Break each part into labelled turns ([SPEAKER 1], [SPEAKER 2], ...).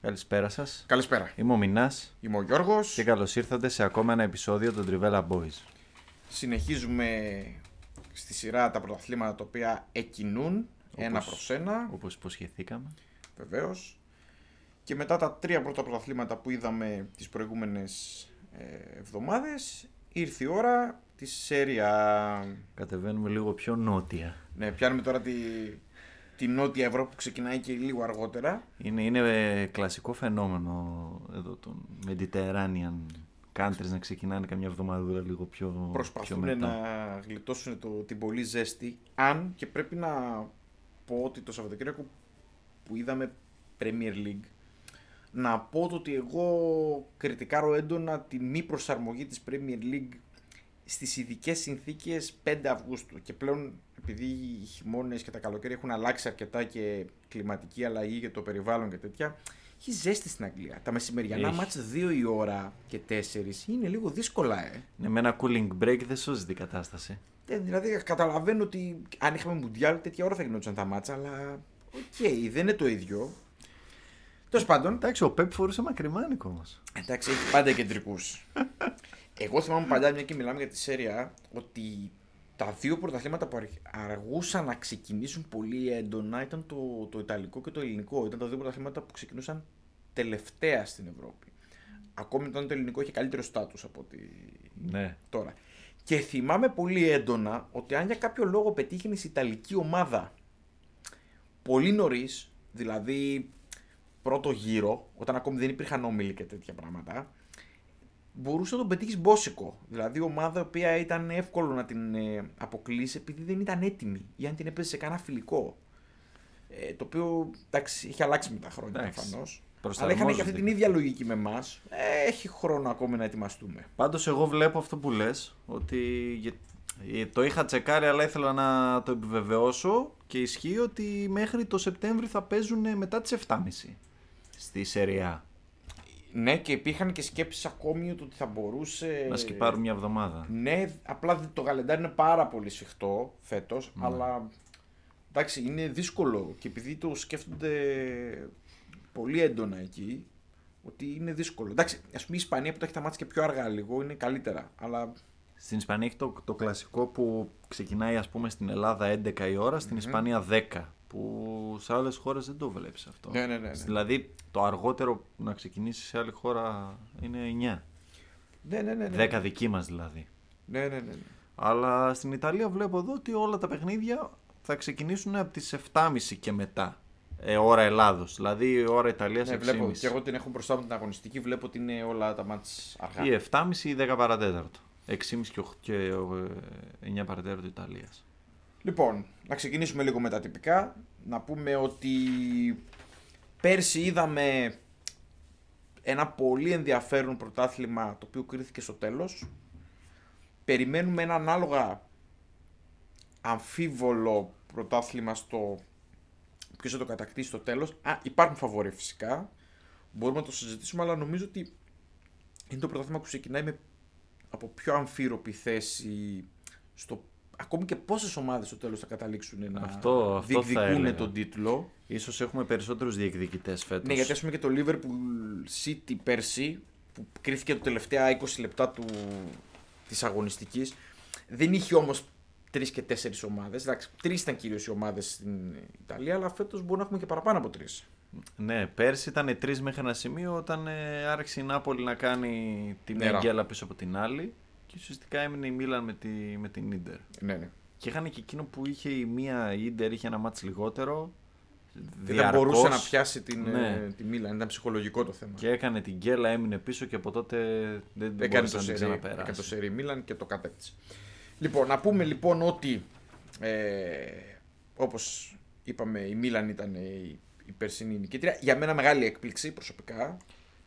[SPEAKER 1] Καλησπέρα σας.
[SPEAKER 2] Καλησπέρα.
[SPEAKER 1] Είμαι ο Μινάς
[SPEAKER 2] Είμαι ο Γιώργος.
[SPEAKER 1] και καλώς ήρθατε σε ακόμα ένα επεισόδιο των Trivella Boys.
[SPEAKER 2] Συνεχίζουμε στη σειρά τα πρωταθλήματα τα οποία εκκινούν ένα
[SPEAKER 1] Όπως-
[SPEAKER 2] προς ένα,
[SPEAKER 1] Όπως υποσχεθήκαμε.
[SPEAKER 2] βεβαίως. Και μετά τα τρία πρώτα πρωταθλήματα που είδαμε τις προηγούμενες ε, εβδομάδες, ήρθε η ώρα της Σέρια.
[SPEAKER 1] Κατεβαίνουμε λίγο πιο νότια.
[SPEAKER 2] Ναι, πιάνουμε τώρα τη, τη Νότια Ευρώπη που ξεκινάει και λίγο αργότερα.
[SPEAKER 1] Είναι, είναι ε, κλασικό φαινόμενο εδώ των Mediterranean countries να ξεκινάνε καμιά εβδομάδα λίγο πιο, πιο
[SPEAKER 2] Προσπαθούν
[SPEAKER 1] μετά.
[SPEAKER 2] να γλιτώσουν το, την πολύ ζέστη. Αν και πρέπει να πω ότι το Σαββατοκύριακο που είδαμε Premier League, να πω το ότι εγώ κριτικάρω έντονα τη μη προσαρμογή της Premier League στις ειδικές συνθήκες 5 Αυγούστου και πλέον επειδή οι χειμώνες και τα καλοκαίρια έχουν αλλάξει αρκετά και κλιματική αλλαγή για το περιβάλλον και τέτοια έχει ζέστη στην Αγγλία. Τα μεσημεριανά
[SPEAKER 1] Έχει.
[SPEAKER 2] μάτς 2 η ώρα και 4 είναι λίγο δύσκολα ε.
[SPEAKER 1] Ναι, με ένα cooling break δεν σώζεται η κατάσταση.
[SPEAKER 2] Ε, δηλαδή, καταλαβαίνω ότι αν είχαμε μουντιάλ, τέτοια ώρα θα γινόντουσαν τα μάτσα, αλλά οκ, δεν είναι το ίδιο. Τέλος πάντων,
[SPEAKER 1] Εντάξει, ο Pep φορούσε μακριμάνικο όμως.
[SPEAKER 2] εντάξει, έχει πάντα κεντρικούς. Εγώ θυμάμαι παλιά, μια και μιλάμε για τη Σέρια, ότι τα δύο πρωταθλήματα που αργ- αργούσαν να ξεκινήσουν πολύ έντονα ήταν το, το Ιταλικό και το Ελληνικό. Ήταν τα δύο πρωταθλήματα που ξεκινούσαν τελευταία στην Ευρώπη. Ακόμη όταν το Ελληνικό είχε καλύτερο στάτους από ότι
[SPEAKER 1] Ναι.
[SPEAKER 2] τώρα. Και θυμάμαι πολύ έντονα ότι αν για κάποιο λόγο πετύχαινες η Ιταλική ομάδα πολύ νωρίς, δηλαδή πρώτο γύρο, όταν ακόμη δεν υπήρχαν όμιλοι και τέτοια πράγματα, μπορούσε να τον πετύχεις μπόσικο. Δηλαδή ομάδα η οποία ήταν εύκολο να την ε, αποκλείσει επειδή δεν ήταν έτοιμη ή αν την έπαιζε σε κανένα φιλικό. Ε, το οποίο εντάξει, έχει αλλάξει με τα χρόνια
[SPEAKER 1] Εντάξει.
[SPEAKER 2] προφανώς. Αλλά
[SPEAKER 1] Προσαρμόζονται.
[SPEAKER 2] είχαν και αυτή την ίδια λογική με εμάς. Έχει χρόνο ακόμη να ετοιμαστούμε.
[SPEAKER 1] Πάντως εγώ βλέπω αυτό που λες, ότι γε- ε, το είχα τσεκάρει αλλά ήθελα να το επιβεβαιώσω και ισχύει ότι μέχρι το Σεπτέμβρη θα παίζουν μετά τις 7.30 στη Σεριά.
[SPEAKER 2] Ναι, και υπήρχαν και σκέψεις ακόμη ότι θα μπορούσε.
[SPEAKER 1] Να σκεπάρουν μια εβδομάδα.
[SPEAKER 2] Ναι, απλά το καλεντάρι είναι πάρα πολύ σφιχτό φέτος, αλλά εντάξει, είναι δύσκολο και επειδή το σκέφτονται πολύ έντονα εκεί, ότι είναι δύσκολο. Εντάξει, ας πούμε η Ισπανία που τα έχει τα μάτια και πιο αργά λίγο είναι καλύτερα, αλλά
[SPEAKER 1] Στην Ισπανία έχει το, το κλασικό που ξεκινάει ας πούμε στην Ελλάδα 11 η ώρα, στην Ισπανία 10 που σε άλλες χώρες δεν το βλέπεις αυτό.
[SPEAKER 2] Ναι, ναι, ναι, ναι.
[SPEAKER 1] Δηλαδή το αργότερο να ξεκινήσεις σε άλλη χώρα είναι
[SPEAKER 2] ναι, ναι, ναι.
[SPEAKER 1] 9.
[SPEAKER 2] ναι.
[SPEAKER 1] 10 δική μας δηλαδή.
[SPEAKER 2] Ναι, ναι, ναι. ναι.
[SPEAKER 1] Αλλά στην Ιταλία βλέπω εδώ ότι όλα τα παιχνίδια θα ξεκινήσουν από τις 7.30 και μετά. Ε, ώρα Ελλάδος, δηλαδή ώρα Ιταλίας
[SPEAKER 2] Ναι,
[SPEAKER 1] 6.30.
[SPEAKER 2] βλέπω και εγώ την έχω μπροστά μου την αγωνιστική, βλέπω ότι είναι όλα τα μάτς αργά.
[SPEAKER 1] Ή 7.30 ή 10 παρατέταρτο. 6.30 και οχ- και ε, 9 παρατέταρτο Ιταλίας.
[SPEAKER 2] Λοιπόν, να ξεκινήσουμε λίγο με τα τυπικά. Να πούμε ότι πέρσι είδαμε ένα πολύ ενδιαφέρον πρωτάθλημα το οποίο κρίθηκε στο τέλος. Περιμένουμε ένα ανάλογα αμφίβολο πρωτάθλημα στο ποιος θα το κατακτήσει στο τέλος. Α, υπάρχουν φαβοροί φυσικά. Μπορούμε να το συζητήσουμε, αλλά νομίζω ότι είναι το πρωτάθλημα που ξεκινάει με από πιο αμφίροπη θέση στο ακόμη και πόσες ομάδες στο τέλος θα καταλήξουν να
[SPEAKER 1] Αυτό- αυτό θα έλεγα.
[SPEAKER 2] διεκδικούν τον τίτλο.
[SPEAKER 1] Ίσως έχουμε περισσότερους διεκδικητές φέτος.
[SPEAKER 2] Ναι, γιατί ας πούμε και το Liverpool City πέρσι, που κρίθηκε το τελευταία 20 λεπτά του, της αγωνιστικής, δεν είχε όμως τρεις και τέσσερις ομάδες. Εντάξει, τρεις ήταν κυρίως οι ομάδες στην Ιταλία, αλλά φέτος μπορούμε να έχουμε και παραπάνω από τρεις.
[SPEAKER 1] Ναι, πέρσι ήταν τρεις μέχρι ένα σημείο όταν ε, άρχισε η Νάπολη να κάνει τη μία
[SPEAKER 2] Νερά.
[SPEAKER 1] γκέλα πίσω από την άλλη και ουσιαστικά έμεινε η Μίλαν με, τη, με την Ίντερ.
[SPEAKER 2] Ναι, ναι.
[SPEAKER 1] Και είχαν και εκείνο που είχε η μία η Ίντερ, είχε ένα μάτς λιγότερο.
[SPEAKER 2] Δεν
[SPEAKER 1] διαρκώς,
[SPEAKER 2] μπορούσε να πιάσει την,
[SPEAKER 1] Ναι.
[SPEAKER 2] ε, τη Μίλαν, ήταν ψυχολογικό το θέμα.
[SPEAKER 1] Και έκανε την γκέλα, έμεινε πίσω και από τότε δεν δεν
[SPEAKER 2] Έκανε
[SPEAKER 1] μπορούσε
[SPEAKER 2] το,
[SPEAKER 1] να την
[SPEAKER 2] σερί, έκανε το
[SPEAKER 1] ξαναπεράσει.
[SPEAKER 2] σερί Μίλαν και το κατέκτησε. Λοιπόν, να πούμε λοιπόν ότι ε, όπως είπαμε η Μίλαν ήταν η, η περσινή νικήτρια. Για μένα μεγάλη έκπληξη προσωπικά.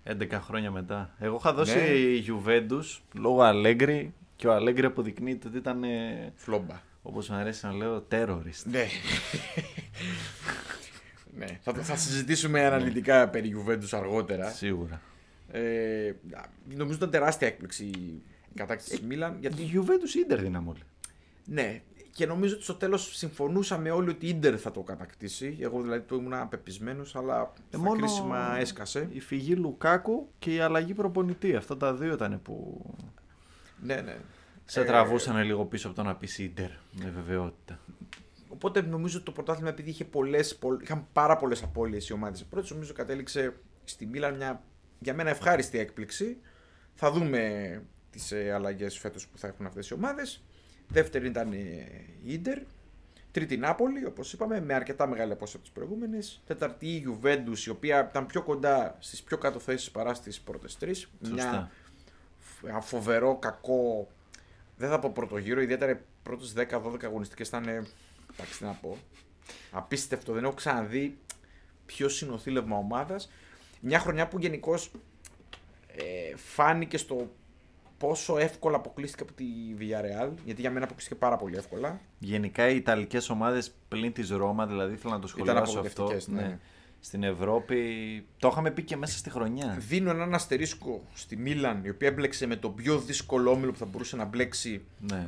[SPEAKER 1] 11 χρόνια μετά. Εγώ είχα δώσει ναι. Juventus λόγω Αλέγκρι και ο Αλέγκρι αποδεικνύεται ότι ήταν. ε,
[SPEAKER 2] Φλόμπα.
[SPEAKER 1] Όπως μου αρέσει να λέω, terrorist.
[SPEAKER 2] Ναι. ναι. Θα, το- θα συζητήσουμε
[SPEAKER 1] Ναι.
[SPEAKER 2] αναλυτικά περί Juventus αργότερα.
[SPEAKER 1] Σίγουρα.
[SPEAKER 2] Ε, νομίζω ήταν τεράστια έκπληξη η κατάκτηση της Μίλαν. Γιατί,
[SPEAKER 1] Η Juventus ή Ιντερ δύναμη όλοι.
[SPEAKER 2] ναι, και νομίζω ότι στο τέλος συμφωνούσαμε όλοι ότι η Ίντερ θα το κατακτήσει. Εγώ δηλαδή το ήμουν απεπισμένος, αλλά
[SPEAKER 1] Ε,
[SPEAKER 2] στα κρίσιμα έσκασε.
[SPEAKER 1] Η φυγή Λουκάκου και η αλλαγή προπονητή. Αυτά τα δύο ήταν που
[SPEAKER 2] Ναι, ναι.
[SPEAKER 1] σε
[SPEAKER 2] Ε,
[SPEAKER 1] τραβούσαν λίγο πίσω από το να πεις Ιντερ. Με βεβαιότητα.
[SPEAKER 2] Οπότε νομίζω ότι το πρωτάθλημα επειδή είχε πολλές, πολλ- είχαν πάρα πολλές απώλειες οι ομάδες πρώτης, νομίζω κατέληξε στη Μίλαν μια για μένα ευχάριστη έκπληξη. Θα δούμε τις αλλαγές φέτος που θα έχουν αυτές οι ομάδες. Δεύτερη ήταν ε, η Ιντερ. Τρίτη η Νάπολη, όπως είπαμε, με αρκετά μεγάλη απόσταση από τις προηγούμενες. Τέταρτη η Ιουβέντου, η οποία ήταν πιο κοντά στις πιο κάτω θέσεις παρά στις πρώτες τρεις.
[SPEAKER 1] Σωστά.
[SPEAKER 2] Ένα φοβερό, κακό. Δεν θα πω πρώτο γύρο, ιδιαίτερα οι πρώτες 10-12 αγωνιστικέ ήταν. ε, Εντάξει, τι να πω. Απίστευτο, δεν έχω ξαναδεί πιο συνοθήλευμα ομάδας. Μια χρονιά που γενικώς ε, φάνηκε στο πόσο εύκολα αποκλείστηκε από τη Villarreal, γιατί για μένα αποκλείστηκε πάρα πολύ εύκολα.
[SPEAKER 1] Γενικά οι Ιταλικές ομάδες πλην της Ρώμα, δηλαδή ήθελα να το σχολιάσω αυτό.
[SPEAKER 2] απογοητευτικές, ναι.
[SPEAKER 1] Στην Ευρώπη το είχαμε πει και μέσα στη χρονιά.
[SPEAKER 2] Δίνω έναν αστερίσκο στη Μίλαν, η οποία έμπλεξε με τον πιο δύσκολο όμιλο που θα μπορούσε να μπλέξει.
[SPEAKER 1] Ναι.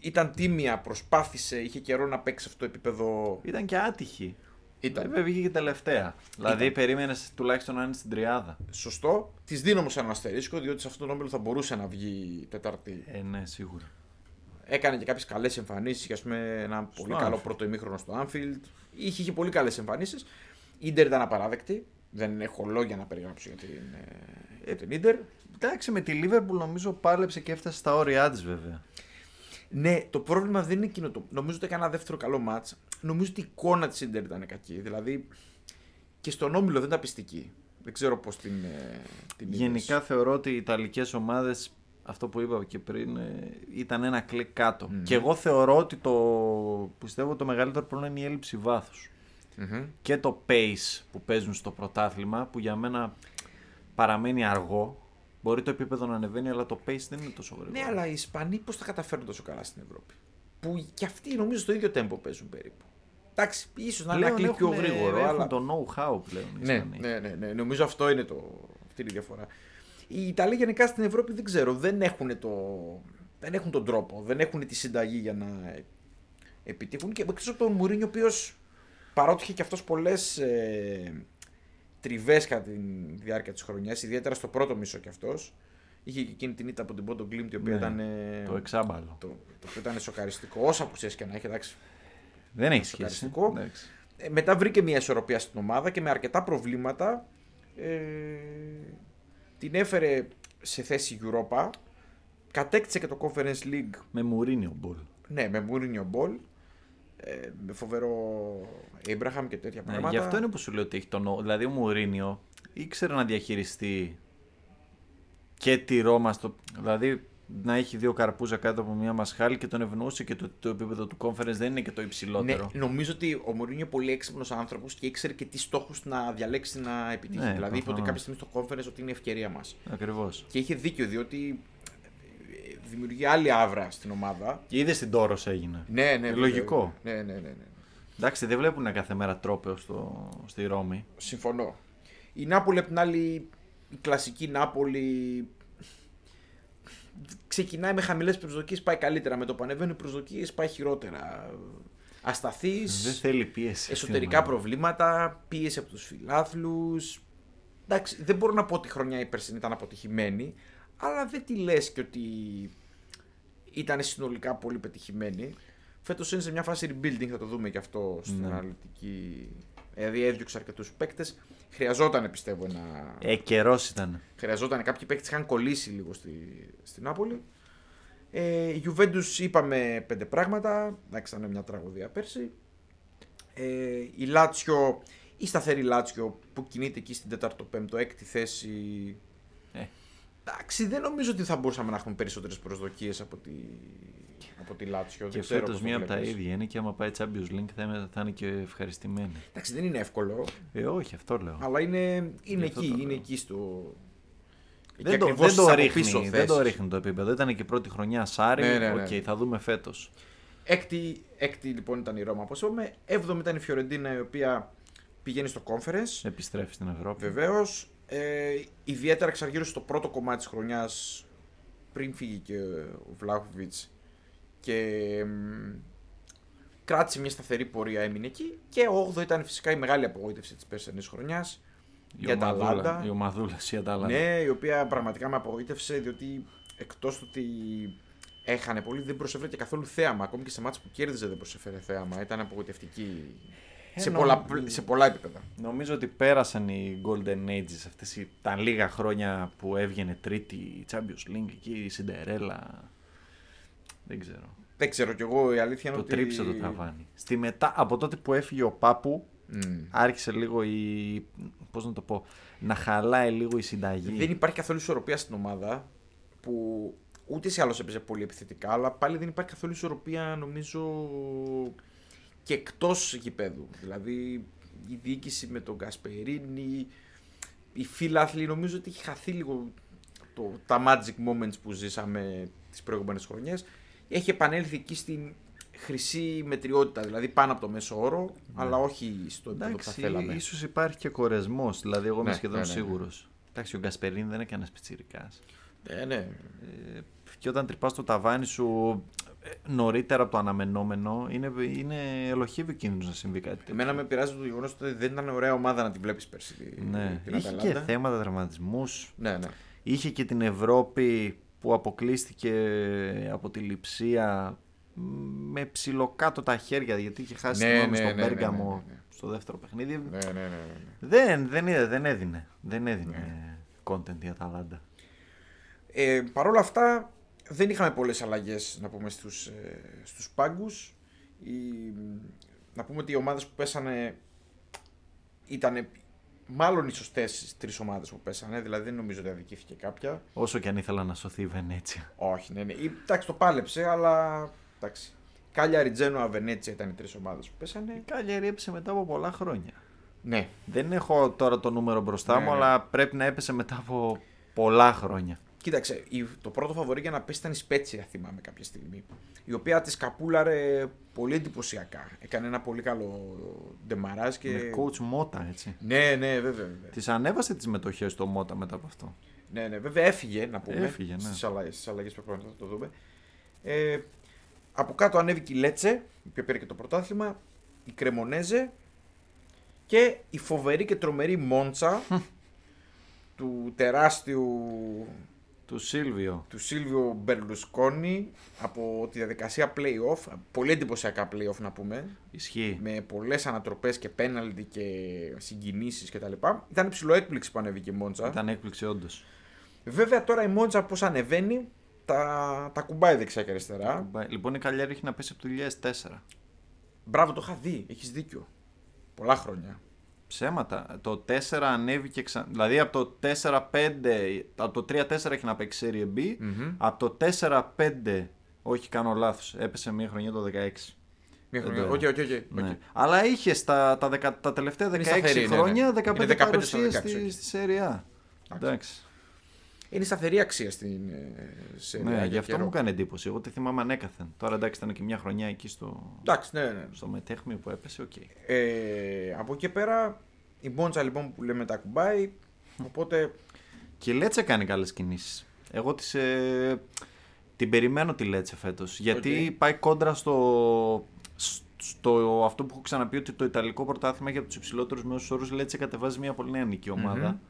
[SPEAKER 2] Ήταν τίμια, προσπάθησε, είχε καιρό να παίξει σε αυτό το επίπεδο.
[SPEAKER 1] Ήταν και άτυχη.
[SPEAKER 2] Ήταν.
[SPEAKER 1] Βέβαια βγήκε τελευταία. Δηλαδή περίμενες τουλάχιστον να είναι στην τριάδα.
[SPEAKER 2] Σωστό. Τη δίνω όμως έναν αστερίσκο, διότι σε αυτόν τον όμιλο θα μπορούσε να βγει Τετάρτη.
[SPEAKER 1] Ε, ναι, σίγουρα.
[SPEAKER 2] Έκανε και κάποιες καλές εμφανίσεις, ας πούμε, ένα πολύ καλό
[SPEAKER 1] Anfield.
[SPEAKER 2] πρώτο ημίχρονο στο Anfield. Είχε, είχε πολύ καλές εμφανίσεις. Η Ιντερ ήταν απαράδεκτη. Δεν έχω λόγια να περιγράψω για την, ε, για την Ιντερ.
[SPEAKER 1] Εντάξει, με τη Λίβερπουλ νομίζω πάλεψε και έφτασε στα όρια της βέβαια.
[SPEAKER 2] Ναι, το πρόβλημα δεν είναι εκείνο. Το... Νομίζω ότι έκανε ένα δεύτερο καλό μάτ. Νομίζω ότι η εικόνα της Ιντερ ήταν κακή. Δηλαδή και στον όμιλο δεν ήταν πιστική. Δεν ξέρω πώς την. ε, την είδες.
[SPEAKER 1] Γενικά θεωρώ ότι οι Ιταλικές ομάδες, αυτό που είπα και πριν, ε, ήταν ένα κλικ κάτω. Και εγώ θεωρώ ότι το πιστεύω το μεγαλύτερο πρόβλημα είναι η έλλειψη βάθους.
[SPEAKER 2] Μμμ.
[SPEAKER 1] και το pace που παίζουν στο πρωτάθλημα που για μένα παραμένει αργό. Μπορεί το επίπεδο να ανεβαίνει, αλλά το pace δεν είναι τόσο γρήγορο.
[SPEAKER 2] Ναι, αλλά οι Ισπανοί πώς τα καταφέρουν τόσο καλά στην Ευρώπη. Που και αυτοί νομίζω στο ίδιο τέμπο παίζουν περίπου. Εντάξει, ίσως να είναι ένα
[SPEAKER 1] πλέον
[SPEAKER 2] κλικ πιο
[SPEAKER 1] έχουν-
[SPEAKER 2] γρήγορο,
[SPEAKER 1] έχουν
[SPEAKER 2] αλλά.
[SPEAKER 1] το know-how πλέον. οι
[SPEAKER 2] Ναι,
[SPEAKER 1] Ισπανοί.
[SPEAKER 2] ναι, ναι, ναι, νομίζω αυτό είναι το... αυτή είναι η διαφορά. Οι Ιταλοί γενικά στην Ευρώπη δεν ξέρω, δεν έχουν, το... δεν έχουν τον τρόπο, δεν έχουν τη συνταγή για να ε, επιτύχουν. Και εκτός από τον Μουρίνιο, ο οποίος παρότι είχε και αυτός πολλές ε, τριβές κατά τη διάρκεια της χρονιάς, ιδιαίτερα στο πρώτο μισό κι αυτός. Είχε και εκείνη την ήττα από την Πόντο Γκλίμπ, η οποία
[SPEAKER 1] Ναι,
[SPEAKER 2] ήταν. ε,
[SPEAKER 1] Το εξάμπαλο.
[SPEAKER 2] το, το οποίο ήταν σοκαριστικό, όσα που και να έχει, εντάξει.
[SPEAKER 1] Δεν έχει σχέση.
[SPEAKER 2] σοκαριστικό.
[SPEAKER 1] Εντάξει.
[SPEAKER 2] Ε, μετά βρήκε μια ισορροπία στην ομάδα και με αρκετά προβλήματα ε, την έφερε σε θέση Europa. Κατέκτησε και το Conference League,
[SPEAKER 1] Με Μουρίνιο μπολ.
[SPEAKER 2] ναι, με Mourinho Ball. Ε, με φοβερό Abraham και τέτοια
[SPEAKER 1] Ναι,
[SPEAKER 2] πράγματα.
[SPEAKER 1] γι' αυτό είναι που σου λέω ότι έχει το know. Δηλαδή ο Μουρίνιο ήξερε να διαχειριστεί και τη Ρώμα. Στο... Δηλαδή να έχει δύο καρπούζα κάτω από μια μασχάλη και τον ευνοούσε και το, το επίπεδο του conference δεν είναι και το υψηλότερο.
[SPEAKER 2] Ναι, νομίζω ότι ο Μουρίνιο είναι πολύ έξυπνος άνθρωπος και ήξερε και τι στόχους να διαλέξει να επιτύχει.
[SPEAKER 1] Ναι,
[SPEAKER 2] δηλαδή, είπε ότι
[SPEAKER 1] προφανώς.
[SPEAKER 2] κάποια στιγμή στο conference ότι είναι η ευκαιρία μας.
[SPEAKER 1] Ακριβώς.
[SPEAKER 2] Και είχε δίκιο, διότι ε, δημιουργεί άλλη άβρα στην ομάδα.
[SPEAKER 1] Και είδες την τόρος έγινε.
[SPEAKER 2] Ναι, ναι.
[SPEAKER 1] Ε,
[SPEAKER 2] βέβαια.
[SPEAKER 1] λογικό.
[SPEAKER 2] Ναι, ναι, ναι, ναι.
[SPEAKER 1] Εντάξει, δεν βλέπουν κάθε μέρα τρόπεο στο, στη Ρώμη.
[SPEAKER 2] Συμφωνώ. Η Νάπολη απ' την άλλη, η κλασική Νάπολη ξεκινάει με χαμηλές προσδοκίες, πάει καλύτερα. Με το που ανεβαίνουν οι προσδοκίες, πάει χειρότερα. Ασταθείς,
[SPEAKER 1] Δεν θέλει πίεση. Ναι,
[SPEAKER 2] εσωτερικά προβλήματα, πίεση από τους φιλάθλους. Εντάξει, δεν μπορώ να πω ότι η χρονιά η περσινή ήταν αποτυχημένη, αλλά δεν τη λες και ότι ήταν συνολικά πολύ πετυχημένη. Φέτος είναι σε μια φάση rebuilding, θα το δούμε και αυτό στην αναλυτική. Δηλαδή έδιωξε αρκετούς παίκτες. Χρειαζόταν, πιστεύω, ένα.
[SPEAKER 1] Ε, καιρός ήταν.
[SPEAKER 2] Χρειαζόταν. Κάποιοι παίκτες είχαν κολλήσει λίγο στη, στην Νάπολη. Ε, η Juventus είπαμε πέντε πράγματα. Εντάξει, ήταν μια τραγωδία πέρσι. Ε, η Λάτσιο, η σταθερή Λάτσιο που κινείται εκεί στην 4ο-5ο, έκτη θέση.
[SPEAKER 1] Ε.
[SPEAKER 2] Εντάξει, δεν νομίζω ότι θα μπορούσαμε να έχουμε περισσότερες προσδοκίες από τη. από τη Λάτσιο.
[SPEAKER 1] Και
[SPEAKER 2] δεν ξέρω
[SPEAKER 1] φέτο
[SPEAKER 2] πώς το
[SPEAKER 1] μία από τα
[SPEAKER 2] βλέπεις.
[SPEAKER 1] ίδια είναι και άμα πάει Champions League θα, είμαι- θα είναι και ευχαριστημένη.
[SPEAKER 2] Εντάξει, δεν είναι εύκολο,
[SPEAKER 1] Ε, όχι, αυτό λέω.
[SPEAKER 2] αλλά είναι, είναι
[SPEAKER 1] Γι' αυτό
[SPEAKER 2] εκεί,
[SPEAKER 1] το
[SPEAKER 2] είναι
[SPEAKER 1] λέω.
[SPEAKER 2] εκεί στο...
[SPEAKER 1] δεν,
[SPEAKER 2] και
[SPEAKER 1] το,
[SPEAKER 2] ακριβώς
[SPEAKER 1] δεν, το
[SPEAKER 2] στις
[SPEAKER 1] ρίχνει,
[SPEAKER 2] αποπίσω
[SPEAKER 1] δεν το
[SPEAKER 2] θέσεις.
[SPEAKER 1] ρίχνει το επίπεδο. Ήταν και η πρώτη χρονιά Σάρι.
[SPEAKER 2] Ναι, ναι, ναι.
[SPEAKER 1] Οκ, θα δούμε φέτος.
[SPEAKER 2] Έκτη, έκτη λοιπόν ήταν η Ρώμα, όπως είπαμε. Έβδομη ήταν η Φιωρεντίνα, η οποία πηγαίνει στο conference.
[SPEAKER 1] Ε. Επιστρέφει στην Ευρώπη.
[SPEAKER 2] Βεβαίως. Ε, ιδιαίτερα εξαργύρωσε το πρώτο κομμάτι της χρονιάς πριν φύγει και ο Βλάχοβιτ. Και μ, κράτησε μια σταθερή πορεία, έμεινε εκεί. Και 8 ήταν φυσικά η μεγάλη απογοήτευση της περσινής χρονιάς.
[SPEAKER 1] Η
[SPEAKER 2] η
[SPEAKER 1] ομαδούλα,
[SPEAKER 2] Αταλάντα.
[SPEAKER 1] η ομαδούλας η Αταλάντα.
[SPEAKER 2] Ναι, η οποία πραγματικά με απογοήτευσε διότι εκτός του ότι έχανε πολύ, δεν προσέφερε και καθόλου θέαμα. Ακόμη και σε μάτς που κέρδιζε δεν προσέφερε θέαμα. Ήταν απογοητευτική σε,
[SPEAKER 1] Ενώ-
[SPEAKER 2] πολλά, σε πολλά επίπεδα.
[SPEAKER 1] Νομίζω ότι πέρασαν οι Golden Ages αυτές οι- τα λίγα χρόνια που έβγαινε τρίτη η Champions League εκεί, η Cinderella. Δεν ξέρω.
[SPEAKER 2] Δεν ξέρω κι εγώ, η αλήθεια είναι
[SPEAKER 1] Το
[SPEAKER 2] ότι.
[SPEAKER 1] τρίψε το ταβάνι. Στη μετά, από τότε που έφυγε ο Πάπου,
[SPEAKER 2] Μμμ.
[SPEAKER 1] άρχισε λίγο η. Πώς να το πω, να χαλάει λίγο η συνταγή.
[SPEAKER 2] Δεν υπάρχει καθόλου ισορροπία στην ομάδα που ούτε σε άλλο έπαιζε πολύ επιθετικά, αλλά πάλι δεν υπάρχει καθόλου ισορροπία νομίζω και εκτός γηπέδου. Δηλαδή η διοίκηση με τον Κασπερίνη, οι φίλαθλοι νομίζω ότι έχει χαθεί λίγο το, τα magic moments που ζήσαμε τις προηγούμενες χρονιές. Έχει επανέλθει εκεί στην χρυσή μετριότητα, δηλαδή πάνω από το μέσο όρο, αλλά όχι στο επίπεδο που θα
[SPEAKER 1] Εντάξει,
[SPEAKER 2] θέλαμε.
[SPEAKER 1] ίσως υπάρχει και κορεσμός. Δηλαδή, εγώ είμαι
[SPEAKER 2] Ναι,
[SPEAKER 1] σχεδόν
[SPEAKER 2] ναι, ναι, ναι.
[SPEAKER 1] σίγουρος. Εντάξει, ο Γκασπερίνη δεν έκανε πιτσυρικά.
[SPEAKER 2] Ε, ναι.
[SPEAKER 1] Και όταν τρυπάς το ταβάνι σου ε, νωρίτερα από το αναμενόμενο, είναι, είναι ελοχεύει ο κίνδυνος να συμβεί κάτι τέτοιο.
[SPEAKER 2] Εμένα με πειράζει το γεγονός ότι δεν ήταν ωραία ομάδα να τη βλέπεις πέρσι. τη-
[SPEAKER 1] Ναι.
[SPEAKER 2] Ε, την
[SPEAKER 1] Είχε
[SPEAKER 2] Αταλάντα.
[SPEAKER 1] και θέματα τραυματισμούς.
[SPEAKER 2] Ναι, ναι.
[SPEAKER 1] Είχε και την Ευρώπη που αποκλείστηκε ε, από τη Λιψία με ψιλοκάτω τα χέρια γιατί είχε χάσει
[SPEAKER 2] Ναι,
[SPEAKER 1] τη γνώμη
[SPEAKER 2] ναι,
[SPEAKER 1] στον
[SPEAKER 2] ναι, ναι,
[SPEAKER 1] Πέργαμο
[SPEAKER 2] ναι, ναι.
[SPEAKER 1] στο δεύτερο παιχνίδι.
[SPEAKER 2] ναι, ναι, ναι, ναι.
[SPEAKER 1] Δεν, δεν, είδε- δεν έδινε. Δεν έδινε content η Αταλάντα.
[SPEAKER 2] Ε, Παρ' όλα αυτά, δεν είχαμε πολλές αλλαγές να πούμε στους στους πάγκους. Να πούμε ότι οι ομάδες που πέσανε ήταν μάλλον οι σωστέ τρεις ομάδες που πέσανε, δηλαδή δεν νομίζω ότι αδικήθηκε κάποια.
[SPEAKER 1] Όσο και αν ήθελα να σωθεί η Βενέτσια.
[SPEAKER 2] Όχι, ναι, ναι. Ε, Εντάξει, το πάλεψε, αλλά. Εντάξει. Κάλια, Ριτζένοα, Βενέτσια ήταν οι τρεις ομάδες που
[SPEAKER 1] Η
[SPEAKER 2] πέσανε.
[SPEAKER 1] Κάλιαρη έπεσε μετά από πολλά χρόνια.
[SPEAKER 2] Ναι,
[SPEAKER 1] Δεν έχω τώρα το νούμερο μπροστά
[SPEAKER 2] Ναι,
[SPEAKER 1] μου,
[SPEAKER 2] ναι.
[SPEAKER 1] αλλά πρέπει να έπεσε μετά από πολλά χρόνια.
[SPEAKER 2] Κοίταξε, η- το πρώτο φαβορή για να πέσει ήταν η Σπέτσια, θυμάμαι κάποια στιγμή. Η οποία της καπούλαρε πολύ εντυπωσιακά. Έκανε ένα πολύ καλό ντεμαράζ και.
[SPEAKER 1] Με coach Μότα, έτσι.
[SPEAKER 2] Ναι, ναι, βέβαια. βέβαια.
[SPEAKER 1] Της ανέβασε τις μετοχές στο Μότα μετά από αυτό.
[SPEAKER 2] Ναι, ναι, βέβαια έφυγε να πούμε.
[SPEAKER 1] Έφυγε, ναι.
[SPEAKER 2] Στις αλλαγές που έχουμε να το δούμε. Ε, από κάτω ανέβηκε η Λέτσε, η οποία πήρε και το πρωτάθλημα. Η Κρεμονέζε και η φοβερή και τρομερή Μόντσα του τεράστιου
[SPEAKER 1] Του Σίλβιο.
[SPEAKER 2] του Σίλβιο Μπερλουσκόνη από τη διαδικασία play-off, πολύ εντυπωσιακά play-off να πούμε,
[SPEAKER 1] Ισχύει.
[SPEAKER 2] με πολλές ανατροπές και πέναλτι και συγκινήσεις κτλ. Ήταν ψηλό έκπληξη που ανέβηκε η Μόντσα.
[SPEAKER 1] Ήταν έκπληξη, όντως.
[SPEAKER 2] Βέβαια τώρα η Μόντσα πώς ανεβαίνει, τα, τα κουμπάει δεξιά και αριστερά.
[SPEAKER 1] Λοιπόν, η Κάλιαρη έχει να πέσει από το 2004.
[SPEAKER 2] Μπράβο, το είχα δει, έχεις δίκιο. Πολλά χρόνια.
[SPEAKER 1] Ψέματα. Το 4 ανέβηκε ξανά. Δηλαδή από το 4-5. Από το 3-4 έχει να παίξει Serie B.
[SPEAKER 2] Μμμ.
[SPEAKER 1] Από το 4-5. Όχι, κάνω λάθος. Έπεσε μία χρονιά το 16.
[SPEAKER 2] Μια
[SPEAKER 1] Δεν
[SPEAKER 2] χρονιά.
[SPEAKER 1] το
[SPEAKER 2] Οκ,
[SPEAKER 1] είδα.
[SPEAKER 2] οκ, οκ, οκ.
[SPEAKER 1] Ναι. Αλλά είχες στα, τα, δεκα- τα τελευταία 16
[SPEAKER 2] σταθερή, ναι, ναι.
[SPEAKER 1] χρόνια
[SPEAKER 2] Είναι
[SPEAKER 1] 15,
[SPEAKER 2] 15 στα
[SPEAKER 1] παρουσίες
[SPEAKER 2] 16,
[SPEAKER 1] στη,
[SPEAKER 2] όχι.
[SPEAKER 1] στη Serie A. Εντάξει.
[SPEAKER 2] Είναι σταθερή αξία στην ε, σε
[SPEAKER 1] Ναι,
[SPEAKER 2] για
[SPEAKER 1] γι' αυτό
[SPEAKER 2] καιρό.
[SPEAKER 1] μου κάνει εντύπωση. Εγώ τη θυμάμαι ανέκαθεν. Τώρα εντάξει ήταν και μια χρονιά εκεί στο,
[SPEAKER 2] Εντάξει, ναι, ναι.
[SPEAKER 1] στο μετέχμιο που έπεσε. Οκ.
[SPEAKER 2] Ε, από εκεί και πέρα, η Μπόντσα λοιπόν που λέμε τα κουμπάει. Οπότε.
[SPEAKER 1] Και η Λέτσε κάνει καλές κινήσεις. Εγώ τις, ε, την περιμένω τη Λέτσε φέτος. Γιατί
[SPEAKER 2] Οκ.
[SPEAKER 1] πάει κόντρα στο, στο αυτό που έχω ξαναπεί ότι το Ιταλικό πρωτάθλημα έχει από τους υψηλότερους μέσους όρους. Η Λέτσε κατεβάζει μια πολύ νεανική ομάδα.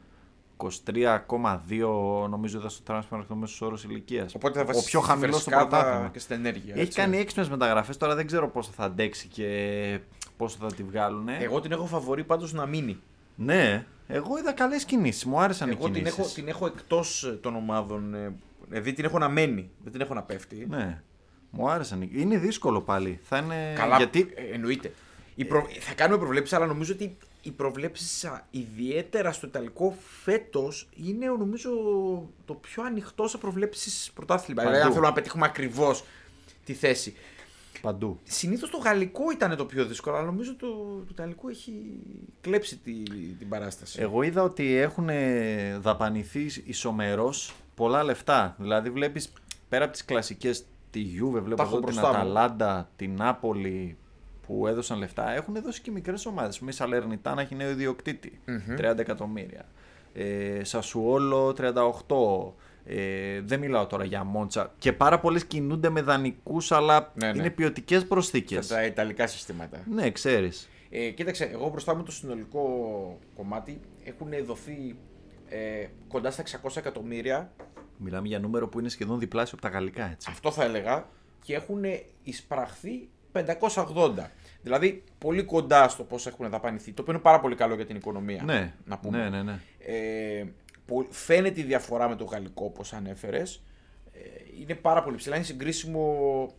[SPEAKER 1] 23,2 νομίζω είδα στο transfer το μέσο όρο ηλικίας.
[SPEAKER 2] Οπότε θα
[SPEAKER 1] Ο
[SPEAKER 2] βασιστεί
[SPEAKER 1] πιο
[SPEAKER 2] στη
[SPEAKER 1] χαμηλός στο
[SPEAKER 2] φρεσκάδα
[SPEAKER 1] πρωτάθλημα.
[SPEAKER 2] Και στην ενέργεια.
[SPEAKER 1] Έχει
[SPEAKER 2] έτσι.
[SPEAKER 1] κάνει έξυπνες μεταγραφές. Τώρα δεν ξέρω πόσο θα αντέξει και πόσο θα τη βγάλουν.
[SPEAKER 2] Εγώ την έχω φαβορή πάντως να μείνει.
[SPEAKER 1] Ναι, εγώ είδα καλές κινήσεις. Μου άρεσαν
[SPEAKER 2] Εγώ
[SPEAKER 1] οι
[SPEAKER 2] την
[SPEAKER 1] κινήσεις.
[SPEAKER 2] έχω, την έχω εκτός των ομάδων. ε, Δηλαδή την έχω να μένει. Δεν την έχω να πέφτει.
[SPEAKER 1] Ναι, μου άρεσαν. οι- Είναι δύσκολο πάλι. Θα είναι.
[SPEAKER 2] Καλά,
[SPEAKER 1] Γιατί
[SPEAKER 2] ε, εννοείται. Η προ- Θα κάνουμε προβλέψεις, αλλά νομίζω ότι οι προβλέψεις ιδιαίτερα στο Ιταλικό φέτος είναι νομίζω το πιο ανοιχτό σε προβλέψεις πρωτάθλημα. Δηλαδή,
[SPEAKER 1] Παντού.
[SPEAKER 2] αν θέλω να πετύχουμε ακριβώς τη θέση.
[SPEAKER 1] Παντού.
[SPEAKER 2] Συνήθως το γαλλικό ήταν το πιο δύσκολο, αλλά νομίζω το, το ιταλικό έχει κλέψει τη, την παράσταση.
[SPEAKER 1] Εγώ είδα ότι έχουν ε, δαπανηθεί ισομερός πολλά λεφτά. Δηλαδή βλέπεις πέρα από τις κλασικές τη Juve, βλέπω
[SPEAKER 2] Τα έχω
[SPEAKER 1] εδώ την
[SPEAKER 2] μπροστά μου.
[SPEAKER 1] Αταλάντα, την Νάπολη που έδωσαν λεφτά. Έχουν δώσει και μικρές ομάδες. Μη Σαλερνιτάνα έχει νέο ιδιοκτήτη, 30 εκατομμύρια. Ε, Σασουόλο 38. Ε, δεν μιλάω τώρα για Μόντσα. Και πάρα πολλές κινούνται με δανεικούς, αλλά
[SPEAKER 2] Ναι, ναι.
[SPEAKER 1] είναι ποιοτικές προσθήκες.
[SPEAKER 2] Τα ιταλικά συστήματα.
[SPEAKER 1] Ναι, ξέρεις.
[SPEAKER 2] Ε, κοίταξε, εγώ μπροστά μου το συνολικό κομμάτι έχουν δοθεί ε, κοντά στα 600 εκατομμύρια,
[SPEAKER 1] Μιλάμε για νούμερο που είναι σχεδόν διπλάσιο από τα γαλλικά, έτσι.
[SPEAKER 2] αυτό θα έλεγα, και έχουν εισπραχθεί 580. Δηλαδή, πολύ κοντά στο πώς έχουν δαπανηθεί. Το οποίο είναι πάρα πολύ καλό για την οικονομία.
[SPEAKER 1] Ναι,
[SPEAKER 2] να πούμε.
[SPEAKER 1] ναι, ναι, ναι.
[SPEAKER 2] Ε, πο- φαίνεται η διαφορά με το γαλλικό, όπως ανέφερες. είναι πάρα πολύ ψηλά. Είναι συγκρίσιμο,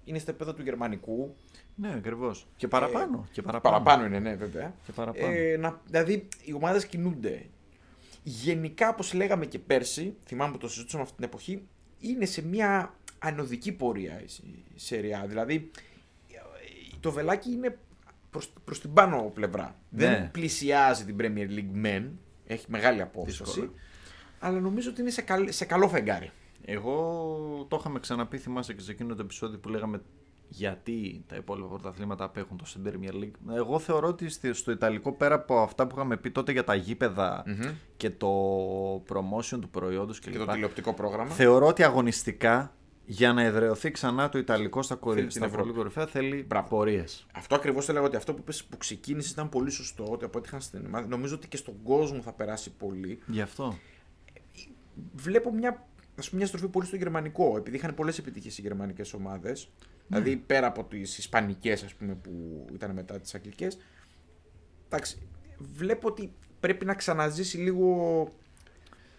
[SPEAKER 2] είναι στα επίπεδα του γερμανικού.
[SPEAKER 1] Ναι, ακριβώς. Και παραπάνω. και παραπάνω.
[SPEAKER 2] Ε, Παραπάνω είναι, ναι, βέβαια.
[SPEAKER 1] Και παραπάνω.
[SPEAKER 2] Ε, να, δηλαδή, οι ομάδες κινούνται. Γενικά, όπως λέγαμε και πέρσι, θυμάμαι που το συζητούσαμε αυτή την εποχή, είναι σε μια ανωδική πορεία η Σ- η Serie A. Δηλαδή, ε, το βελάκι είναι προς, προς την πάνω πλευρά.
[SPEAKER 1] Ναι.
[SPEAKER 2] Δεν πλησιάζει την Premier League men, έχει μεγάλη απόσταση,
[SPEAKER 1] Δύσκολο.
[SPEAKER 2] αλλά νομίζω ότι είναι σε, καλ- σε καλό φεγγάρι.
[SPEAKER 1] Εγώ το είχαμε ξαναπεί, θυμάσαι και σε εκείνο το επεισόδιο που λέγαμε γιατί τα υπόλοιπα πρωταθλήματα απέχουν το στην Premier League. Εγώ θεωρώ ότι στη- στο Ιταλικό πέρα από αυτά που είχαμε πει τότε για τα γηπεδα και το promotion του προϊόντος
[SPEAKER 2] Και το
[SPEAKER 1] κλπ.
[SPEAKER 2] τηλεοπτικό πρόγραμμα.
[SPEAKER 1] Θεωρώ ότι αγωνιστικά για να εδρεωθεί ξανά το Ιταλικό στα
[SPEAKER 2] Θέλει
[SPEAKER 1] κορυφαία,
[SPEAKER 2] την
[SPEAKER 1] στα
[SPEAKER 2] Ευρώπη.
[SPEAKER 1] πολύ κορυφαία θέλει
[SPEAKER 2] Μπράβο.
[SPEAKER 1] πορείες.
[SPEAKER 2] Αυτό ακριβώς το λέγω ότι αυτό που είπες που ξεκίνησε ήταν πολύ σωστό. Ότι από ό,τι είχαν στην ομάδα, νομίζω ότι και στον κόσμο θα περάσει πολύ.
[SPEAKER 1] Γι' αυτό.
[SPEAKER 2] Βλέπω μια, ας πούμε, μια στροφή πολύ στο γερμανικό, επειδή είχαν πολλές επιτυχίες οι γερμανικές ομάδες. Δηλαδή πέρα από τις ισπανικές, ας πούμε, που ήταν μετά τις αγγλικές. Εντάξει, βλέπω ότι πρέπει να ξαναζήσει λίγο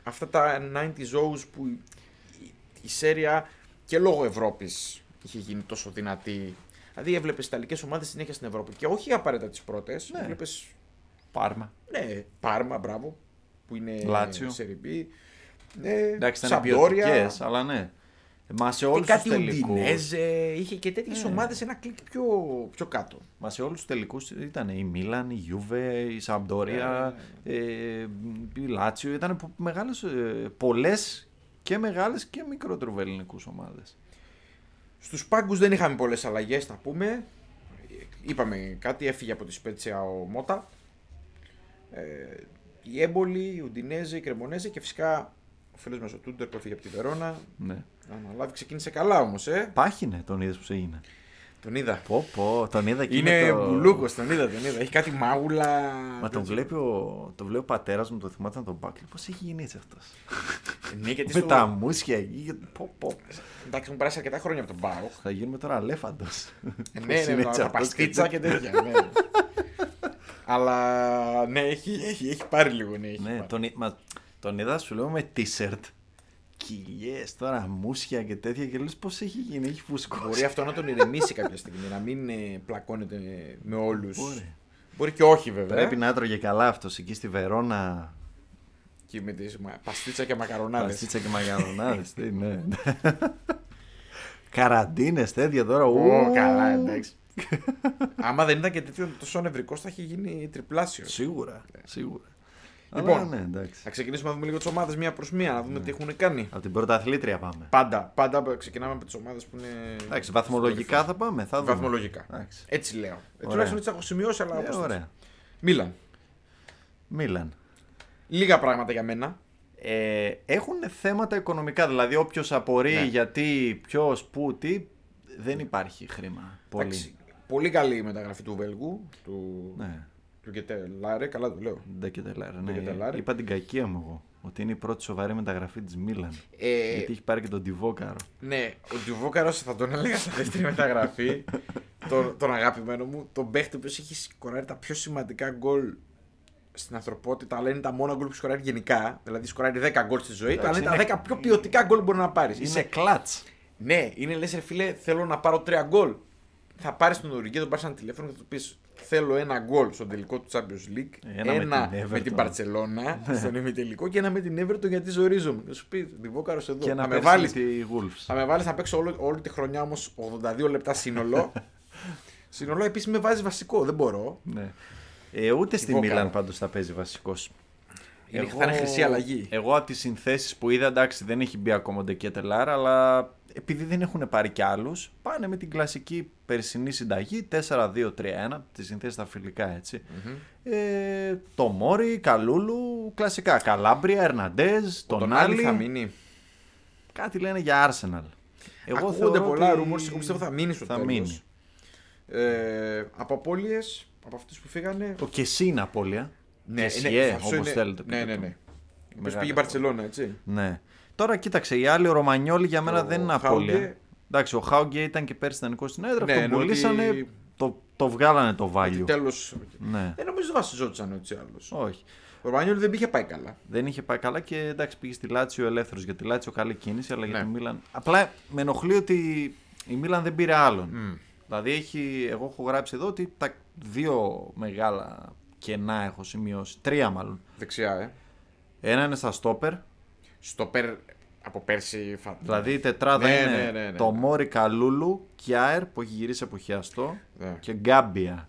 [SPEAKER 2] αυτά τα 90 shows που η, η σέρια και λόγω Ευρώπης είχε γίνει τόσο δυνατή. Δηλαδή έβλεπες Ιταλικές ομάδες συνέχεια στην Ευρώπη και όχι απαραίτητα τις πρώτες.
[SPEAKER 1] Ναι.
[SPEAKER 2] Έβλεπες
[SPEAKER 1] Πάρμα.
[SPEAKER 2] ναι, Πάρμα, μπράβο, που είναι
[SPEAKER 1] Λάτσιο.
[SPEAKER 2] σε ριμπή. Ναι,
[SPEAKER 1] Εντάξει, ήταν
[SPEAKER 2] Σαμπτόρια.
[SPEAKER 1] ποιοτικές, αλλά ναι. Μα σε όλους
[SPEAKER 2] και
[SPEAKER 1] του
[SPEAKER 2] κάτι
[SPEAKER 1] τελικούς.
[SPEAKER 2] Ουντινέζε, είχε και τέτοιες
[SPEAKER 1] Ναι.
[SPEAKER 2] ομάδες ένα κλικ πιο, πιο κάτω.
[SPEAKER 1] Μα σε όλους τους τελικούς ήταν η Μίλαν, η Γιούβε, η Σαμπτόρια, ε, η Λάτσιο. Ήταν πολλές και μεγάλες και μικρότερου ελληνικού ομάδες.
[SPEAKER 2] Στους πάγκους δεν είχαμε πολλές αλλαγές, να πούμε. Είπαμε κάτι, έφυγε από τη Σπέτσια ο Μότα. Ε, η Έμπολη, η Ουντινέζε, η Κρεμονέζε και φυσικά ο φίλος μας ο Τούντερ που έφυγε από τη Βερόνα.
[SPEAKER 1] Ναι.
[SPEAKER 2] Να αναλάβει, ξεκίνησε καλά όμως, ε.
[SPEAKER 1] Πάχινε τον είδες που σε έγινε.
[SPEAKER 2] Τον είδα.
[SPEAKER 1] Πω, πω, τον είδα και
[SPEAKER 2] Είναι
[SPEAKER 1] με το...
[SPEAKER 2] μπουλούκος, τον είδα, τον είδα. Έχει κάτι μάγουλα.
[SPEAKER 1] Μα τον βλέπει ο, το βλέπει ο πατέρας μου, το θυμάται τον Μπάκλι. Πώς έχει γίνει έτσι αυτός.
[SPEAKER 2] Ναι, γιατί
[SPEAKER 1] Με
[SPEAKER 2] στο...
[SPEAKER 1] τα μουσια εκεί. Πω, πω.
[SPEAKER 2] Εντάξει, έχουν περάσει αρκετά χρόνια από τον Μπάουκ.
[SPEAKER 1] Θα γίνουμε τώρα αλέφαντος.
[SPEAKER 2] ναι, ναι, ναι, τα παστίτσα και τέτοια. Ναι. Αλλά ναι, έχει, έχει, έχει πάρει λίγο. Ναι, έχει
[SPEAKER 1] Ναι,
[SPEAKER 2] πάρει.
[SPEAKER 1] τον, εί- μα, τον είδα σου λέω με t-shirt. Κοιλιές, τώρα μουσια και τέτοια και λες πώς έχει γίνει, έχει φουσκώσει.
[SPEAKER 2] Μπορεί αυτό να τον ηρεμήσει κάποια στιγμή, να μην ε, πλακώνεται με όλους.
[SPEAKER 1] Μπορεί.
[SPEAKER 2] Μπορεί και όχι βέβαια.
[SPEAKER 1] Πρέπει να έτρωγε καλά αυτός εκεί στη Βερόνα.
[SPEAKER 2] Και με τις μα- παστίτσα και μακαρονάδες.
[SPEAKER 1] Παστίτσα και μαγαρονάδε. τι, ναι. Καραντίνες, τέτοια τώρα.
[SPEAKER 2] Ω,
[SPEAKER 1] ου.
[SPEAKER 2] καλά, εντάξει. Άμα δεν ήταν και τέτοιο τόσο νευρικός, θα είχε γίνει τριπλάσιος.
[SPEAKER 1] Σίγουρα, σίγουρα.
[SPEAKER 2] Λοιπόν.
[SPEAKER 1] Αλλά, ναι, εντάξει.
[SPEAKER 2] Θα ξεκινήσουμε να δούμε λίγο τις ομάδες μία προς μία, να δούμε
[SPEAKER 1] Ναι.
[SPEAKER 2] τι έχουν κάνει.
[SPEAKER 1] Από την πρωταθλήτρια πάμε.
[SPEAKER 2] Πάντα, πάντα ξεκινάμε από τις ομάδες που είναι.
[SPEAKER 1] Εντάξει, βαθμολογικά θα πάμε. Θα δούμε.
[SPEAKER 2] Βαθμολογικά.
[SPEAKER 1] Εντάξει.
[SPEAKER 2] Έτσι λέω. Ε,
[SPEAKER 1] Ωραία.
[SPEAKER 2] τουλάχιστον έτσι τα έχω σημειώσει, αλλά.
[SPEAKER 1] Ε,
[SPEAKER 2] όπως
[SPEAKER 1] ωραία.
[SPEAKER 2] Μίλαν.
[SPEAKER 1] Μίλαν.
[SPEAKER 2] Λίγα πράγματα για μένα.
[SPEAKER 1] ε, έχουν θέματα οικονομικά. Δηλαδή, όποιος απορεί
[SPEAKER 2] Ναι.
[SPEAKER 1] γιατί, ποιος, πού, τι, δεν υπάρχει χρήμα. Πολύ.
[SPEAKER 2] Εντάξει, πολύ καλή η μεταγραφή του Βέλγου, του,
[SPEAKER 1] Ναι,
[SPEAKER 2] του Γκετελάρε. Καλά το λέω.
[SPEAKER 1] δεν κετελάρε. Ναι.
[SPEAKER 2] κετελάρε.
[SPEAKER 1] Είπα την κακία μου εγώ. Ότι είναι η πρώτη σοβαρή μεταγραφή της Μίλαν.
[SPEAKER 2] Ε,
[SPEAKER 1] Γιατί έχει πάρει και τον Τιβόκαρο.
[SPEAKER 2] Ναι, ο Ντιουβόκαρο θα τον έλεγα στη δεύτερη μεταγραφή. τον, τον αγαπημένο μου, τον παίχτη που έχει σκοράρει τα πιο σημαντικά γκολ στην ανθρωπότητα, αλλά είναι τα μόνα γκολ που σκοράρει γενικά. Δηλαδή, σκοράρει 10 γκολ στη ζωή του, αλλά
[SPEAKER 1] Εντάξει,
[SPEAKER 2] είναι τα
[SPEAKER 1] είναι-
[SPEAKER 2] 10 πιο ποιοτικά γκολ που μπορεί να πάρεις.
[SPEAKER 1] Είναι κλατ.
[SPEAKER 2] Ναι, είναι λες, ρε φίλε, θέλω να πάρω τρία γκολ. Θα πάρεις τον Ουργκέ, τον πάρεις ένα τηλέφωνο και θα του πεις Θέλω ένα γκολ στον τελικό του Champions League.
[SPEAKER 1] Ε, Ένα με την
[SPEAKER 2] με
[SPEAKER 1] Everton. Ναι.
[SPEAKER 2] την Barcelona στον ημιτελικό και ένα με την Everton γιατί ζορίζομαι. Θα σου πει Διβόκαρο εδώ.
[SPEAKER 1] Και
[SPEAKER 2] θα,
[SPEAKER 1] να
[SPEAKER 2] με
[SPEAKER 1] πέσει με
[SPEAKER 2] βάλεις,
[SPEAKER 1] τη Wolves.
[SPEAKER 2] θα με βάλεις να παίξω όλο, όλη τη χρονιά όμως 82 λεπτά σύνολο. σύνολο επίσης με βάζει βασικό. Δεν μπορώ.
[SPEAKER 1] Ναι. Ε, ούτε στη
[SPEAKER 2] Εγώ κάνω.
[SPEAKER 1] Μίλαν πάντως θα παίζει βασικός.
[SPEAKER 2] Είναι, Θα είναι χρυσή αλλαγή.
[SPEAKER 1] Εγώ από τις συνθέσεις που είδα, εντάξει, δεν έχει μπει ακόμα ο Ντεκέτε Λάρα, αλλά επειδή δεν έχουν πάρει κι άλλους, πάνε με την κλασική περσινή συνταγή 4-2-3-1. Τι συνθέσεις στα φιλικά έτσι. Ε, το Μόρι, Καλούλου, κλασικά. Καλάμπρια, Ερναντέζ, τον,
[SPEAKER 2] Τον
[SPEAKER 1] Άλλη.
[SPEAKER 2] άλλη θα μείνει.
[SPEAKER 1] Κάτι λένε για Άρσεναλ.
[SPEAKER 2] Εγώ Ακούγονται
[SPEAKER 1] θεωρώ
[SPEAKER 2] πολλά
[SPEAKER 1] ότι-
[SPEAKER 2] rumors. Εγώ πιστεύω θα μείνει στο
[SPEAKER 1] Θα
[SPEAKER 2] τέλος.
[SPEAKER 1] μείνει.
[SPEAKER 2] Ε, από απώλειες, από αυτού που φύγανε.
[SPEAKER 1] Ο Κεσίν απώλεια. Κεσιέ,
[SPEAKER 2] είναι- Ναι, Ε, αυτό
[SPEAKER 1] Ναι, ε, όπως
[SPEAKER 2] είναι-
[SPEAKER 1] θέλετε.
[SPEAKER 2] Ναι, ναι, ναι. Ποιο
[SPEAKER 1] Μεγάλη
[SPEAKER 2] πήγε η Μπαρσελόνα, έτσι.
[SPEAKER 1] Ναι. Τώρα κοίταξε, οι άλλοι, ο Ρωμανιόλη για μένα
[SPEAKER 2] Ο
[SPEAKER 1] δεν είναι
[SPEAKER 2] Χάουγκε.
[SPEAKER 1] απώλεια. Εντάξει, ο Χάουγκε ήταν και πέρσι ιδανικό στην έδρα,
[SPEAKER 2] Ναι,
[SPEAKER 1] τον
[SPEAKER 2] ενώ ότι-
[SPEAKER 1] πουλήσανε, το, το βγάλανε το value.
[SPEAKER 2] Τέλος.
[SPEAKER 1] Ναι.
[SPEAKER 2] Δεν Ε, νομίζω ότι βασιζόταν έτσι άλλος.
[SPEAKER 1] Όχι.
[SPEAKER 2] Ο Ρωμανιόλ δεν πήγε πάει καλά.
[SPEAKER 1] Δεν είχε πάει καλά και εντάξει, πήγε στη Λάτσιο ελεύθερος. Για τη Λάτσιο καλή κίνηση, αλλά για
[SPEAKER 2] Ναι.
[SPEAKER 1] τη Μίλαν. Απλά με ενοχλεί ότι η Μίλαν δεν πήρε άλλον. Δηλαδή, έχει, εγώ έχω γράψει εδώ ότι τα δύο μεγάλα κενά έχω σημειώσει. Τρία μάλλον.
[SPEAKER 2] Δεξιά, ε.
[SPEAKER 1] Ένα είναι στα στόπερ,
[SPEAKER 2] Στο περ. από πέρσι φάτ.
[SPEAKER 1] Δηλαδή η τετράδα
[SPEAKER 2] Ναι,
[SPEAKER 1] είναι
[SPEAKER 2] ναι, ναι, ναι.
[SPEAKER 1] το Μόρι Καλούλου, Κιάερ που έχει γυρίσει από χιάστο
[SPEAKER 2] Ναι.
[SPEAKER 1] και Γκάμπια.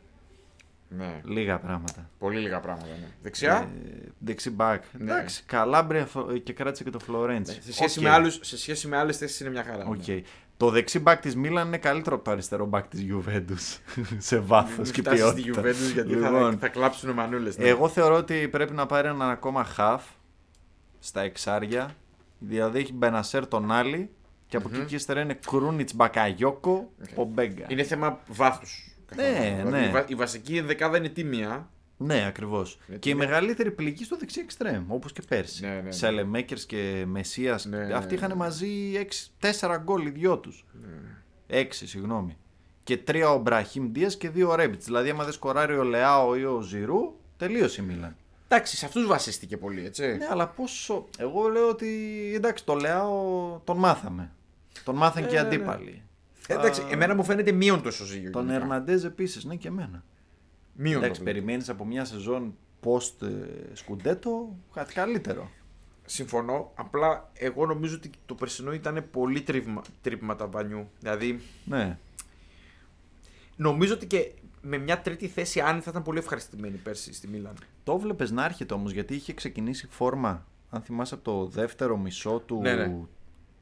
[SPEAKER 2] Ναι.
[SPEAKER 1] Λίγα πράγματα.
[SPEAKER 2] Πολύ λίγα πράγματα. Ναι. Δεξιά.
[SPEAKER 1] Ε, δεξί μπακ. Εντάξει, Καλάμπρια Φο- και κράτησε και το Φλωρέντσι.
[SPEAKER 2] Ναι. Σε σχέση
[SPEAKER 1] Οκ.
[SPEAKER 2] με άλλους- σε σχέση με άλλες θέσεις είναι μια χαρά. ναι.
[SPEAKER 1] Οκ. Το δεξί μπακ της Μίλαν είναι καλύτερο από το αριστερό μπακ της Γιουβέντους. σε βάθος
[SPEAKER 2] Μην
[SPEAKER 1] και
[SPEAKER 2] φτάσεις στη
[SPEAKER 1] ποιότητας.
[SPEAKER 2] Juventus γιατί θα-
[SPEAKER 1] Λοιπόν,
[SPEAKER 2] θα, κλάψουν ναι. μανούλε.
[SPEAKER 1] Εγώ θεωρώ ότι πρέπει να πάρει έναν ακόμα half στα εξάρια. Δηλαδή έχει Μπενασέρ τον άλλη και απο εκεί και ύστερα είναι Κρούνιτ Μπακαγιόκο, Πομπέγκα.
[SPEAKER 2] Είναι θέμα βάθους.
[SPEAKER 1] Ναι, ναι.
[SPEAKER 2] Η, βα- η βασική ενδεκάδα είναι τίμια.
[SPEAKER 1] Ναι, ακριβώς. Και η μεγαλύτερη πληγή στο δεξί εξτρέμ, όπως και πέρσι.
[SPEAKER 2] Ε, Ναι, ναι, ναι.
[SPEAKER 1] Σελεμέκερ και Μεσία.
[SPEAKER 2] Ναι, ναι,
[SPEAKER 1] αυτοί
[SPEAKER 2] ναι.
[SPEAKER 1] είχαν μαζί 4 γκολ οι δυο τους. 6, συγγνώμη. Και 3 ο Μπραχίμ Δίας και 2 ο Ρέμπιτ. Δηλαδή, άμα δεν σκοράρει ο Λεάο ή ο Ζηρού, τελείωσε η Μίλαν.
[SPEAKER 2] Εντάξει, σε αυτούς βασίστηκε πολύ, έτσι.
[SPEAKER 1] Ναι, αλλά πόσο. Εγώ λέω ότι εντάξει, το Λεάο τον μάθαμε. τον μάθαν
[SPEAKER 2] Ε, ναι,
[SPEAKER 1] και οι αντίπαλοι.
[SPEAKER 2] Εντάξει, εμένα μου φαίνεται μείον το ισοζύγιο.
[SPEAKER 1] Τον
[SPEAKER 2] γενικά.
[SPEAKER 1] Ερναντέζ επίσης, ναι και εμένα.
[SPEAKER 2] Μείον. το
[SPEAKER 1] Εντάξει,
[SPEAKER 2] βλέπω.
[SPEAKER 1] περιμένεις από μια σεζόν post ε, σκουντέτο κάτι καλύτερο.
[SPEAKER 2] Συμφωνώ. Απλά εγώ νομίζω ότι το περσινό ήταν πολύ τρύπημα, τρύπημα ταβανιού. Δηλαδή,
[SPEAKER 1] Ναι.
[SPEAKER 2] νομίζω ότι και με μια τρίτη θέση, αν θα ήταν πολύ ευχαριστημένη πέρσι στη Μίλαν.
[SPEAKER 1] Το βλέπε να έρχεται όμως γιατί είχε ξεκινήσει φόρμα. Αν θυμάσαι από το δεύτερο μισό του.
[SPEAKER 2] Ναι, ναι.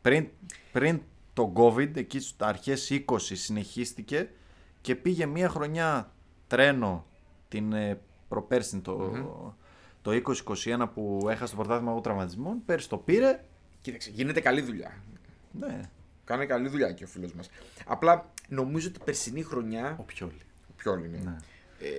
[SPEAKER 1] Πριν, πριν το COVID, εκεί στα αρχές 20 συνεχίστηκε και πήγε μία χρονιά τρένο την ε, προπέρσιν το, το 2021 που έχασε το πρωτάθλημα εγώ τραυματισμών. Πέρσι το πήρε.
[SPEAKER 2] Κοίταξε, γίνεται καλή δουλειά.
[SPEAKER 1] Ναι,
[SPEAKER 2] Κάνει καλή δουλειά και ο φίλος μας. Απλά νομίζω ότι η περσινή χρονιά.
[SPEAKER 1] ο Πιόλη.
[SPEAKER 2] Ποιο άλλο είναι.
[SPEAKER 1] Ναι.
[SPEAKER 2] Ε,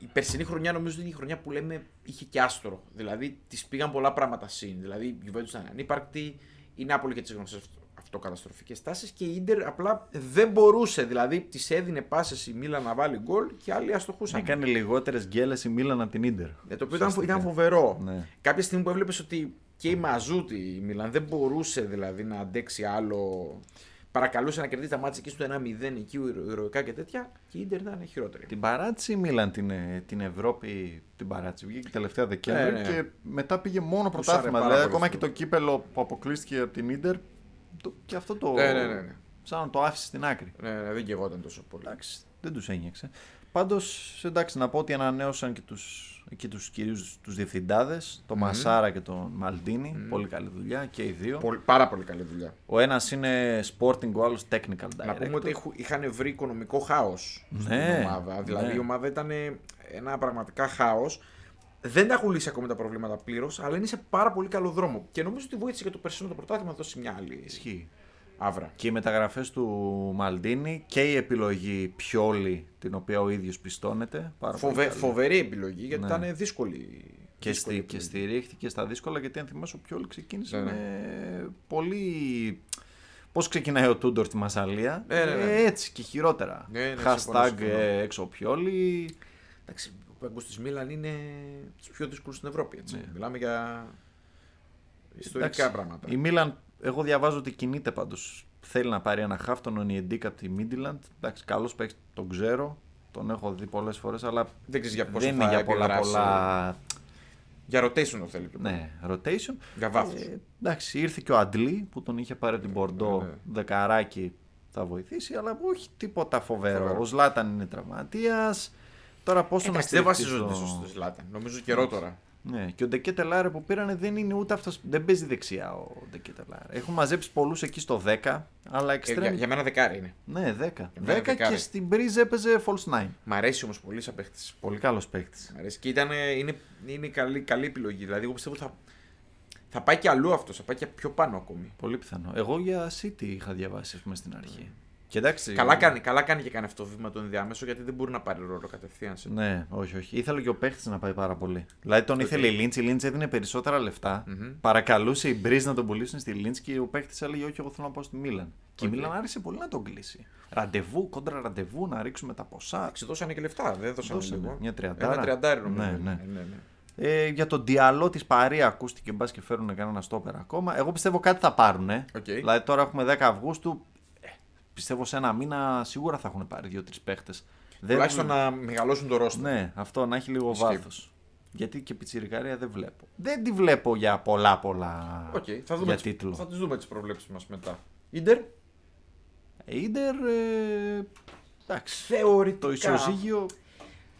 [SPEAKER 2] η περσινή χρονιά νομίζω είναι η χρονιά που λέμε είχε και άστρο. Δηλαδή της πήγαν πολλά πράγματα συν. Δηλαδή η Juventus ήταν ανύπαρκτη, η Νάπολη και τις γνωστές αυτοκαταστροφικές τάσεις και η Ιντερ απλά δεν μπορούσε. Δηλαδή της έδινε πάσες η Μίλα να βάλει γκολ και άλλοι αστοχούσαν.
[SPEAKER 1] Έκανε λιγότερες γκέλες η Μίλαν από την ντερ.
[SPEAKER 2] Ε, το οποίο ήταν, ήταν φοβερό.
[SPEAKER 1] Ναι.
[SPEAKER 2] Κάποια στιγμή που έβλεπες ότι και η Μαζούτη η Μίλαν δεν μπορούσε δηλαδή να αντέξει άλλο. Παρακαλούσε να κερδίσει τα μάτια εκεί στο 1-0, εκεί ηρω- ηρωικά και τέτοια. Και η Ιντερ ήταν χειρότερη.
[SPEAKER 1] Την παράτησε η Μίλαν την, ε, την Ευρώπη, την παράτησε. Βγήκε τελευταία Δεκέμβρη
[SPEAKER 2] Ναι, ναι.
[SPEAKER 1] και μετά πήγε μόνο
[SPEAKER 2] Πουσάρε
[SPEAKER 1] πρωτάθλημα.
[SPEAKER 2] πάρα
[SPEAKER 1] Δηλαδή
[SPEAKER 2] πολύ
[SPEAKER 1] ακόμα και
[SPEAKER 2] αυτό.
[SPEAKER 1] το κύπελο που αποκλείστηκε από την Ίντερ το, και αυτό το.
[SPEAKER 2] Ναι, ναι, ναι, ναι.
[SPEAKER 1] Σαν να το άφησε στην άκρη.
[SPEAKER 2] Ναι, ναι, δεν γεγόταν τόσο πολύ.
[SPEAKER 1] Εντάξει, δεν τους ένιωξε. Πάντως, εντάξει, να πω ότι ανανέωσαν και τους και τους κυρίους τους διευθυντάδες, τον Μασάρα και τον Μαλτίνη, πολύ καλή δουλειά και οι δύο.
[SPEAKER 2] Πολύ- πάρα πολύ καλή δουλειά.
[SPEAKER 1] Ο ένας είναι sporting, ο άλλος technical director.
[SPEAKER 2] Να πούμε ότι είχαν βρει οικονομικό χάος
[SPEAKER 1] Ναι,
[SPEAKER 2] στην ομάδα. Δηλαδή
[SPEAKER 1] ναι.
[SPEAKER 2] η ομάδα ήταν ένα πραγματικά χάος. Δεν τα έχουν λύσει ακόμα τα προβλήματα πλήρως, αλλά είναι σε πάρα πολύ καλό δρόμο. Και νομίζω ότι βοήθησε και το περσινό το πρωτάθλημα να δώσει μια άλλη
[SPEAKER 1] Ισχύει.
[SPEAKER 2] άβρα.
[SPEAKER 1] Και οι μεταγραφές του Μαλντίνη και η επιλογή Πιόλη, την οποία ο ίδιος πιστώνεται. Πάρα πολύ
[SPEAKER 2] Φοβε,
[SPEAKER 1] καλή. Ναι.
[SPEAKER 2] φοβερή επιλογή γιατί ήταν δύσκολη.
[SPEAKER 1] Και, στη- και στηρίχθηκε στα δύσκολα, γιατί αν θυμάσαι ο Πιόλη ξεκίνησε
[SPEAKER 2] Ναι, ναι.
[SPEAKER 1] με πολύ... Πώς ξεκινάει ο Τούντορ στη Μασαλία.
[SPEAKER 2] Ναι, ναι, ναι.
[SPEAKER 1] Ε, Έτσι και χειρότερα.
[SPEAKER 2] Ναι, ναι, συμφωνώ,
[SPEAKER 1] Hashtag
[SPEAKER 2] συμφωνώ.
[SPEAKER 1] ε, έξω ο Πιόλη.
[SPEAKER 2] Εντάξει, ο παγκό της Μίλαν είναι του πιο δύσκολου στην Ευρώπη. Έτσι. Μιλάμε για ιστορικά
[SPEAKER 1] Ναι. Εντάξει,
[SPEAKER 2] πράγματα.
[SPEAKER 1] Η Μίλαν, εγώ διαβάζω ότι κινείται πάντως. Θέλει να πάρει ένα χάφ, τον Ονιεντίκ από τη Μίντιλαντ. Εντάξει, καλός παίκτης, τον ξέρω. Τον έχω δει πολλές φορές, αλλά
[SPEAKER 2] Δεν ξέρεις για πόσο
[SPEAKER 1] δεν
[SPEAKER 2] θα
[SPEAKER 1] είναι για πολλά,
[SPEAKER 2] επιδράσει.
[SPEAKER 1] πολλά.
[SPEAKER 2] Για rotation θέλει πιο
[SPEAKER 1] Ναι, rotation.
[SPEAKER 2] Για βάθος.
[SPEAKER 1] Ε, εντάξει, ήρθε και ο Αντλή που τον είχε πάρει από την Πορντό.
[SPEAKER 2] ναι.
[SPEAKER 1] Δεκαράκι θα βοηθήσει, αλλά όχι τίποτα φοβερό.
[SPEAKER 2] Φοβερό.
[SPEAKER 1] Ο Ζλάταν είναι τραυματίας. Τώρα πόσο να
[SPEAKER 2] Εντάξει, δεν
[SPEAKER 1] στηριχτείς
[SPEAKER 2] βασίζονται
[SPEAKER 1] στο-
[SPEAKER 2] στο Σλάταν. Νομίζω καιρό τώρα.
[SPEAKER 1] Ναι, και ο Ντεκέτελάρε που πήρανε δεν είναι ούτε αυτός. Δεν παίζει δεξιά ο Ντεκέτελάρε. Έχουν μαζέψει πολλούς εκεί στο 10, αλλά
[SPEAKER 2] Ε, για,
[SPEAKER 1] εξτρέμ.
[SPEAKER 2] για μένα δεκάρι είναι.
[SPEAKER 1] Ναι, 10. 10
[SPEAKER 2] μένα δεκάρι.
[SPEAKER 1] και στην Breeze έπαιζε false 9.
[SPEAKER 2] Μ' αρέσει όμως πολύ σαν παίχτης.
[SPEAKER 1] Πολύ καλός παίκτη.
[SPEAKER 2] Μ' αρέσει και ήταν, ε, είναι, είναι καλή, καλή επιλογή. Δηλαδή, εγώ πιστεύω θα, θα πάει και αλλού αυτός. Θα πάει και πιο πάνω ακόμη.
[SPEAKER 1] Πολύ πιθανό. Εγώ για City είχα διαβάσει, ας πούμε, στην αρχή. Και εντάξει.
[SPEAKER 2] Ε. Καλά κάνει, καλά κάνει και κάνει αυτό το βήμα το ενδιάμεσο γιατί δεν μπορεί να πάρει ρόλο κατευθείαν. σε-
[SPEAKER 1] Ναι, όχι, όχι. Ήθελε και ο παίχτης να πάει πάρα πολύ. Δηλαδή τον ήθελε η Λίντ, η Λίντ έδινε περισσότερα λεφτά. Παρακαλούσε η Μπριζ να τον πουλήσουν στη Λίντ και ο παίχτης έλεγε: Όχι, εγώ θέλω να πάω στη Μίλαν. Και η
[SPEAKER 2] Οκ.
[SPEAKER 1] Μίλαν άρεσε πολύ να τον κλείσει. Ραντεβού, κόντρα ραντεβού, να ρίξουμε τα ποσά.
[SPEAKER 2] Εντάξει, δώσανε και λεφτά. Δεν δώσανε,
[SPEAKER 1] Δώσανε.
[SPEAKER 2] λίγο.
[SPEAKER 1] Μια τριαντάρα.
[SPEAKER 2] Ένα τριαντάρι νομίζω.
[SPEAKER 1] Ναι, ναι.
[SPEAKER 2] ναι, ναι.
[SPEAKER 1] Ε, για τον διαλό της Παρή ακούστηκε μπας και φέρουν κανένα στόπερ ακόμα. Εγώ πιστεύω κάτι θα πάρουν.
[SPEAKER 2] Οκ.
[SPEAKER 1] Δηλαδή τώρα έχουμε 10 Αυγούστου. Ε, πιστεύω σε ένα μήνα σίγουρα θα έχουν πάρει δύο-τρει παίχτες.
[SPEAKER 2] Τουλάχιστον να μεγαλώσουν το ρόστο.
[SPEAKER 1] Ναι, αυτό να έχει λίγο
[SPEAKER 2] Ισχύει.
[SPEAKER 1] βάθος. Γιατί και πιτσιρικάρια δεν βλέπω. Δεν τη βλέπω για πολλά πολλά
[SPEAKER 2] Οκ, θα, δούμε
[SPEAKER 1] για
[SPEAKER 2] τις,
[SPEAKER 1] τίτλο.
[SPEAKER 2] θα τις δούμε τις προβλέψεις μας μετά. Ιντερ,
[SPEAKER 1] Ε, Ίντερ, ε, εντάξει,
[SPEAKER 2] θεωρητικά,
[SPEAKER 1] το ισοζύγιο...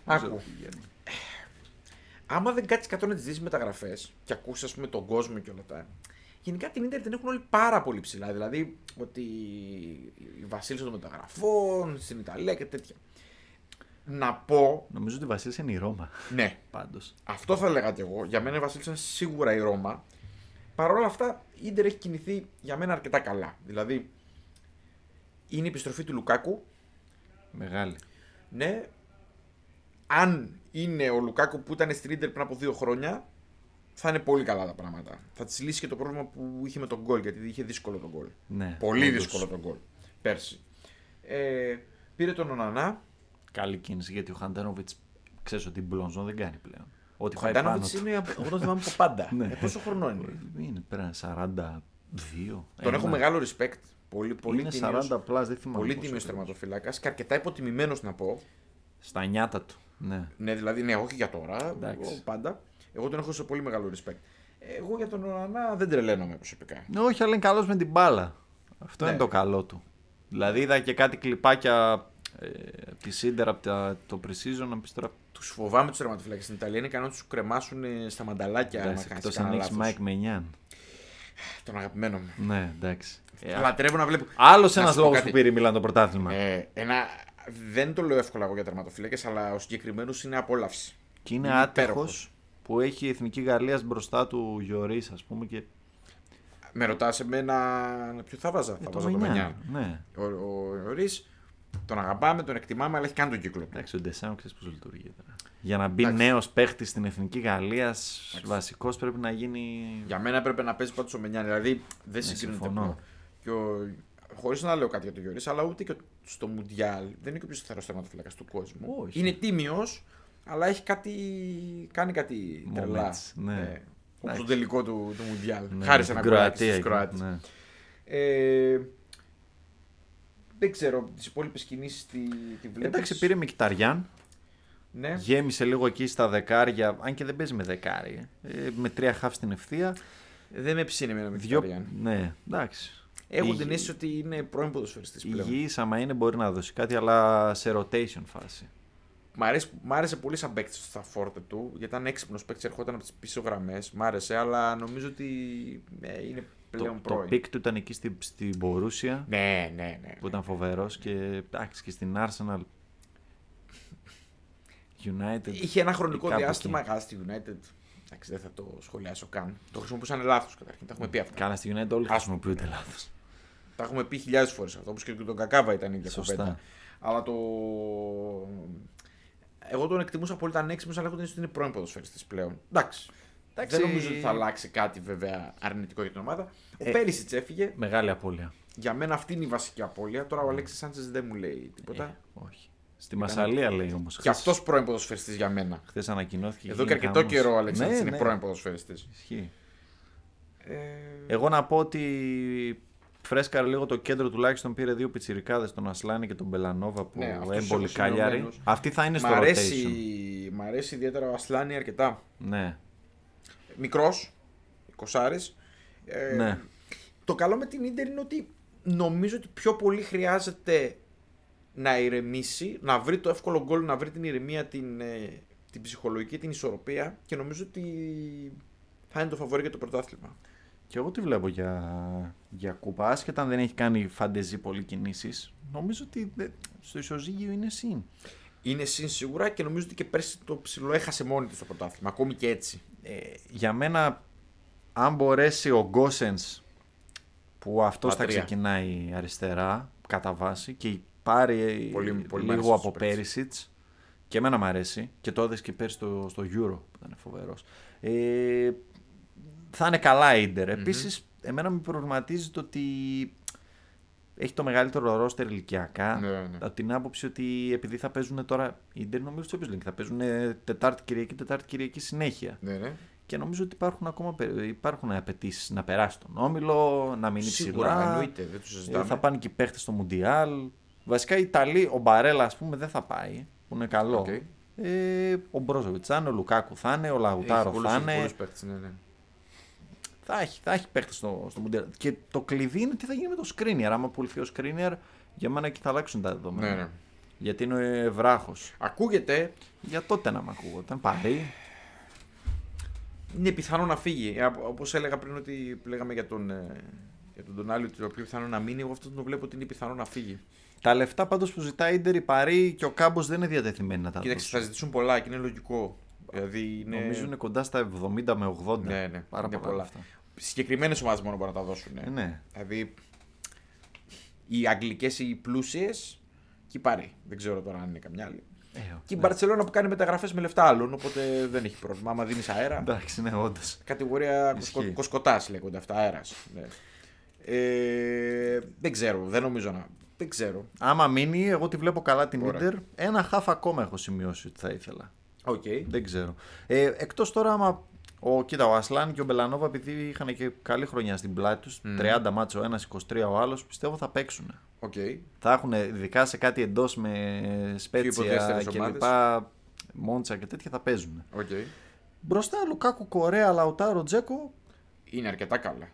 [SPEAKER 2] άκου, άμα δεν κάτσεις κάτω να τις δεις μεταγραφές και ακούσεις ας πούμε τον κόσμο και όλα τα... Γενικά την Ιντερ την έχουν όλοι πάρα πολύ ψηλά, δηλαδή ότι η βασίλισσα των μεταγραφών, στην Ιταλία και τέτοια. Να πω,
[SPEAKER 1] Νομίζω ότι βασίζεσαι είναι η Ρώμα,
[SPEAKER 2] ναι,
[SPEAKER 1] πάντως.
[SPEAKER 2] Αυτό θα έλεγα κι εγώ. Για μένα η Βασίλισσα είναι σίγουρα η Ρώμα. Παρ' όλα αυτά, η Ιντερ έχει κινηθεί για μένα αρκετά καλά. Δηλαδή, είναι η επιστροφή του Λουκάκου.
[SPEAKER 1] Μεγάλη.
[SPEAKER 2] Ναι. Αν είναι ο Λουκάκου που ήταν στην Ιντερ πριν από δύο χρόνια, θα είναι πολύ καλά τα πράγματα. Θα της λύσει και το πρόβλημα που είχε με τον γκολ, γιατί είχε δύσκολο τον γκολ.
[SPEAKER 1] Ναι,
[SPEAKER 2] πολύ
[SPEAKER 1] όντως.
[SPEAKER 2] δύσκολο τον γκολ πέρσι. Ε, πήρε τον Ονανά.
[SPEAKER 1] Καλή κίνηση, γιατί ο Χαντάνοβιτς, ξέρεις ότι η Μπλονζόν δεν κάνει πλέον. Ό,τι
[SPEAKER 2] Ο
[SPEAKER 1] πάει πάνω
[SPEAKER 2] Χαντάνοβιτ
[SPEAKER 1] του.
[SPEAKER 2] είναι, από- εγώ τον θυμάμαι από πάντα.
[SPEAKER 1] Ναι.
[SPEAKER 2] ε, πόσο χρονό είναι.
[SPEAKER 1] Είναι πέρα 42.
[SPEAKER 2] Τον
[SPEAKER 1] ένα.
[SPEAKER 2] έχω μεγάλο respect. Πολύ, πολύ
[SPEAKER 1] Ε, ναι. Είναι
[SPEAKER 2] τίμιος.
[SPEAKER 1] 40 πλάς, δεν θυμάμαι.
[SPEAKER 2] Πολύ
[SPEAKER 1] πόσο
[SPEAKER 2] τίμιος
[SPEAKER 1] ακριβώς.
[SPEAKER 2] τερματοφυλάκα και αρκετά υποτιμημένος να πω.
[SPEAKER 1] Στα νιάτα του. Ναι.
[SPEAKER 2] Ναι, δηλαδή, ναι, όχι για τώρα.
[SPEAKER 1] Εντάξει.
[SPEAKER 2] Εγώ πάντα. Εγώ τον έχω σε πολύ μεγάλο respect. Εγώ για τον Ορανά δεν τρελαίνομαι προσωπικά.
[SPEAKER 1] Ναι, όχι, αλλά είναι καλός με την μπάλα. Αυτό
[SPEAKER 2] Ναι.
[SPEAKER 1] είναι το καλό του. Δηλαδή είδα και κάτι κλιπάκια ε, τη Ίντερ από τα- το Precision να πεις τώρα.
[SPEAKER 2] Τους φοβάμαι τους τερματοφυλάκες στην Ιταλία. Είναι ικανό να τους κρεμάσουν ε, στα μανταλάκια. άμα κάνεις
[SPEAKER 1] Εκτό αν
[SPEAKER 2] κανένα
[SPEAKER 1] έχει
[SPEAKER 2] λάθος.
[SPEAKER 1] Μάικ Μενιάν.
[SPEAKER 2] Τον αγαπημένο μου.
[SPEAKER 1] Ναι, εντάξει. Ε,
[SPEAKER 2] Λατρεύω να βλέπω.
[SPEAKER 1] Άλλος
[SPEAKER 2] Να
[SPEAKER 1] ένας
[SPEAKER 2] σου πω
[SPEAKER 1] λόγος
[SPEAKER 2] κάτι.
[SPEAKER 1] που πήρε η Μιλάν το πρωτάθλημα.
[SPEAKER 2] Ε, ένα... Δεν το λέω εύκολα εγώ για τερματοφυλάκες, αλλά ο συγκεκριμένος είναι απόλαυση.
[SPEAKER 1] και είναι,
[SPEAKER 2] είναι
[SPEAKER 1] άτυχο
[SPEAKER 2] υπέροχος.
[SPEAKER 1] που έχει η εθνική Γαλλία μπροστά του Γιωρή, ας πούμε. Και...
[SPEAKER 2] Με ρωτάς εμένα ποιο θα βάζα. θα βάζα τον Μενιάν.
[SPEAKER 1] Ε, Ναι.
[SPEAKER 2] Ο, ο, ο Ρης, τον αγαπάμε, τον εκτιμάμε, αλλά έχει κάνει τον κύκλο. του.
[SPEAKER 1] Εντάξει, ο Ντεσάν ξέρεις πώς λειτουργεί. τώρα. Για να μπει
[SPEAKER 2] Εντάξει.
[SPEAKER 1] νέος παίχτης στην εθνική Γαλλία, βασικός πρέπει να γίνει.
[SPEAKER 2] Για μένα έπρεπε να παίζει πάντως ο Μενιάν. Δηλαδή δεν συγκρίνεται
[SPEAKER 1] Ναι, συμφωνώ.
[SPEAKER 2] πλέον. Και ο... Χωρίς να λέω κάτι για τον Γιώργη, αλλά ούτε και στο Μουντιάλ. Δεν είναι και ο πιο σταθερός τερματοφύλακα του κόσμου.
[SPEAKER 1] Όχι.
[SPEAKER 2] Είναι τίμιος, αλλά έχει κάτι. κάνει κάτι
[SPEAKER 1] Moments,
[SPEAKER 2] τρελάς.
[SPEAKER 1] ναι.
[SPEAKER 2] Όπως
[SPEAKER 1] Εντάξει.
[SPEAKER 2] το τελικό του, του Μουντιάλ.
[SPEAKER 1] Ναι,
[SPEAKER 2] Χάρη σε
[SPEAKER 1] την
[SPEAKER 2] ένα κουράκι
[SPEAKER 1] Κροατία
[SPEAKER 2] στου
[SPEAKER 1] εκεί,
[SPEAKER 2] Κροάτες.
[SPEAKER 1] ναι.
[SPEAKER 2] Ε, δεν ξέρω, τις υπόλοιπες κινήσεις τη, τη βλέπεις.
[SPEAKER 1] Εντάξει, πήρε Μικταριάν.
[SPEAKER 2] Ναι.
[SPEAKER 1] Γέμισε λίγο εκεί στα δεκάρια, αν και δεν παίζει με δεκάρι. ε, με τρία χαφ στην ευθεία.
[SPEAKER 2] Δεν με ψήνει εμένα με
[SPEAKER 1] Δυο...
[SPEAKER 2] Μιχταριάν.
[SPEAKER 1] Ναι, εντάξει.
[SPEAKER 2] Έχω
[SPEAKER 1] Η-
[SPEAKER 2] την αίσθηση ότι είναι πρώην ποδοσφαιριστής πλέον.
[SPEAKER 1] Υγιής άμα είναι μπορεί να δώσει κάτι, αλλά σε rotation φάση.
[SPEAKER 2] Μ' αρέσει- μ' άρεσε πολύ σαν παίκτης στα φόρτε του, γιατί ήταν έξυπνος παίκτης, ερχόταν από τις πίσω γραμμές. Μ' άρεσε, αλλά νομίζω ότι ε, είναι
[SPEAKER 1] Το,
[SPEAKER 2] πλέον
[SPEAKER 1] το
[SPEAKER 2] πρώην.
[SPEAKER 1] πικ του ήταν εκεί στην, στην Μπορούσια
[SPEAKER 2] Ναι, ναι, ναι.
[SPEAKER 1] που ήταν φοβερός και εντάξει και στην Arsenal. United.
[SPEAKER 2] Είχε ένα χρονικό
[SPEAKER 1] κάπου
[SPEAKER 2] διάστημα
[SPEAKER 1] εκεί.
[SPEAKER 2] καλά στη United. Εντάξει, δεν θα το σχολιάσω καν. Το χρησιμοποιούσαν λάθος καταρχήν. Τα έχουμε πει αυτά.
[SPEAKER 1] Καλά, στη United όλοι χρησιμοποιούνται λάθος.
[SPEAKER 2] Τα έχουμε πει χιλιάδες φορές αυτό. Όπως και τον Κακάβα ήταν η ίδια
[SPEAKER 1] Σωστά.
[SPEAKER 2] κουβέντα. Αλλά το. Εγώ τον εκτιμούσα πολύ, ήταν έξυπνος, αλλά έχω την αίσθηση ότι είναι πρώην ποδοσφαιριστής πλέον. Εντάξει.
[SPEAKER 1] Εντάξει.
[SPEAKER 2] Δεν νομίζω ότι θα αλλάξει κάτι βέβαια αρνητικό για την ομάδα. Ο ε... Πέρισιτ έφυγε.
[SPEAKER 1] Μεγάλη απώλεια.
[SPEAKER 2] Για μένα αυτή είναι η βασική απώλεια. Τώρα ο Αλέξης Σάντσες δεν μου λέει τίποτα.
[SPEAKER 1] Ε, όχι. Στη Μασαλία λέει όμως.
[SPEAKER 2] Και αυτός πρώην ποδοσφαιριστής για μένα.
[SPEAKER 1] Χθες ανακοινώθηκε.
[SPEAKER 2] Εδώ και
[SPEAKER 1] γίνει
[SPEAKER 2] αρκετό
[SPEAKER 1] χαμός.
[SPEAKER 2] καιρό ο Αλέξη
[SPEAKER 1] Ναι,
[SPEAKER 2] είναι
[SPEAKER 1] ναι.
[SPEAKER 2] πρώην ποδοσφαιριστής.
[SPEAKER 1] Ισχύει.
[SPEAKER 2] Ε...
[SPEAKER 1] Εγώ να πω ότι Φρέσκαρε λίγο το κέντρο τουλάχιστον πήρε δύο πιτσιρικάδες, τον Ασλάνη και τον Μπελανόβα που
[SPEAKER 2] Ναι, αυτός
[SPEAKER 1] έμπολη
[SPEAKER 2] όλος
[SPEAKER 1] καλιάρι.
[SPEAKER 2] συνεννομένος.
[SPEAKER 1] Αυτή θα είναι
[SPEAKER 2] Μ'
[SPEAKER 1] στο
[SPEAKER 2] αρέσει,
[SPEAKER 1] rotation.
[SPEAKER 2] μ' αρέσει ιδιαίτερα ο Ασλάνη αρκετά.
[SPEAKER 1] Ναι.
[SPEAKER 2] Μικρός, 20 Ε,
[SPEAKER 1] ναι.
[SPEAKER 2] Το καλό με την ντερ είναι ότι νομίζω ότι πιο πολύ χρειάζεται να ηρεμήσει, να βρει το εύκολο γκολ, να βρει την ηρεμία, την, ε, την ψυχολογική, την ισορροπία και νομίζω ότι θα είναι το φαβορή για το πρωτάθλημα.
[SPEAKER 1] Και εγώ τη βλέπω για, για κούπα. Άσχετα αν δεν έχει κάνει φαντεζή πολύ κινήσεις, νομίζω ότι δε- στο ισοζύγιο είναι συν.
[SPEAKER 2] Είναι συν σίγουρα και νομίζω ότι και πέρσι το ψηλό έχασε μόνη του στο πρωτάθλημα, ακόμη και έτσι.
[SPEAKER 1] Ε, για μένα, αν μπορέσει ο Γκόσεν που αυτός θα
[SPEAKER 2] Πατρία.
[SPEAKER 1] ξεκινάει αριστερά κατά βάση και πάρει
[SPEAKER 2] Πολύ- πολύ μ' αρέσει
[SPEAKER 1] λίγο
[SPEAKER 2] αυτός
[SPEAKER 1] από
[SPEAKER 2] ο παίκτης.
[SPEAKER 1] Πέρισιτ. Και εμένα μου αρέσει. Και το έδεσε και πέρσι στο, στο Euro που ήταν φοβερός. Ε, θα είναι καλά η Ιντερ. Επίσης, εμένα με προβληματίζει το ότι έχει το μεγαλύτερο ρόστερ ηλικιακά.
[SPEAKER 2] Ναι, ναι.
[SPEAKER 1] Από την άποψη ότι επειδή θα παίζουν τώρα. Η Ιντερ νομίζω στο Champions League. Θα παίζουν Τετάρτη Κυριακή, Τετάρτη Κυριακή συνέχεια.
[SPEAKER 2] Ναι, ναι.
[SPEAKER 1] Και νομίζω ότι υπάρχουν ακόμα πε- υπάρχουν απαιτήσεις να περάσει τον όμιλο, να μείνει
[SPEAKER 2] Σίγουρα,
[SPEAKER 1] ψηλά.
[SPEAKER 2] εννοείται, δεν το συζητάμε.
[SPEAKER 1] Ε, Θα πάνε και οι παίχτες στο Μουντιάλ. Βασικά οι Ιταλοί, ο Μπαρέλα, ας πούμε, δεν θα πάει, που είναι καλό.
[SPEAKER 2] Οκ.
[SPEAKER 1] Ε, ο Μπρόζοβιτ θα είναι, ο Λουκάκου θα είναι, ο
[SPEAKER 2] Ε,
[SPEAKER 1] Λαουτάρο θα είναι.
[SPEAKER 2] ναι, ναι.
[SPEAKER 1] Θα έχει, θα έχει παίχτες στο, στο Μουντιάλ. Και το κλειδί είναι τι θα γίνει με το screener. Άμα πουληθεί ο screener, για μένα εκεί θα αλλάξουν τα δεδομένα.
[SPEAKER 2] Ναι, ναι.
[SPEAKER 1] Γιατί είναι βράχος.
[SPEAKER 2] Ακούγεται,
[SPEAKER 1] Για τότε να μ' ακούγονταν. Παρή.
[SPEAKER 2] είναι πιθανό να φύγει. Όπως έλεγα πριν ότι λέγαμε για τον, ε, για τον Ντονάλι, ότι το πιο πιθανό να μείνει, εγώ αυτό τον βλέπω ότι είναι πιθανό να φύγει.
[SPEAKER 1] Τα λεφτά πάντως που ζητάει η Ιντερ, η Παρή και ο Κάμπος δεν είναι διατεθειμένοι να τα
[SPEAKER 2] Κοίταξε,
[SPEAKER 1] δώσουν.
[SPEAKER 2] θα ζητήσουν πολλά και είναι λογικό. Δηλαδή είναι.
[SPEAKER 1] Νομίζω είναι κοντά στα 70 με 80.
[SPEAKER 2] Ναι, ναι,
[SPEAKER 1] Πάρα
[SPEAKER 2] είναι
[SPEAKER 1] πολλά
[SPEAKER 2] πολλά.
[SPEAKER 1] αυτά.
[SPEAKER 2] Συγκεκριμένες ομάδες μόνο μπορούν να τα δώσουν.
[SPEAKER 1] Ε, ναι.
[SPEAKER 2] Δηλαδή οι αγγλικές, οι πλούσιες και οι πάρει. Δεν ξέρω τώρα αν είναι καμιά άλλη.
[SPEAKER 1] Ε,
[SPEAKER 2] Και η
[SPEAKER 1] ναι.
[SPEAKER 2] Μπαρσελόνα που κάνει μεταγραφές με λεφτά άλλων, οπότε δεν έχει πρόβλημα. Άμα δίνεις αέρα.
[SPEAKER 1] Εντάξει, ναι, όντως.
[SPEAKER 2] Κατηγορία
[SPEAKER 1] Ισχύει.
[SPEAKER 2] κοσκο, κοσκοτάς λέγονται αυτά, αέρας. Ναι. Ε, δεν ξέρω, δεν νομίζω να... Δεν ξέρω.
[SPEAKER 1] Άμα μείνει, εγώ τη βλέπω καλά την
[SPEAKER 2] Ωραία.
[SPEAKER 1] Ιντερ. Ένα χάφ ακόμα έχω σημειώσει ότι θα ήθελα.
[SPEAKER 2] Οκ.
[SPEAKER 1] Δεν ξέρω. Ε, Εκτός τώρα, άμα. Ο, κοίτα, ο Ασλάν και ο Μπελανόβα, επειδή είχαν και καλή χρονιά στην πλάτη τους, 30 μάτσο ο ένα, 23 ο άλλος, πιστεύω θα παίξουν.
[SPEAKER 2] Οκ.
[SPEAKER 1] Θα έχουν ειδικά σε κάτι εντός με σπέτσια
[SPEAKER 2] υποδέστερες
[SPEAKER 1] και
[SPEAKER 2] ομάδες.
[SPEAKER 1] λοιπά, μόντσα και τέτοια θα παίζουν.
[SPEAKER 2] Οκ.
[SPEAKER 1] Μπροστά Λουκάκου, Κορέα, Λαουτάρο, Τζέκο.
[SPEAKER 2] Είναι αρκετά καλά.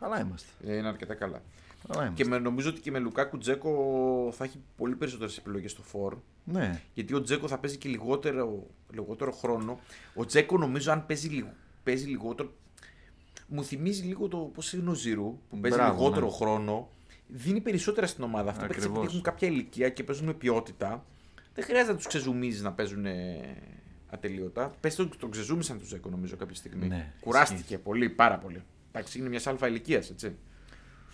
[SPEAKER 1] Καλά είμαστε.
[SPEAKER 2] Ε, Είναι αρκετά καλά.
[SPEAKER 1] Καλά είμαστε.
[SPEAKER 2] Και με, νομίζω ότι και με Λουκάκου Τζέκο θα έχει πολύ περισσότερες επιλογές στο φόρ.
[SPEAKER 1] Ναι.
[SPEAKER 2] Γιατί ο Τζέκο θα παίζει και λιγότερο, λιγότερο χρόνο. Ο Τζέκο νομίζω αν παίζει, λιγ- παίζει λιγότερο. Μου θυμίζει λίγο το πώς είναι ο Ζηρού που παίζει
[SPEAKER 1] Μπράβο,
[SPEAKER 2] λιγότερο
[SPEAKER 1] ναι.
[SPEAKER 2] χρόνο. Δίνει περισσότερα στην ομάδα. Αυτά παίξει επειδή
[SPEAKER 1] Ακριβώς.
[SPEAKER 2] έχουν κάποια ηλικία και παίζουν με ποιότητα. Δεν χρειάζεται να τους ξεζουμίζεις να παίζουν ε, ατελείωτα. Πες τον, τον ξεζούμισαν τον Τζέκο νομίζω κάποια στιγμή.
[SPEAKER 1] Ναι,
[SPEAKER 2] Κουράστηκε πολύ, πάρα πολύ. Εντάξει, είναι μιας αλφα ηλικίας, έτσι.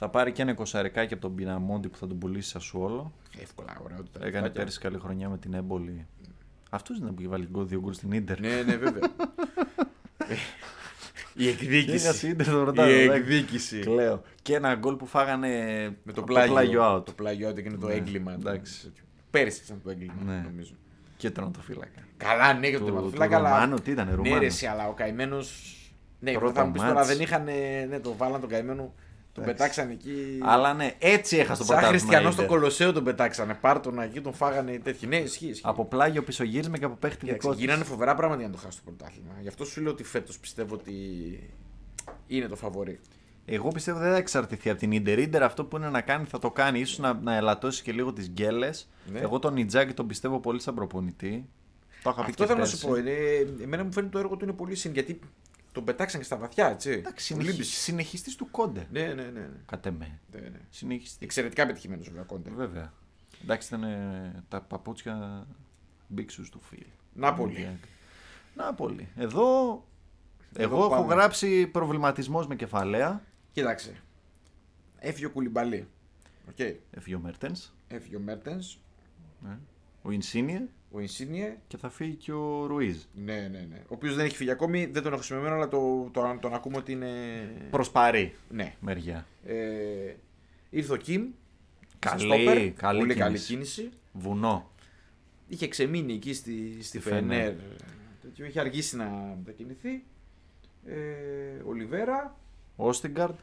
[SPEAKER 1] Θα πάρει και ένα κοσαρικάκι από τον Πιναμόντι που θα τον πουλήσει σαν σου όλο.
[SPEAKER 2] Εύκολα, ωραία. Ούτε,
[SPEAKER 1] Έκανε πέρσι καλή χρονιά με την έμπολη. Αυτός δεν που είχε βάλει γκολ δύο γκολ στην Ιντερ.
[SPEAKER 2] Ναι, ναι, βέβαια. Η
[SPEAKER 1] Έχασε
[SPEAKER 2] εκδίκηση.
[SPEAKER 1] η Ίντερ το
[SPEAKER 2] Η
[SPEAKER 1] ρωτάω. ναι.
[SPEAKER 2] εκδίκηση.
[SPEAKER 1] Κλαίω. Και ένα γκολ που φάγανε
[SPEAKER 2] Με το
[SPEAKER 1] από
[SPEAKER 2] πλάγιο.
[SPEAKER 1] out.
[SPEAKER 2] Το πλάγιο out και είναι το
[SPEAKER 1] Ναι,
[SPEAKER 2] έγκλημα.
[SPEAKER 1] εντάξει.
[SPEAKER 2] το- Πέρυσι ήταν το έγκλημα,
[SPEAKER 1] Ναι.
[SPEAKER 2] νομίζω.
[SPEAKER 1] Και τερματοφύλακα.
[SPEAKER 2] Καλά, ναι, για
[SPEAKER 1] Του-
[SPEAKER 2] τον
[SPEAKER 1] του
[SPEAKER 2] τερματοφύλακα. αλλά-
[SPEAKER 1] Ρωμάνου, τι ήτανε,
[SPEAKER 2] Ναι,
[SPEAKER 1] Ρωμάνου.
[SPEAKER 2] ρε, εσύ, αλλά ο καημένος. Ναι,
[SPEAKER 1] Πρώτα
[SPEAKER 2] θα μου πεις τώρα
[SPEAKER 1] μάτς.
[SPEAKER 2] δεν είχαν. Ναι, τον βάλαν τον καημένο. Τον
[SPEAKER 1] Εντάξει.
[SPEAKER 2] πετάξαν εκεί.
[SPEAKER 1] Αλλά ναι, έτσι έχασε το
[SPEAKER 2] Ε, Σαν
[SPEAKER 1] πρωτάθλημα. η
[SPEAKER 2] χριστιανό
[SPEAKER 1] Ίντερ.
[SPEAKER 2] στον Κολοσσέο τον πετάξανε. Πάρτονα εκεί, τον φάγανε οι τέτοιοι. Ναι, ισχύει. ισχύει.
[SPEAKER 1] Από πλάγιο πισωγύρισμα και από παίχτη
[SPEAKER 2] Εντάξει,
[SPEAKER 1] δικό της.
[SPEAKER 2] Γίνανε φοβερά πράγματα για να το χάσει το πρωτάθλημα. Γι' αυτό σου λέω ότι φέτος πιστεύω ότι είναι το φαβορή.
[SPEAKER 1] Εγώ πιστεύω δεν θα εξαρτηθεί από την Ιντερ. Ιντερ αυτό που είναι να κάνει θα το κάνει. ίσως να, να ελαττώσει και λίγο τις γκέλες.
[SPEAKER 2] Ναι.
[SPEAKER 1] Εγώ τον Ιτζάκη τον πιστεύω πολύ σαν προπονητή. Το είχα πει
[SPEAKER 2] Αυτό
[SPEAKER 1] και
[SPEAKER 2] θέλω να
[SPEAKER 1] πέρσι.
[SPEAKER 2] σου πω. Είναι, εμένα μου φαίνεται το έργο του είναι πολύ συν. Γιατί τον πετάξαν και στα βαθιά, έτσι.
[SPEAKER 1] Εντάξει,
[SPEAKER 2] Του
[SPEAKER 1] συνεχι...
[SPEAKER 2] λύμπησε.
[SPEAKER 1] συνεχιστής του Κόντε.
[SPEAKER 2] Ναι, ναι, ναι. ναι.
[SPEAKER 1] Κατ' εμέ.
[SPEAKER 2] ναι, ναι.
[SPEAKER 1] Συνεχιστής.
[SPEAKER 2] Εξαιρετικά πετυχημένος ο Κόντε.
[SPEAKER 1] Βέβαια. Εντάξει, ήταν ε, τα παπούτσια μπίξου του φίλου. Ναι.
[SPEAKER 2] Νάπολη.
[SPEAKER 1] Να πολύ. Εδώ. εγώ έχω
[SPEAKER 2] πάμε.
[SPEAKER 1] γράψει προβληματισμός με κεφαλαία.
[SPEAKER 2] Κοίταξε. Έφυγε ο Κουλιμπαλί. Οκ.
[SPEAKER 1] Έφυγε ο Μέρτεν.
[SPEAKER 2] Έφυγε ο Μέρτεν.
[SPEAKER 1] ε, Ο Ινσίνιε.
[SPEAKER 2] Ο Ινσίνιε.
[SPEAKER 1] Και θα φύγει και ο Ρουίζ.
[SPEAKER 2] Ναι, ναι, ναι. Ο οποίος δεν έχει φύγει ακόμη. Δεν τον έχω σημειωμένο, αλλά το, το, τον ακούμε ότι είναι.
[SPEAKER 1] Προσπαρεί.
[SPEAKER 2] Ναι.
[SPEAKER 1] Μεριά.
[SPEAKER 2] Ε, ήρθε ο Κιμ.
[SPEAKER 1] Καλή,
[SPEAKER 2] σαν στόπερ.
[SPEAKER 1] καλή
[SPEAKER 2] πολύ καλή
[SPEAKER 1] κίνηση.
[SPEAKER 2] κίνηση.
[SPEAKER 1] Βουνό.
[SPEAKER 2] Είχε ξεμείνει εκεί στη, στη
[SPEAKER 1] Φενέρ.
[SPEAKER 2] Φενέρ. Τέτοιο, είχε αργήσει να μετακινηθεί. Ε, Ολιβέρα,
[SPEAKER 1] Όστιγκαρντ.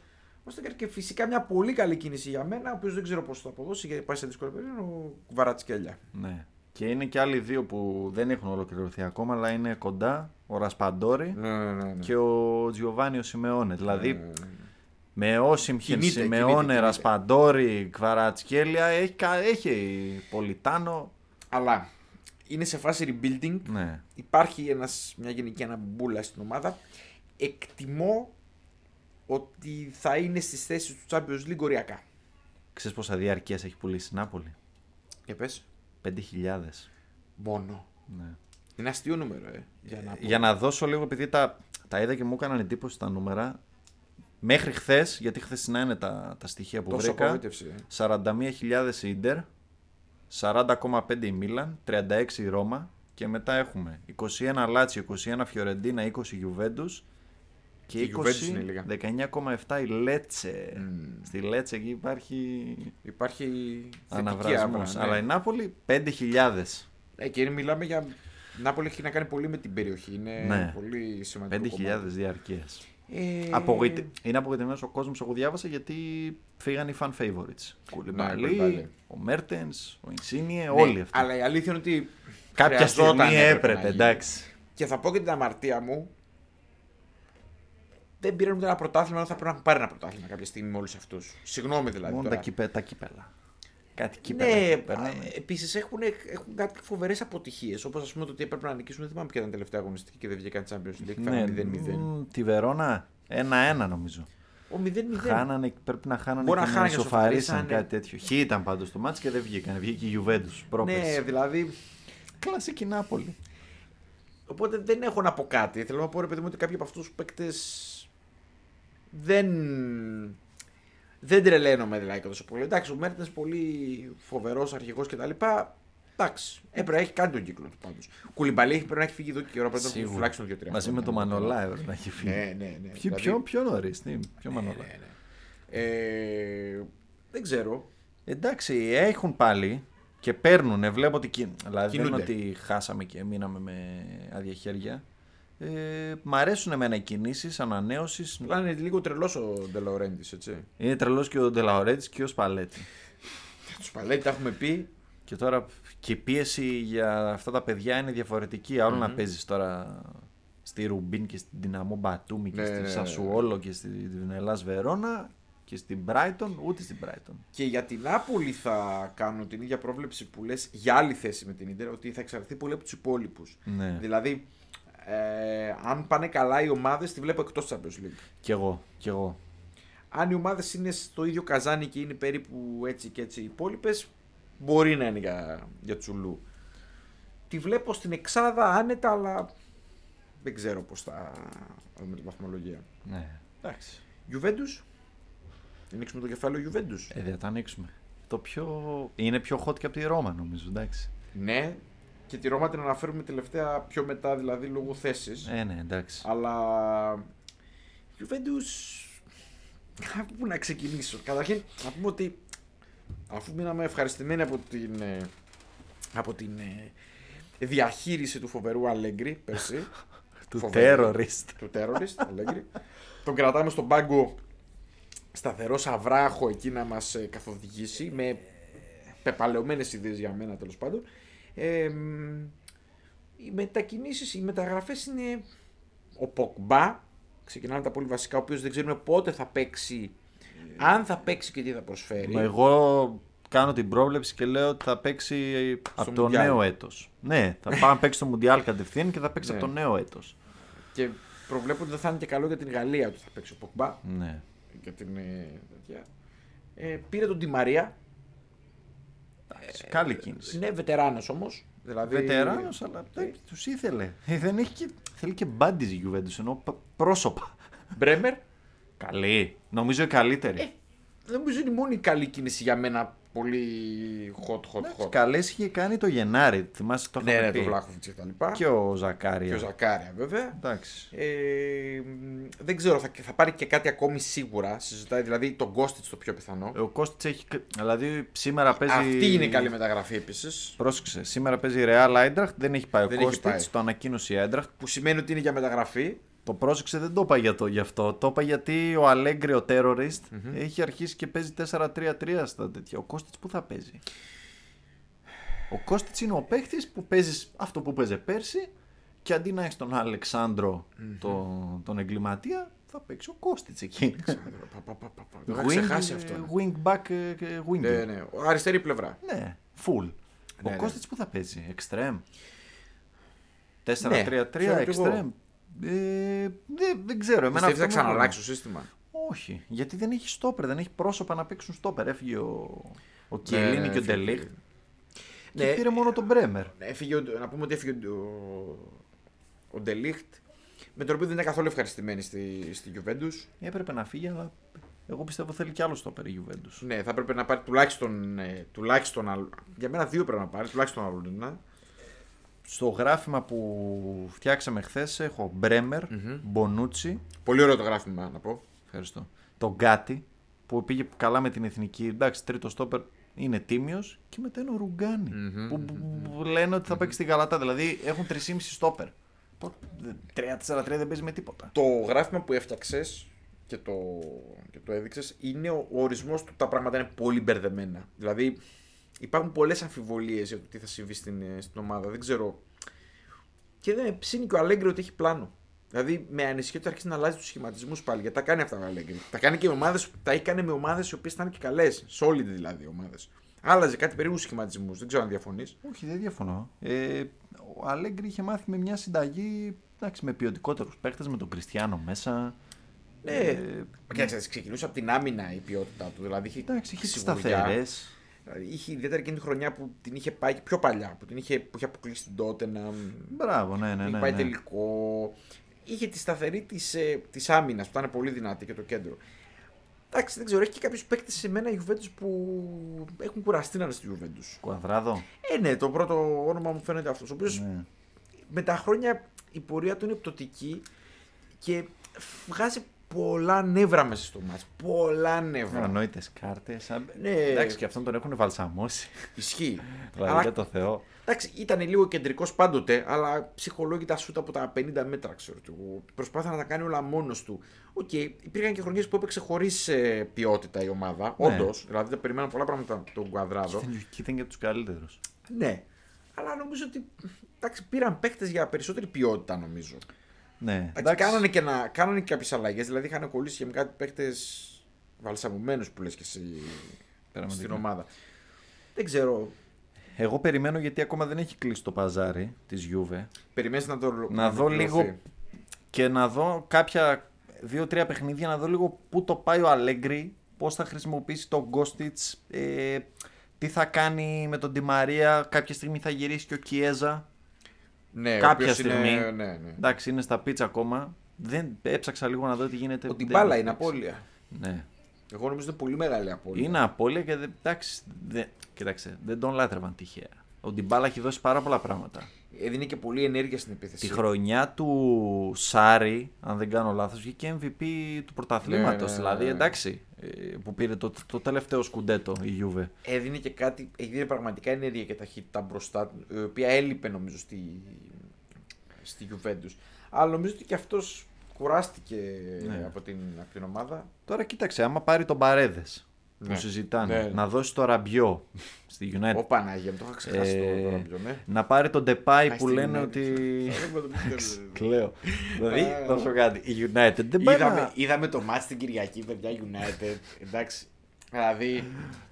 [SPEAKER 2] Ωστέκερ και φυσικά μια πολύ καλή κίνηση για μένα, ο οποίος δεν ξέρω πώς θα αποδώσει γιατί πάει σε δύσκολη περίοδο, ο Βαρατσικέλια.
[SPEAKER 1] Ναι. Και είναι και άλλοι δύο που δεν έχουν ολοκληρωθεί ακόμα, αλλά είναι κοντά. Ο Ρασπαντόρη
[SPEAKER 2] Ναι, ναι, ναι. ναι.
[SPEAKER 1] και ο Τζιοβάνιο Σιμεώνε. Δηλαδή
[SPEAKER 2] Ναι, ναι, ναι.
[SPEAKER 1] με Όσιμχιλ,
[SPEAKER 2] Κινείται, κινείται,
[SPEAKER 1] Σιμεώνε,
[SPEAKER 2] κινείται.
[SPEAKER 1] Ρασπαντόρη, Κβαρατσκέλια έχει, κα- έχει Πολιτάνο.
[SPEAKER 2] Αλλά είναι σε φάση rebuilding.
[SPEAKER 1] Ναι.
[SPEAKER 2] Υπάρχει ένας, μια γενική αναμπούλα στην ομάδα. Εκτιμώ ότι θα είναι στις θέσεις του Champions League οριακά.
[SPEAKER 1] Ξέρεις πόσα διαρκεία έχει πουλήσει η Νάπολη.
[SPEAKER 2] Και πες.
[SPEAKER 1] 5.000.
[SPEAKER 2] Μόνο.
[SPEAKER 1] Ναι.
[SPEAKER 2] Είναι αστείο νούμερο, ε. Για να, πω.
[SPEAKER 1] Για να δώσω λίγο, επειδή τα, τα είδα και μου έκαναν εντύπωση τα νούμερα. Μέχρι χθες, γιατί χθες να είναι τα, τα στοιχεία που
[SPEAKER 2] Τόσο
[SPEAKER 1] βρήκα.
[SPEAKER 2] απογοήτευση. ε.
[SPEAKER 1] 41.000 η Ιντερ, 40,5 η Μίλαν, 36 η Ρώμα και μετά έχουμε 21 Λάτσιο, 21 Φιωρεντίνα, 20 Γιουβέντους
[SPEAKER 2] Η
[SPEAKER 1] και
[SPEAKER 2] Γιουβέντους είναι η λίγα.
[SPEAKER 1] 20, 19,7 η Λέτσε. Στη Λέτσε εκεί υπάρχει
[SPEAKER 2] Υπάρχει θετική
[SPEAKER 1] αναβρασμός.
[SPEAKER 2] άβρα.
[SPEAKER 1] Αλλά
[SPEAKER 2] ναι.
[SPEAKER 1] η Νάπολη 5.000.
[SPEAKER 2] Ε, και είναι- μιλάμε για... η Νάπολη έχει να κάνει πολύ με την περιοχή. Είναι
[SPEAKER 1] Ναι.
[SPEAKER 2] πολύ σημαντικό
[SPEAKER 1] 5.000
[SPEAKER 2] κομμάτι.
[SPEAKER 1] διαρκείας.
[SPEAKER 2] Ε,
[SPEAKER 1] Απογοητε... Είναι απογοητευμένος ο κόσμος, εγώ διάβασα γιατί φύγαν οι fan favorites. Κουλιμπαλί,
[SPEAKER 2] Κουλιμπαλί.
[SPEAKER 1] ο Μέρτενς, ο Ινσίνιε,
[SPEAKER 2] ναι,
[SPEAKER 1] όλοι αυτοί.
[SPEAKER 2] Αλλά η αλήθεια είναι ότι
[SPEAKER 1] Κάποια
[SPEAKER 2] χρειαζόταν,
[SPEAKER 1] στιγμή
[SPEAKER 2] να
[SPEAKER 1] έπρεπε,
[SPEAKER 2] γίνει.
[SPEAKER 1] εντάξει.
[SPEAKER 2] Και θα πω και την αμαρτία μου. Δεν πήραν ούτε ένα πρωτάθλημα, ενώ θα πρέπει να έχουν πάρει ένα πρωτάθλημα κάποια στιγμή με όλους αυτούς. Συγγνώμη δηλαδή.
[SPEAKER 1] Μόνο τα,
[SPEAKER 2] τώρα.
[SPEAKER 1] κυπέ, τα κύπελα. Κάτι κύπελα.
[SPEAKER 2] Ναι,
[SPEAKER 1] περνάμε.
[SPEAKER 2] επίσης έχουν, έχουν κάτι φοβερές αποτυχίες. Όπως ας πούμε το ότι έπρεπε να νικήσουν, δεν θυμάμαι ποια ήταν η τελευταία αγωνιστική και δεν βγήκαν Champions League.
[SPEAKER 1] ναι,
[SPEAKER 2] Ναι, 0-0.
[SPEAKER 1] μ, τη Βερόνα 1-1 νομίζω.
[SPEAKER 2] Ο 0-0.
[SPEAKER 1] Χάνανε, πρέπει να χάνανε
[SPEAKER 2] Μπορεί
[SPEAKER 1] και
[SPEAKER 2] να
[SPEAKER 1] να
[SPEAKER 2] χάνανε και
[SPEAKER 1] ισοφαρίσαν
[SPEAKER 2] ισοφαρίσανε.
[SPEAKER 1] κάτι τέτοιο. Χ ήταν πάντως το μάτς και δεν βγήκαν. Βγήκε η Ιουβέντους
[SPEAKER 2] Ναι,
[SPEAKER 1] πρόπερση.
[SPEAKER 2] δηλαδή.
[SPEAKER 1] Κλασική Νάπολη.
[SPEAKER 2] Οπότε δεν έχω να πω κάτι. Θέλω να πω ρε παιδί μου ότι κάποιοι από αυτούς τους παίκτες. Δεν. Δεν τρελαίνομαι δηλαδή και τόσο πολύ. Εντάξει, ο Μέρτεν πολύ φοβερός αρχηγός κτλ. Εντάξει, έπρεπε να έχει κάνει τον κύκλο του πάντως. Κουλιμπαλί έχει- πρέπει να έχει φύγει εδώ και καιρό. Πρέπει να τον έχουν φυλάξει δύο-τρία.
[SPEAKER 1] Μαζί με
[SPEAKER 2] χρόνια.
[SPEAKER 1] τον Μανολά έπρεπε να έχει
[SPEAKER 2] Ναι,
[SPEAKER 1] φύγει.
[SPEAKER 2] ναι, ναι.
[SPEAKER 1] Ποιοι-
[SPEAKER 2] Δηλαδή,
[SPEAKER 1] Πιο, πιο νωρίς, τι, πιο Μανολά.
[SPEAKER 2] ναι, ναι. Ε, δεν ξέρω.
[SPEAKER 1] Εντάξει, έχουν πάλι και παίρνουν. Βλέπω ότι. κιν- Δηλαδή δεν είναι
[SPEAKER 2] Κινούνται.
[SPEAKER 1] ότι χάσαμε και μείναμε με άδεια χέρια. Ε, μ' αρέσουν εμένα οι κινήσεις, ανανέωσης.
[SPEAKER 2] Απλά είναι λίγο τρελός ο Ντελαουρέντη, έτσι.
[SPEAKER 1] Είναι τρελός και ο Ντελαορέτη και ο Σπαλέτη.
[SPEAKER 2] Τους παλέτη τα έχουμε πει.
[SPEAKER 1] Και τώρα και η πίεση για αυτά τα παιδιά είναι διαφορετική. Άλλο να παίζεις τώρα στη Ρουμπίν και στην Δυναμό Μπατούμι και
[SPEAKER 2] Ναι, ναι,
[SPEAKER 1] στη
[SPEAKER 2] ναι.
[SPEAKER 1] Σασουόλο και στην Ελλάς Βερόνα και στην Brighton, ούτε στην Brighton.
[SPEAKER 2] Και για την Νάπολη θα κάνω την ίδια πρόβλεψη που λες για άλλη θέση με την Ιντερ, ότι θα εξαρτηθεί πολύ από τους υπόλοιπους.
[SPEAKER 1] Ναι.
[SPEAKER 2] Δηλαδή, ε, αν πάνε καλά οι ομάδες, τη βλέπω εκτός Champions League.
[SPEAKER 1] Κι εγώ, κι εγώ.
[SPEAKER 2] Αν οι ομάδες είναι στο ίδιο καζάνι και είναι περίπου έτσι και έτσι οι υπόλοιπες, μπορεί να είναι για, για τσουλού. Τη βλέπω στην εξάδα άνετα, αλλά δεν ξέρω πώς θα. με τη βαθμολογία.
[SPEAKER 1] Ναι. Εντάξει.
[SPEAKER 2] Γιουβέντους. Ανοίξουμε το κεφάλαιο Γιουβέντους.
[SPEAKER 1] Ε, δεν θα τα ανοίξουμε. Το πιο... Είναι πιο hot και από τη Ρώμα νομίζω, εντάξει.
[SPEAKER 2] Ναι, και τη Ρώμα την αναφέρουμε τελευταία πιο μετά, δηλαδή λόγω θέσης.
[SPEAKER 1] Ε, ναι, εντάξει.
[SPEAKER 2] Αλλά. Juventus. Από πού να ξεκινήσω. Καταρχήν, να πούμε ότι αφού μείναμε ευχαριστημένοι από την, ε, από την ε, διαχείριση του φοβερού Αλέγκρι πέρσι,
[SPEAKER 1] Του
[SPEAKER 2] φοβερό.
[SPEAKER 1] terrorist.
[SPEAKER 2] του terrorist Αλέγκρι, τον κρατάμε στον πάγκο σταθερός σαβράχο εκεί να μας ε, καθοδηγήσει με πεπαλαιωμένες ιδέες για μένα τέλος πάντων. Ε, μ, οι μετακινήσεις, οι μεταγραφές είναι ο Ποκμπά, ξεκινάμε τα πολύ βασικά, ο οποίος δεν ξέρουμε πότε θα παίξει, αν θα παίξει και τι θα προσφέρει.
[SPEAKER 1] Μα Εγώ κάνω την πρόβλεψη και λέω ότι θα παίξει από το
[SPEAKER 2] Μουντιάλ.
[SPEAKER 1] νέο έτος. Ναι, θα πάει να παίξει το Μουντιάλ κατευθείαν και θα παίξει
[SPEAKER 2] Ναι.
[SPEAKER 1] από το νέο έτος.
[SPEAKER 2] Και προβλέπω ότι δεν θα είναι και καλό για την Γαλλία ότι θα παίξει ο Ποκμπά.
[SPEAKER 1] Ναι.
[SPEAKER 2] Για την, ε, τέτοια. Ε, πήρε τον Τη Μαρία,
[SPEAKER 1] Εντάξει, Ε, Καλή κίνηση.
[SPEAKER 2] είναι βετεράνος όμως. Δηλαδή...
[SPEAKER 1] Βετεράνος, αλλά τους ήθελε. Ε, Δεν έχει και... Θέλει και μπάντιζ η Juventus, ενώ π- πρόσωπα.
[SPEAKER 2] Ε, Μπρέμερ.
[SPEAKER 1] Καλή. Ε, Νομίζω η καλύτερη.
[SPEAKER 2] Νομίζω είναι η μόνη καλή κίνηση για μένα. Πολύ hot, hot, hot.
[SPEAKER 1] Καλές είχε κάνει το Γενάρη. Θυμάσαι το
[SPEAKER 2] Ναι,
[SPEAKER 1] είχαμε
[SPEAKER 2] ναι, το
[SPEAKER 1] πει.
[SPEAKER 2] Βλάχοβιτ και τα λοιπά.
[SPEAKER 1] Και ο Ζακάρια.
[SPEAKER 2] Και ο Ζακάρια, βέβαια.
[SPEAKER 1] Εντάξει.
[SPEAKER 2] Ε, μ, δεν ξέρω, θα, θα πάρει και κάτι ακόμη σίγουρα. Συζητάει δηλαδή τον Κώστιτ το πιο πιθανό.
[SPEAKER 1] Ο Κώστιτ έχει. κ- Δηλαδή σήμερα Ε, παίζει.
[SPEAKER 2] Αυτή είναι η καλή μεταγραφή επίσης.
[SPEAKER 1] Πρόσεξε. Σήμερα παίζει η Real Eintracht. Δεν έχει πάει ο
[SPEAKER 2] Δεν έχει πάει.
[SPEAKER 1] Κώστιτ. Το ανακοίνωσε η Eintracht.
[SPEAKER 2] Που σημαίνει ότι είναι για μεταγραφή.
[SPEAKER 1] Το πρόσεξε δεν το είπα για το, γι' αυτό. Το είπα γιατί ο Αλέγκρι, ο terrorist, έχει αρχίσει και παίζει 4-3-3 στα τέτοια. Ο Κώστιτ που θα παίζει. Ο Κώστιτ είναι ο παίχτης που παίζεις αυτό που παίζει πέρσι και αντί να έχεις τον αλεξανδρο τον, τον εγκληματία, θα παίξει ο Κώστιτ εκεί.
[SPEAKER 2] Πα, πα, πα, πα. Το είχα ξεχάσει
[SPEAKER 1] ε,
[SPEAKER 2] αυτό. ναι.
[SPEAKER 1] Wing back, ε, ε, winger.
[SPEAKER 2] Ναι, ναι. Ο- Αριστερή πλευρά.
[SPEAKER 1] Ναι, full.
[SPEAKER 2] Ναι, ναι.
[SPEAKER 1] ο Κώστιτς που θα παίζει, extreme. 4-3-3,
[SPEAKER 2] ξέρω κι εγώ.
[SPEAKER 1] extreme. Ε, δεν, δεν ξέρω. Εμένα
[SPEAKER 2] Πιστεύεις
[SPEAKER 1] αυτό
[SPEAKER 2] θα
[SPEAKER 1] μου
[SPEAKER 2] ξαναλλάξεις το σύστημα.
[SPEAKER 1] έκανε. Όχι, γιατί δεν έχει στόπερ, δεν έχει πρόσωπα να παίξουν στόπερ. Έφυγε ο, ο Κιελίνη
[SPEAKER 2] ναι,
[SPEAKER 1] και ο
[SPEAKER 2] έφυγε.
[SPEAKER 1] Ντελίχ. Και
[SPEAKER 2] Ναι.
[SPEAKER 1] πήρε μόνο τον Μπρέμερ.
[SPEAKER 2] Έφυγε ο- να πούμε ότι έφυγε ο, ο Ντελίχτ, με τον οποίο δεν είναι καθόλου ευχαριστημένοι στη, στη Juventus.
[SPEAKER 1] Έπρεπε να φύγει, αλλά εγώ πιστεύω θέλει κι άλλο στόπερ η Juventus.
[SPEAKER 2] Ναι, θα έπρεπε να πάρει τουλάχιστον. ε, τουλάχιστον άλλο- για μένα δύο πρέπει να πάρει, τουλάχιστον ναι. άλλο ένα.
[SPEAKER 1] Στο γράφημα που φτιάξαμε χθες έχω Μπρέμερ, Μπονούτσι,
[SPEAKER 2] Πολύ ωραίο το γράφημα να πω.
[SPEAKER 1] Ευχαριστώ. Τον Γκάτι που πήγε καλά με την εθνική. Εντάξει, τρίτος στόπερ είναι τίμιος. Και μετά είναι ο ρουγκανι που, που- που λένε ότι θα παίξει την Γαλατά. Δηλαδή έχουν 3,5 στόπερ. Πο- δεν- 3-4-3 δεν παίζει με τίποτα.
[SPEAKER 2] Το γράφημα που έφτιαξες και το, και το έδειξες είναι ο, ο ορισμός του. Τα πράγματα είναι πολύ μπερδεμένα. Δηλαδή υπάρχουν πολλές αμφιβολίες για το τι θα συμβεί στην, ε, στην ομάδα. Δεν ξέρω. Και δεν ψήνει και ο Αλέγκρι ότι έχει πλάνο. Δηλαδή με ανησυχεί ότι αρχίζει να αλλάζει τους σχηματισμούς πάλι. Γιατί τα κάνει αυτά ο Αλέγκρι. Τα, κάνει και με ομάδες, τα έκανε με ομάδες οι οποίες ήταν και καλές. Solid δηλαδή ομάδες. Άλλαζε κάτι περίπου σχηματισμούς. Δεν ξέρω αν διαφωνείς.
[SPEAKER 1] Όχι, δεν διαφωνώ. Ε, ο Αλέγκρι είχε μάθει με μια συνταγή εντάξει, με ποιοτικότερους παίχτε, με τον Κριστιανό μέσα.
[SPEAKER 2] Ναι.
[SPEAKER 1] Ε,
[SPEAKER 2] Μα Κοίταξε, ξεκινούσε από την άμυνα η ποιότητά του. Δηλαδή είχε,
[SPEAKER 1] Εντάξει, είχε τις
[SPEAKER 2] σιγουριά.
[SPEAKER 1] σταθερές.
[SPEAKER 2] Δηλαδή, Είχε ιδιαίτερα εκείνη τη χρονιά που την είχε πάει και πιο παλιά, που την είχε, που είχε αποκλείσει την τότε να
[SPEAKER 1] Μπράβο, ναι, ναι.
[SPEAKER 2] είχε
[SPEAKER 1] ναι,
[SPEAKER 2] πάει
[SPEAKER 1] ναι.
[SPEAKER 2] τελικό. Είχε τη σταθερή της ε, της άμυνας που ήταν πολύ δυνατή και το κέντρο. Εντάξει, δεν ξέρω, έχει και κάποιους παίκτες σε μένα η Juventus που έχουν κουραστεί να είναι στη Juventus.
[SPEAKER 1] Κουαδράδο.
[SPEAKER 2] Ε, ναι, το πρώτο όνομα μου φαίνεται αυτός. Ο οποίος
[SPEAKER 1] Ναι.
[SPEAKER 2] με τα χρόνια η πορεία του είναι πτωτική και βγάζει πολλά νεύρα μέσα στο μάτς. Πολλά νεύρα.
[SPEAKER 1] Ανόητε κάρτε.
[SPEAKER 2] Ναι.
[SPEAKER 1] Εντάξει, και αυτόν τον έχουν βαλσαμώσει.
[SPEAKER 2] Ισχύει.
[SPEAKER 1] Δηλαδή
[SPEAKER 2] Αλλά
[SPEAKER 1] για το Θεό.
[SPEAKER 2] Εντάξει, ήταν λίγο κεντρικός πάντοτε, αλλά ψυχολόγητα σούτα από τα 50 μέτρα, ξέρω του. Προσπάθησε να τα κάνει όλα μόνος του. Οκ, υπήρχαν και χρονιές που έπαιξε χωρίς ποιότητα η ομάδα.
[SPEAKER 1] Ναι.
[SPEAKER 2] Όντως, δηλαδή δεν περιμέναν πολλά πράγματα από τον Κουαδράδο.
[SPEAKER 1] Στην λογική ήταν και από τους καλύτερους.
[SPEAKER 2] ναι. Αλλά νομίζω ότι εντάξει, πήραν παίκτες για περισσότερη ποιότητα, νομίζω.
[SPEAKER 1] Ναι.
[SPEAKER 2] Εντάξει, κάνανε και, να, κάνανε και κάποιες αλλαγές. Δηλαδή είχαν κολλήσει και με κάτι παίκτες βαλσαμουμένου που λες και εσύ
[SPEAKER 1] Πραγματικά.
[SPEAKER 2] στην ομάδα. Δεν ξέρω.
[SPEAKER 1] Εγώ περιμένω γιατί ακόμα δεν έχει κλείσει το παζάρι της Juve.
[SPEAKER 2] Περιμένεις να το
[SPEAKER 1] Να δω λίγο
[SPEAKER 2] ολοκληρωθεί.
[SPEAKER 1] και να δω κάποια δύο-τρία παιχνίδια να δω λίγο πού το πάει ο Αλέγκρι, πώς θα χρησιμοποιήσει τον Κώστιτ, ε, τι θα κάνει με τον Τη Μαρία. Κάποια στιγμή θα γυρίσει και ο Κιέζα.
[SPEAKER 2] Ναι, ο
[SPEAKER 1] κάποια
[SPEAKER 2] οποίος είναι-
[SPEAKER 1] στιγμή.
[SPEAKER 2] ναι, ναι.
[SPEAKER 1] Εντάξει, είναι στα πίτσα ακόμα. Δεν έψαξα λίγο να δω τι γίνεται.
[SPEAKER 2] Ότι
[SPEAKER 1] Δεν
[SPEAKER 2] μπάλα
[SPEAKER 1] έχω
[SPEAKER 2] είναι
[SPEAKER 1] παίξει.
[SPEAKER 2] απώλεια.
[SPEAKER 1] Ναι.
[SPEAKER 2] Εγώ νομίζω είναι πολύ μεγάλη απώλεια.
[SPEAKER 1] Είναι απώλεια και δεν- εντάξει, δεν- κοίταξε, δεν τον λάτρευαν τυχαία. Ο Ντιμπάλα έχει δώσει πάρα πολλά πράγματα.
[SPEAKER 2] Έδινε και πολύ ενέργεια στην επίθεση.
[SPEAKER 1] Τη χρονιά του Σάρι, αν δεν κάνω λάθος, βγήκε MVP του πρωταθλήματος.
[SPEAKER 2] Ναι, ναι,
[SPEAKER 1] δηλαδή,
[SPEAKER 2] ναι.
[SPEAKER 1] εντάξει, ε, που πήρε το, το τελευταίο σκουντέτο η Γιούβε.
[SPEAKER 2] Έδινε και κάτι, έδινε πραγματικά ενέργεια και ταχύτητα μπροστά, του, η οποία έλειπε νομίζω στη, στη Juventus. Αλλά νομίζω ότι και αυτός κουράστηκε
[SPEAKER 1] Ναι.
[SPEAKER 2] από, την, από την ομάδα.
[SPEAKER 1] Τώρα κοίταξε, άμα πάρει τον Παρέδες,
[SPEAKER 2] Ναι.
[SPEAKER 1] που συζητάνε,
[SPEAKER 2] Ναι.
[SPEAKER 1] να δώσει το Ραμπιό στη United,
[SPEAKER 2] Ο Πανάγια, μου, το είχα ξεχάσει
[SPEAKER 1] Ναι. Ε,
[SPEAKER 2] το Ραμπιό, ναι.
[SPEAKER 1] να πάρει τον Ντεπάι
[SPEAKER 2] Πάει
[SPEAKER 1] που
[SPEAKER 2] στη
[SPEAKER 1] λένε
[SPEAKER 2] United.
[SPEAKER 1] ότι...
[SPEAKER 2] Θα δούμε το ποιος είναι.
[SPEAKER 1] Κλαίω. δηλαδή,
[SPEAKER 2] Α.
[SPEAKER 1] θα σου πω κάτι, η United δεν πάει να-
[SPEAKER 2] Είδαμε, είδαμε το μάτς την Κυριακή, παιδιά, United. Εντάξει. Δηλαδή.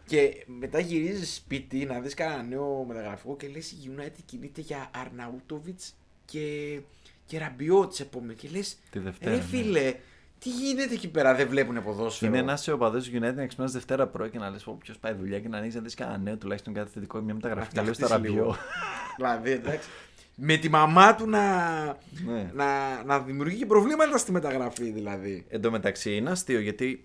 [SPEAKER 2] Και μετά γυρίζεις σπίτι να δεις κανένα νέο μεταγραφικό και λες: Η United κινείται για Αρναούτοβιτ και, και Ραμπιό τη επόμενη. Και λε:
[SPEAKER 1] Τη Δευτέρα,
[SPEAKER 2] Ρε
[SPEAKER 1] ναι.
[SPEAKER 2] φίλε, τι γίνεται εκεί πέρα, δεν βλέπουν ποδόσφαιρο.
[SPEAKER 1] Είναι να είσαι οπαδό του United να ξυπνάς Δευτέρα πρωί και να λες: Ποιος πάει δουλειά και να ανοίξει να δεις κανένα νέο τουλάχιστον κάτι θετικό ή μια
[SPEAKER 2] Να
[SPEAKER 1] μεταγραφή. Καλό
[SPEAKER 2] φτιαχτείς
[SPEAKER 1] στα
[SPEAKER 2] λίγο.
[SPEAKER 1] ραμπιό.
[SPEAKER 2] δηλαδή, εντάξει. Με τη μαμά του να,
[SPEAKER 1] Ναι.
[SPEAKER 2] να, να δημιουργεί και προβλήματα στη μεταγραφή, δηλαδή.
[SPEAKER 1] Εν τω μεταξύ είναι αστείο γιατί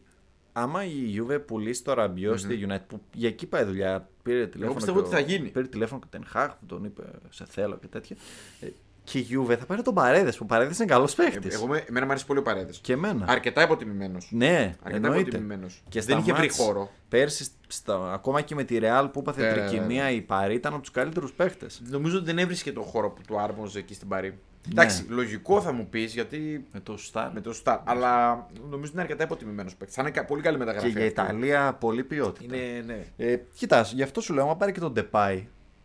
[SPEAKER 1] άμα η Juve πουλήσει το ραμπιο στη United που για εκεί πάει δουλειά, πήρε τηλέφωνο.
[SPEAKER 2] πιστεύω
[SPEAKER 1] και
[SPEAKER 2] ότι θα γίνει.
[SPEAKER 1] Πήρε τηλέφωνο και τον Χαχ που τον είπε Σε θέλω και τέτοια. Ε, Και η Juve θα πάρει τον Παρέδε που ο Παρέδε είναι καλός παίχτη.
[SPEAKER 2] Ε, Εγώ, με- εμένα μου αρέσει πολύ ο Παρέδε.
[SPEAKER 1] Και εμένα.
[SPEAKER 2] Αρκετά υποτιμημένος.
[SPEAKER 1] Ναι,
[SPEAKER 2] Αρκετά
[SPEAKER 1] εννοείται.
[SPEAKER 2] υποτιμημένος. Δεν
[SPEAKER 1] Και στα
[SPEAKER 2] είχε βρει
[SPEAKER 1] μάτς
[SPEAKER 2] χώρο.
[SPEAKER 1] Πέρσι, στα, ακόμα και με τη Real που
[SPEAKER 2] Ναι,
[SPEAKER 1] έπαθε
[SPEAKER 2] ναι, ναι, ναι.
[SPEAKER 1] τρικυμία η Παρή ήταν από τους καλύτερους παίχτες. Ναι.
[SPEAKER 2] Νομίζω ότι δεν έβρισκε τον χώρο που του άρμοζε εκεί στην Παρή. Εντάξει, λογικό θα μου πεις γιατί
[SPEAKER 1] Με το Star.
[SPEAKER 2] με Ε, το Star. Αλλά νομίζω είναι αρκετά υποτιμημένος παίκτη. Θα είναι κα- πολύ καλή
[SPEAKER 1] Και
[SPEAKER 2] μεταγραφή.
[SPEAKER 1] για
[SPEAKER 2] αυτή.
[SPEAKER 1] Ιταλία πολύ ποιότητα.
[SPEAKER 2] Είναι, ναι.
[SPEAKER 1] Ε, Κοίτα, γι' αυτό σου λέω, άμα πάρει και τον Depay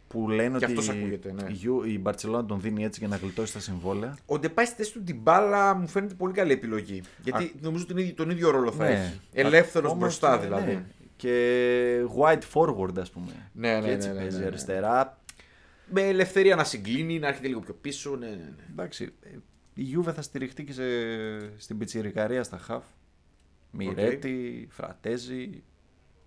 [SPEAKER 1] που λένε
[SPEAKER 2] Κι
[SPEAKER 1] ότι
[SPEAKER 2] αυτός ακούγεται, ναι.
[SPEAKER 1] η Ju- η Barcelona τον δίνει έτσι για να γλιτώσει τα συμβόλαια.
[SPEAKER 2] Ο Ντεπάη στη θέση του Ντιμπάλα μου φαίνεται πολύ καλή επιλογή. Γιατί νομίζω τον ίδιο, τον ίδιο ρόλο θα έχει. Ελεύθερο
[SPEAKER 1] Ναι. Όμως,
[SPEAKER 2] Ναι, μπροστά
[SPEAKER 1] ναι,
[SPEAKER 2] δηλαδή.
[SPEAKER 1] ναι. Και wide forward, ας πούμε.
[SPEAKER 2] Ναι, ναι,
[SPEAKER 1] και έτσι
[SPEAKER 2] ναι, ναι,
[SPEAKER 1] παίζει
[SPEAKER 2] ναι, ναι.
[SPEAKER 1] αριστερά.
[SPEAKER 2] Με ελευθερία να συγκλίνει, να έρχεται λίγο πιο πίσω. Ναι, ναι, ναι.
[SPEAKER 1] Εντάξει, ε, η Juve θα στηριχτεί και σε- στην πιτσιρικαρία στα χαφ. Μιρέτη, Φρατέζη,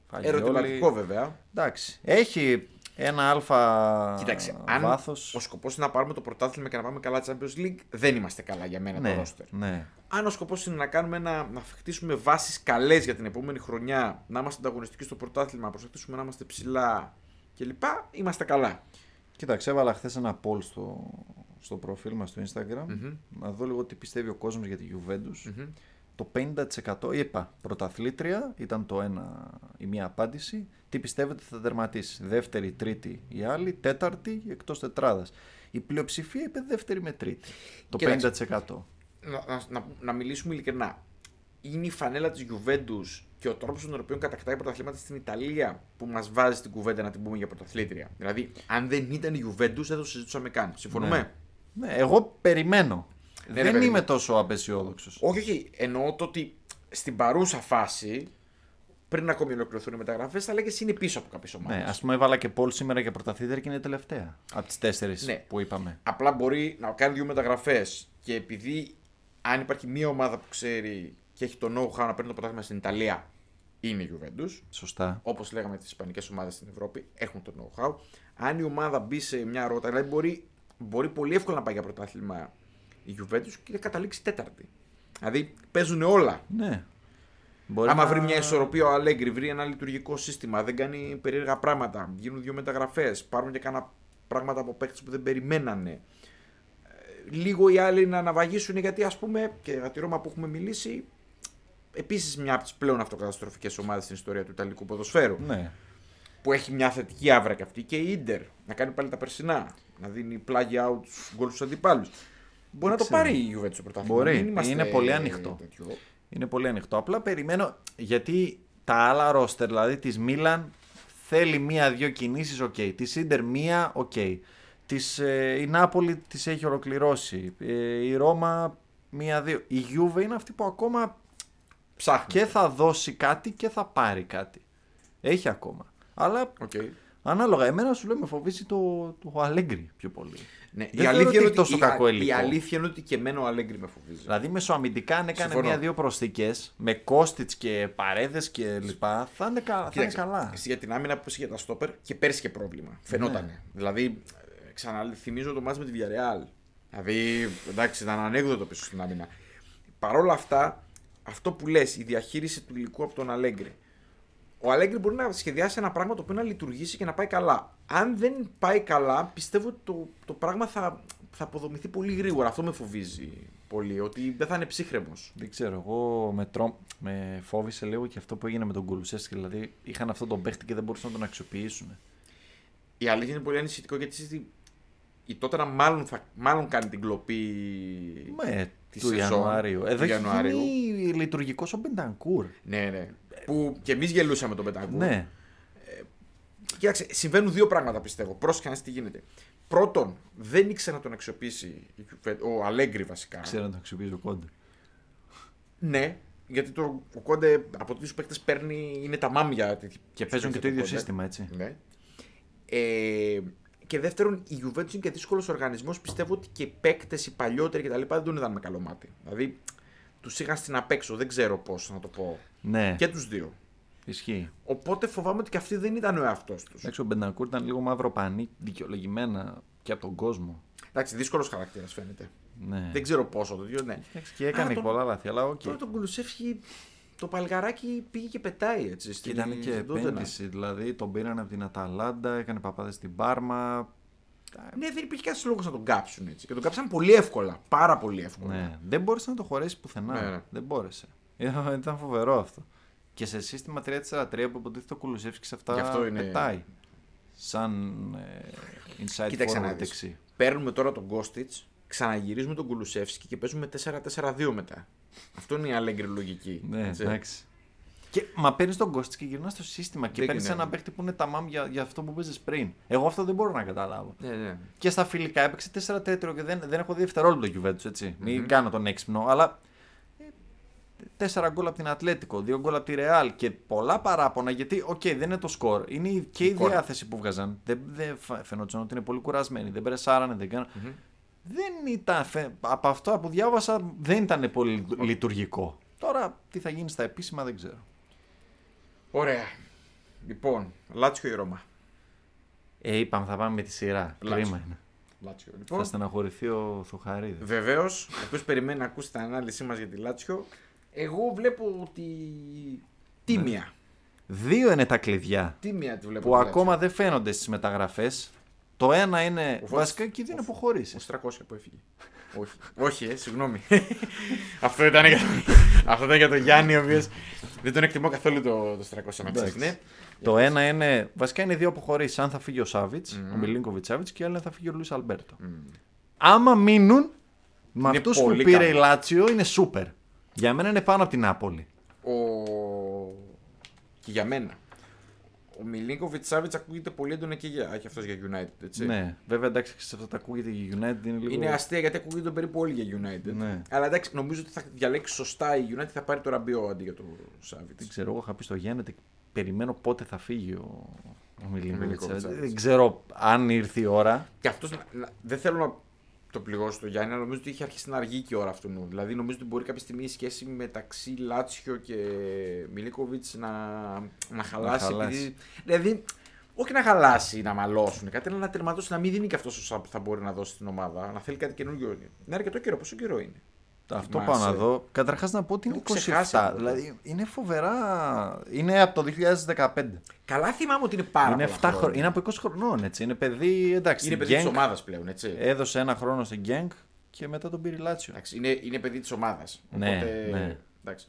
[SPEAKER 1] Φαγιόλη.
[SPEAKER 2] Ερωτηματικό βέβαια.
[SPEAKER 1] Εντάξει, έχει ένα αλφα
[SPEAKER 2] Κοίταξε, αν
[SPEAKER 1] βάθος.
[SPEAKER 2] ο σκοπός είναι να πάρουμε το πρωτάθλημα και να πάμε καλά Champions League, δεν είμαστε καλά για μένα το
[SPEAKER 1] Ναι,
[SPEAKER 2] roster.
[SPEAKER 1] ναι.
[SPEAKER 2] Αν ο σκοπός είναι να κάνουμε ένα, να χτίσουμε βάσεις καλές για την επόμενη χρονιά, να είμαστε ανταγωνιστικοί στο πρωτάθλημα, να προσπαθήσουμε να είμαστε ψηλά κλπ. Είμαστε καλά.
[SPEAKER 1] Κοίταξε, έβαλα χθες ένα poll στο, στο προφίλ μας στο Instagram
[SPEAKER 2] Μμμ.
[SPEAKER 1] να δω λίγο τι πιστεύει ο κόσμος για τη Juventus. Το 50% είπα πρωταθλήτρια, ήταν το ένα, η μία απάντηση. Τι πιστεύετε θα τερματίσει, δεύτερη, τρίτη η άλλη, τέταρτη εκτός τετράδας. Η πλειοψηφία είπε δεύτερη με τρίτη. Το
[SPEAKER 2] Κοίταξε.
[SPEAKER 1] 50%.
[SPEAKER 2] Να, να, να, να μιλήσουμε ειλικρινά. Είναι η φανέλα της Juventus και ο τρόπος με τον οποίο κατακτάει πρωταθλήματα στην Ιταλία που μας βάζει την κουβέντα να την πούμε για πρωταθλήτρια. Δηλαδή, αν δεν ήταν η Juventus, δεν το συζητούσαμε καν. Συμφωνούμε.
[SPEAKER 1] Ναι. Ναι, εγώ περιμένω.
[SPEAKER 2] Ναι, ρε,
[SPEAKER 1] Δεν
[SPEAKER 2] παιδί
[SPEAKER 1] είμαι
[SPEAKER 2] μου.
[SPEAKER 1] τόσο απεσιόδοξος.
[SPEAKER 2] Όχι, όχι. Εννοώ το ότι στην παρούσα φάση, πριν ακόμη ολοκληρωθούν οι μεταγραφές, θα λέγες είναι πίσω από κάποιες ομάδες.
[SPEAKER 1] Ναι, ας πούμε, έβαλα και poll σήμερα για πρωταθλήτρια και είναι τελευταία. Από τις τέσσερις
[SPEAKER 2] Ναι.
[SPEAKER 1] που είπαμε.
[SPEAKER 2] Απλά μπορεί να κάνει δύο μεταγραφές και επειδή αν υπάρχει μία ομάδα που ξέρει και έχει το know-how να παίρνει το πρωτάθλημα στην Ιταλία, είναι η Juventus.
[SPEAKER 1] Σωστά.
[SPEAKER 2] Όπως λέγαμε, τις ισπανικές ομάδες στην Ευρώπη έχουν το know-how. Αν η ομάδα μπει σε μια ρότα, δηλαδή μπορεί, μπορεί πολύ εύκολα να πάει για πρωτάθλημα η Juventus και να καταλήξει τέταρτη. Δηλαδή παίζουν όλα.
[SPEAKER 1] Ναι. Μπορεί
[SPEAKER 2] Άμα
[SPEAKER 1] να-
[SPEAKER 2] βρει μια ισορροπία ο Αλέγκρι, βρει ένα λειτουργικό σύστημα, δεν κάνει περίεργα πράγματα, γίνουν δύο μεταγραφές, πάρουν και κάνα πράγματα από παίκτες που δεν περιμένανε. Ε, Λίγο οι άλλοι να αναβαγίσουν γιατί ας πούμε και για τη Ρώμα που έχουμε μιλήσει, επίσης μια από τις πλέον αυτοκαταστροφικές ομάδες στην ιστορία του Ιταλικού ποδοσφαίρου.
[SPEAKER 1] Ναι.
[SPEAKER 2] Που έχει μια θετική άβρα και αυτή και η ντερ να κάνει πάλι τα περσινά, να δίνει πλάγια out γκολ στους αντιπάλους. Μπορεί να το
[SPEAKER 1] ξέρω.
[SPEAKER 2] πάρει η Juventus το πρωτάθλημα.
[SPEAKER 1] Μπορεί.
[SPEAKER 2] Μην είμαστε
[SPEAKER 1] Είναι πολύ ανοιχτό.
[SPEAKER 2] τέτοιο.
[SPEAKER 1] Είναι πολύ ανοιχτό. Απλά περιμένω γιατί τα άλλα ρόστερ, δηλαδή της Μίλαν, θέλει μία-δύο κινήσεις, οκ. Της Ιντερ μία, οκ. Της, ε, η Νάπολη τις έχει ολοκληρώσει. Ε, η Ρώμα μία-δύο. Η Γιούβε είναι αυτή που ακόμα
[SPEAKER 2] Ψάχνει.
[SPEAKER 1] και θα δώσει κάτι και θα πάρει κάτι. Έχει ακόμα. Αλλά
[SPEAKER 2] Οκ.
[SPEAKER 1] ανάλογα, εμένα σου λέω με φοβίζει το, το Αλέγκρι πιο πολύ.
[SPEAKER 2] Ναι,
[SPEAKER 1] Δεν
[SPEAKER 2] η,
[SPEAKER 1] θεωρώ
[SPEAKER 2] αλήθεια
[SPEAKER 1] ότι
[SPEAKER 2] είναι
[SPEAKER 1] έχει
[SPEAKER 2] ότι,
[SPEAKER 1] τόσο
[SPEAKER 2] η,
[SPEAKER 1] κακό
[SPEAKER 2] α- η
[SPEAKER 1] υλικό.
[SPEAKER 2] αλήθεια είναι ότι και εμένα ο Αλέγκρι με φοβίζει.
[SPEAKER 1] Δηλαδή μεσοαμυντικά αν έκανε
[SPEAKER 2] Συμφωνώ.
[SPEAKER 1] μία-δύο προσθήκες με Κώστιτς και παρέδες και λοιπά θα είναι, κα... θα είναι
[SPEAKER 2] Κοίταξε,
[SPEAKER 1] καλά.
[SPEAKER 2] εσύ για την άμυνα που είσαι για τα στόπερ και πέρσι και πρόβλημα. Φαινότανε. Δηλαδή, ε, ξανά θυμίζω το μάτς με τη Villarreal. Δηλαδή, εντάξει, ήταν ανέκδοτο πίσω στην άμυνα. Παρ' όλα αυτά, αυτό που λες, η διαχείριση του υλικού από τον Αλέγκρι. Ο Αλέγκρι μπορεί να σχεδιάσει ένα πράγμα το οποίο να λειτουργήσει και να πάει καλά. Αν δεν πάει καλά, πιστεύω ότι το, το πράγμα θα, θα αποδομηθεί πολύ γρήγορα. Αυτό με φοβίζει πολύ, ότι δεν θα είναι ψύχρεμος.
[SPEAKER 1] Δεν ξέρω, εγώ με, τρό... με φόβησε λίγο και αυτό που έγινε με τον Κουλουσέσκι. Δηλαδή είχαν αυτόν τον παίχτη και δεν μπορούσαν να τον αξιοποιήσουν.
[SPEAKER 2] Η αλήθεια είναι πολύ ανησυχητικό γιατί στη- η τότερα μάλλον, θα, μάλλον κάνει την κλοπή.
[SPEAKER 1] Με
[SPEAKER 2] Ε, Τη
[SPEAKER 1] του
[SPEAKER 2] σεζόν
[SPEAKER 1] Ιανουάριου.
[SPEAKER 2] του
[SPEAKER 1] Εδώ έχει
[SPEAKER 2] Ιανουαρίου.
[SPEAKER 1] γίνει λειτουργικός ο Μπεντανκούρ.
[SPEAKER 2] Ναι, ναι. Που και εμείς γελούσαμε τον Πενταγκούρ.
[SPEAKER 1] Ναι.
[SPEAKER 2] Κοίταξε, συμβαίνουν δύο πράγματα πιστεύω. Πρόσεχε να δεις τι γίνεται. Πρώτον, δεν ήξερε να τον αξιοποιήσει η Juve- ο Αλέγκρι βασικά.
[SPEAKER 1] Ξέρω να τον αξιοποιήσει ο Κόντε.
[SPEAKER 2] Ναι, γιατί το, ο Κόντε από του παίκτες παίρνει. είναι τα μάμια.
[SPEAKER 1] Και παίζουν και το ίδιο σύστημα, έτσι.
[SPEAKER 2] Ναι. Ε, και δεύτερον, η Juventus είναι και δύσκολος οργανισμός. Πιστεύω ότι και οι παίκτες, οι παλιότεροι κτλ. δεν τον είδαν με καλό μάτι. Δηλαδή, τους είχαν στην απέξω, δεν ξέρω πώς να το πω.
[SPEAKER 1] Ναι,
[SPEAKER 2] Και τους δύο.
[SPEAKER 1] ισχύει.
[SPEAKER 2] Οπότε φοβάμαι ότι και αυτοί δεν ήταν ο εαυτός τους.
[SPEAKER 1] Εντάξει, ο Μπεντανκούρ ήταν λίγο μαύρο πανί, δικαιολογημένα και από τον κόσμο.
[SPEAKER 2] Εντάξει, δύσκολος χαρακτήρας φαίνεται.
[SPEAKER 1] Ναι.
[SPEAKER 2] Δεν ξέρω πόσο το δύο, ναι.
[SPEAKER 1] Εντάξει, και έκανε
[SPEAKER 2] Α, τον-
[SPEAKER 1] πολλά λάθη, αλλά οκ.
[SPEAKER 2] Τώρα τον Κουλουσέφσκι, το παλγαράκι πήγε και πετάει έτσι.
[SPEAKER 1] Και
[SPEAKER 2] στην-
[SPEAKER 1] ήταν και
[SPEAKER 2] στην Τότεναμ.
[SPEAKER 1] επένδυση, δηλαδή τον πήραν από την Αταλάντα, έκανε παπάδες στην Πάρμα.
[SPEAKER 2] Ναι, δεν υπήρχε κανένας λόγος να τον κάψουν έτσι. Και τον κάψαν πολύ εύκολα. Πάρα πολύ εύκολα.
[SPEAKER 1] Ναι. Δεν μπόρεσε να το χωρέσει πουθενά.
[SPEAKER 2] Ναι, ναι.
[SPEAKER 1] Δεν μπόρεσε. Ήταν, ήταν φοβερό αυτό. Και σε σύστημα 3-4-3 που υποτίθεται ο Κουλουσεύσκης σε αυτά
[SPEAKER 2] Γι' αυτό είναι-
[SPEAKER 1] πετάει. Σαν ε, inside
[SPEAKER 2] Κοίταξε να δεις.
[SPEAKER 1] forward δεξί.
[SPEAKER 2] Παίρνουμε τώρα τον Κώστιτ ξαναγυρίζουμε τον Κουλουσεύσκι και παίζουμε 4-4-2 μετά. Αυτό είναι η αλέγκρη λογική.
[SPEAKER 1] Ναι,
[SPEAKER 2] έτσι.
[SPEAKER 1] εντάξει. Και, μα παίρνεις τον κόστη και γυρνάς στο σύστημα και
[SPEAKER 2] Δεν
[SPEAKER 1] παίρνεις
[SPEAKER 2] γίνεται.
[SPEAKER 1] ένα παίχτη που είναι τα μάμ για, για αυτό που παίζει πριν. Εγώ αυτό δεν μπορώ να καταλάβω.
[SPEAKER 2] Ναι, ναι.
[SPEAKER 1] Και στα φιλικά έπαιξε 4 τέτοιο και δεν, δεν έχω δει δευτερόλεπτο Γιουβέντου, έτσι. Μην κάνω τον έξυπνο, αλλά. 4 γκολ από την Ατλέτικο, 2 γκολ από τη Ρεάλ και πολλά παράπονα γιατί, οκ, δεν είναι το σκορ. Είναι η- και η
[SPEAKER 2] Εικόνα.
[SPEAKER 1] διάθεση που βγαζαν. Δεν, δεν φα- φαινόταν ότι είναι πολύ κουρασμένοι, δεν περσάρανε, δεν κανανε Δεν ήταν. φε- Από αυτό που διάβασα δεν ήταν πολύ λειτουργικό. Τώρα τι θα γίνει στα επίσημα δεν ξέρω.
[SPEAKER 2] Ωραία. Λοιπόν, Λάτσιο ή Ρώμα.
[SPEAKER 1] Ε, είπαμε θα πάμε με τη σειρά.
[SPEAKER 2] Λάτσιο.
[SPEAKER 1] Κρίμα είναι.
[SPEAKER 2] Λάτσιο,
[SPEAKER 1] Θα
[SPEAKER 2] λοιπόν.
[SPEAKER 1] στεναχωρηθεί ο Θοχαρίδης.
[SPEAKER 2] Βεβαίως, όποιο περιμένει να ακούσει την ανάλυση μας για τη Λάτσιο, εγώ βλέπω ότι.
[SPEAKER 1] Ναι.
[SPEAKER 2] Τίμια.
[SPEAKER 1] Δύο είναι τα κλειδιά.
[SPEAKER 2] Τίμια τη βλέπω.
[SPEAKER 1] που
[SPEAKER 2] τη Λάτσιο.
[SPEAKER 1] ακόμα δεν φαίνονται στις μεταγραφές. Το ένα είναι
[SPEAKER 2] Ο Φώτης-
[SPEAKER 1] βασικά και δεν είναι αποχωρήσει.
[SPEAKER 2] Ο Στρακόσια που έφυγε. Όχι, όχι, ε, συγγνώμη. Αυτό ήταν για, αυτό ήταν για τον Γιάννη, ο οποίος δεν τον εκτιμώ καθόλου το, το Στρακόσια να ξέρεις. Ναι.
[SPEAKER 1] Το ένα είναι. Βασικά είναι δύο αποχωρήσει. Αν θα φύγει ο Σάβιτ, ο Μιλίνκοβιτ Σάβιτ και η άλλη αν θα φύγει ο Λουίς Αλμπέρτο. Άμα μείνουν, με
[SPEAKER 2] Είναι
[SPEAKER 1] αυτούς που
[SPEAKER 2] πολύ
[SPEAKER 1] πήρε
[SPEAKER 2] καλό.
[SPEAKER 1] η Λάτσιο είναι σούπερ. Για μένα είναι πάνω από την Νάπολη.
[SPEAKER 2] Ο... Και για μένα. Ο Μιλίνκοβιτ Σάβιτ ακούγεται πολύ έντονα και, για... και αυτός για United. Έτσι.
[SPEAKER 1] Ναι, βέβαια εντάξει, σε αυτό τα ακούγεται η United είναι λίγο.
[SPEAKER 2] Είναι αστεία γιατί ακούγεται περίπου όλοι για United.
[SPEAKER 1] Ναι.
[SPEAKER 2] Αλλά εντάξει, νομίζω ότι θα διαλέξει σωστά η United θα πάρει το Ραμπιό αντί για το Σάβιτ.
[SPEAKER 1] Δεν ξέρω, εγώ είχα πει στο Γιάννη ότι περιμένω πότε θα φύγει ο, ο Μιλίνκοβιτ
[SPEAKER 2] Μιλίνκοβιτς-Σάβιτς.
[SPEAKER 1] Δεν ξέρω αν ήρθε η ώρα.
[SPEAKER 2] Και αυτός. Δεν θέλω να το πληγώσω το Γιάννη, αλλά νομίζω ότι είχε αρχίσει να αργεί και η ώρα αυτού. Δηλαδή, νομίζω ότι μπορεί κάποια στιγμή η σχέση μεταξύ Λάτσιο και Μιλίκοβιτ να, να χαλάσει.
[SPEAKER 1] χαλάσει.
[SPEAKER 2] επειδή- δηλαδή, όχι να χαλάσει, να μαλώσουν κάτι, αλλά να τερματώσει, να μην δίνει και αυτός όσα θα μπορεί να δώσει στην ομάδα. Να θέλει κάτι καινούργιο. Είναι αρκετό καιρό, πόσο καιρό είναι.
[SPEAKER 1] Αυτό
[SPEAKER 2] Θυμάσαι.
[SPEAKER 1] πάω να δω. Καταρχάς να πω ότι είναι
[SPEAKER 2] Έχω
[SPEAKER 1] 27.
[SPEAKER 2] ξεχάσει.
[SPEAKER 1] Δηλαδή είναι φοβερά. Είναι από το 2015.
[SPEAKER 2] Καλά θυμάμαι ότι είναι πάρα
[SPEAKER 1] είναι, 7
[SPEAKER 2] πολλά.
[SPEAKER 1] χρον- είναι από 20 χρονών έτσι. Είναι παιδί. Εντάξει,
[SPEAKER 2] Είναι
[SPEAKER 1] στην
[SPEAKER 2] παιδί της
[SPEAKER 1] Genk
[SPEAKER 2] ομάδας πλέον, έτσι.
[SPEAKER 1] Έδωσε ένα χρόνο στην Γκένγκ και μετά τον πήρε η Λάτσιο.
[SPEAKER 2] Εντάξει, είναι, είναι παιδί της ομάδας.
[SPEAKER 1] Ναι, ναι.
[SPEAKER 2] Εντάξει.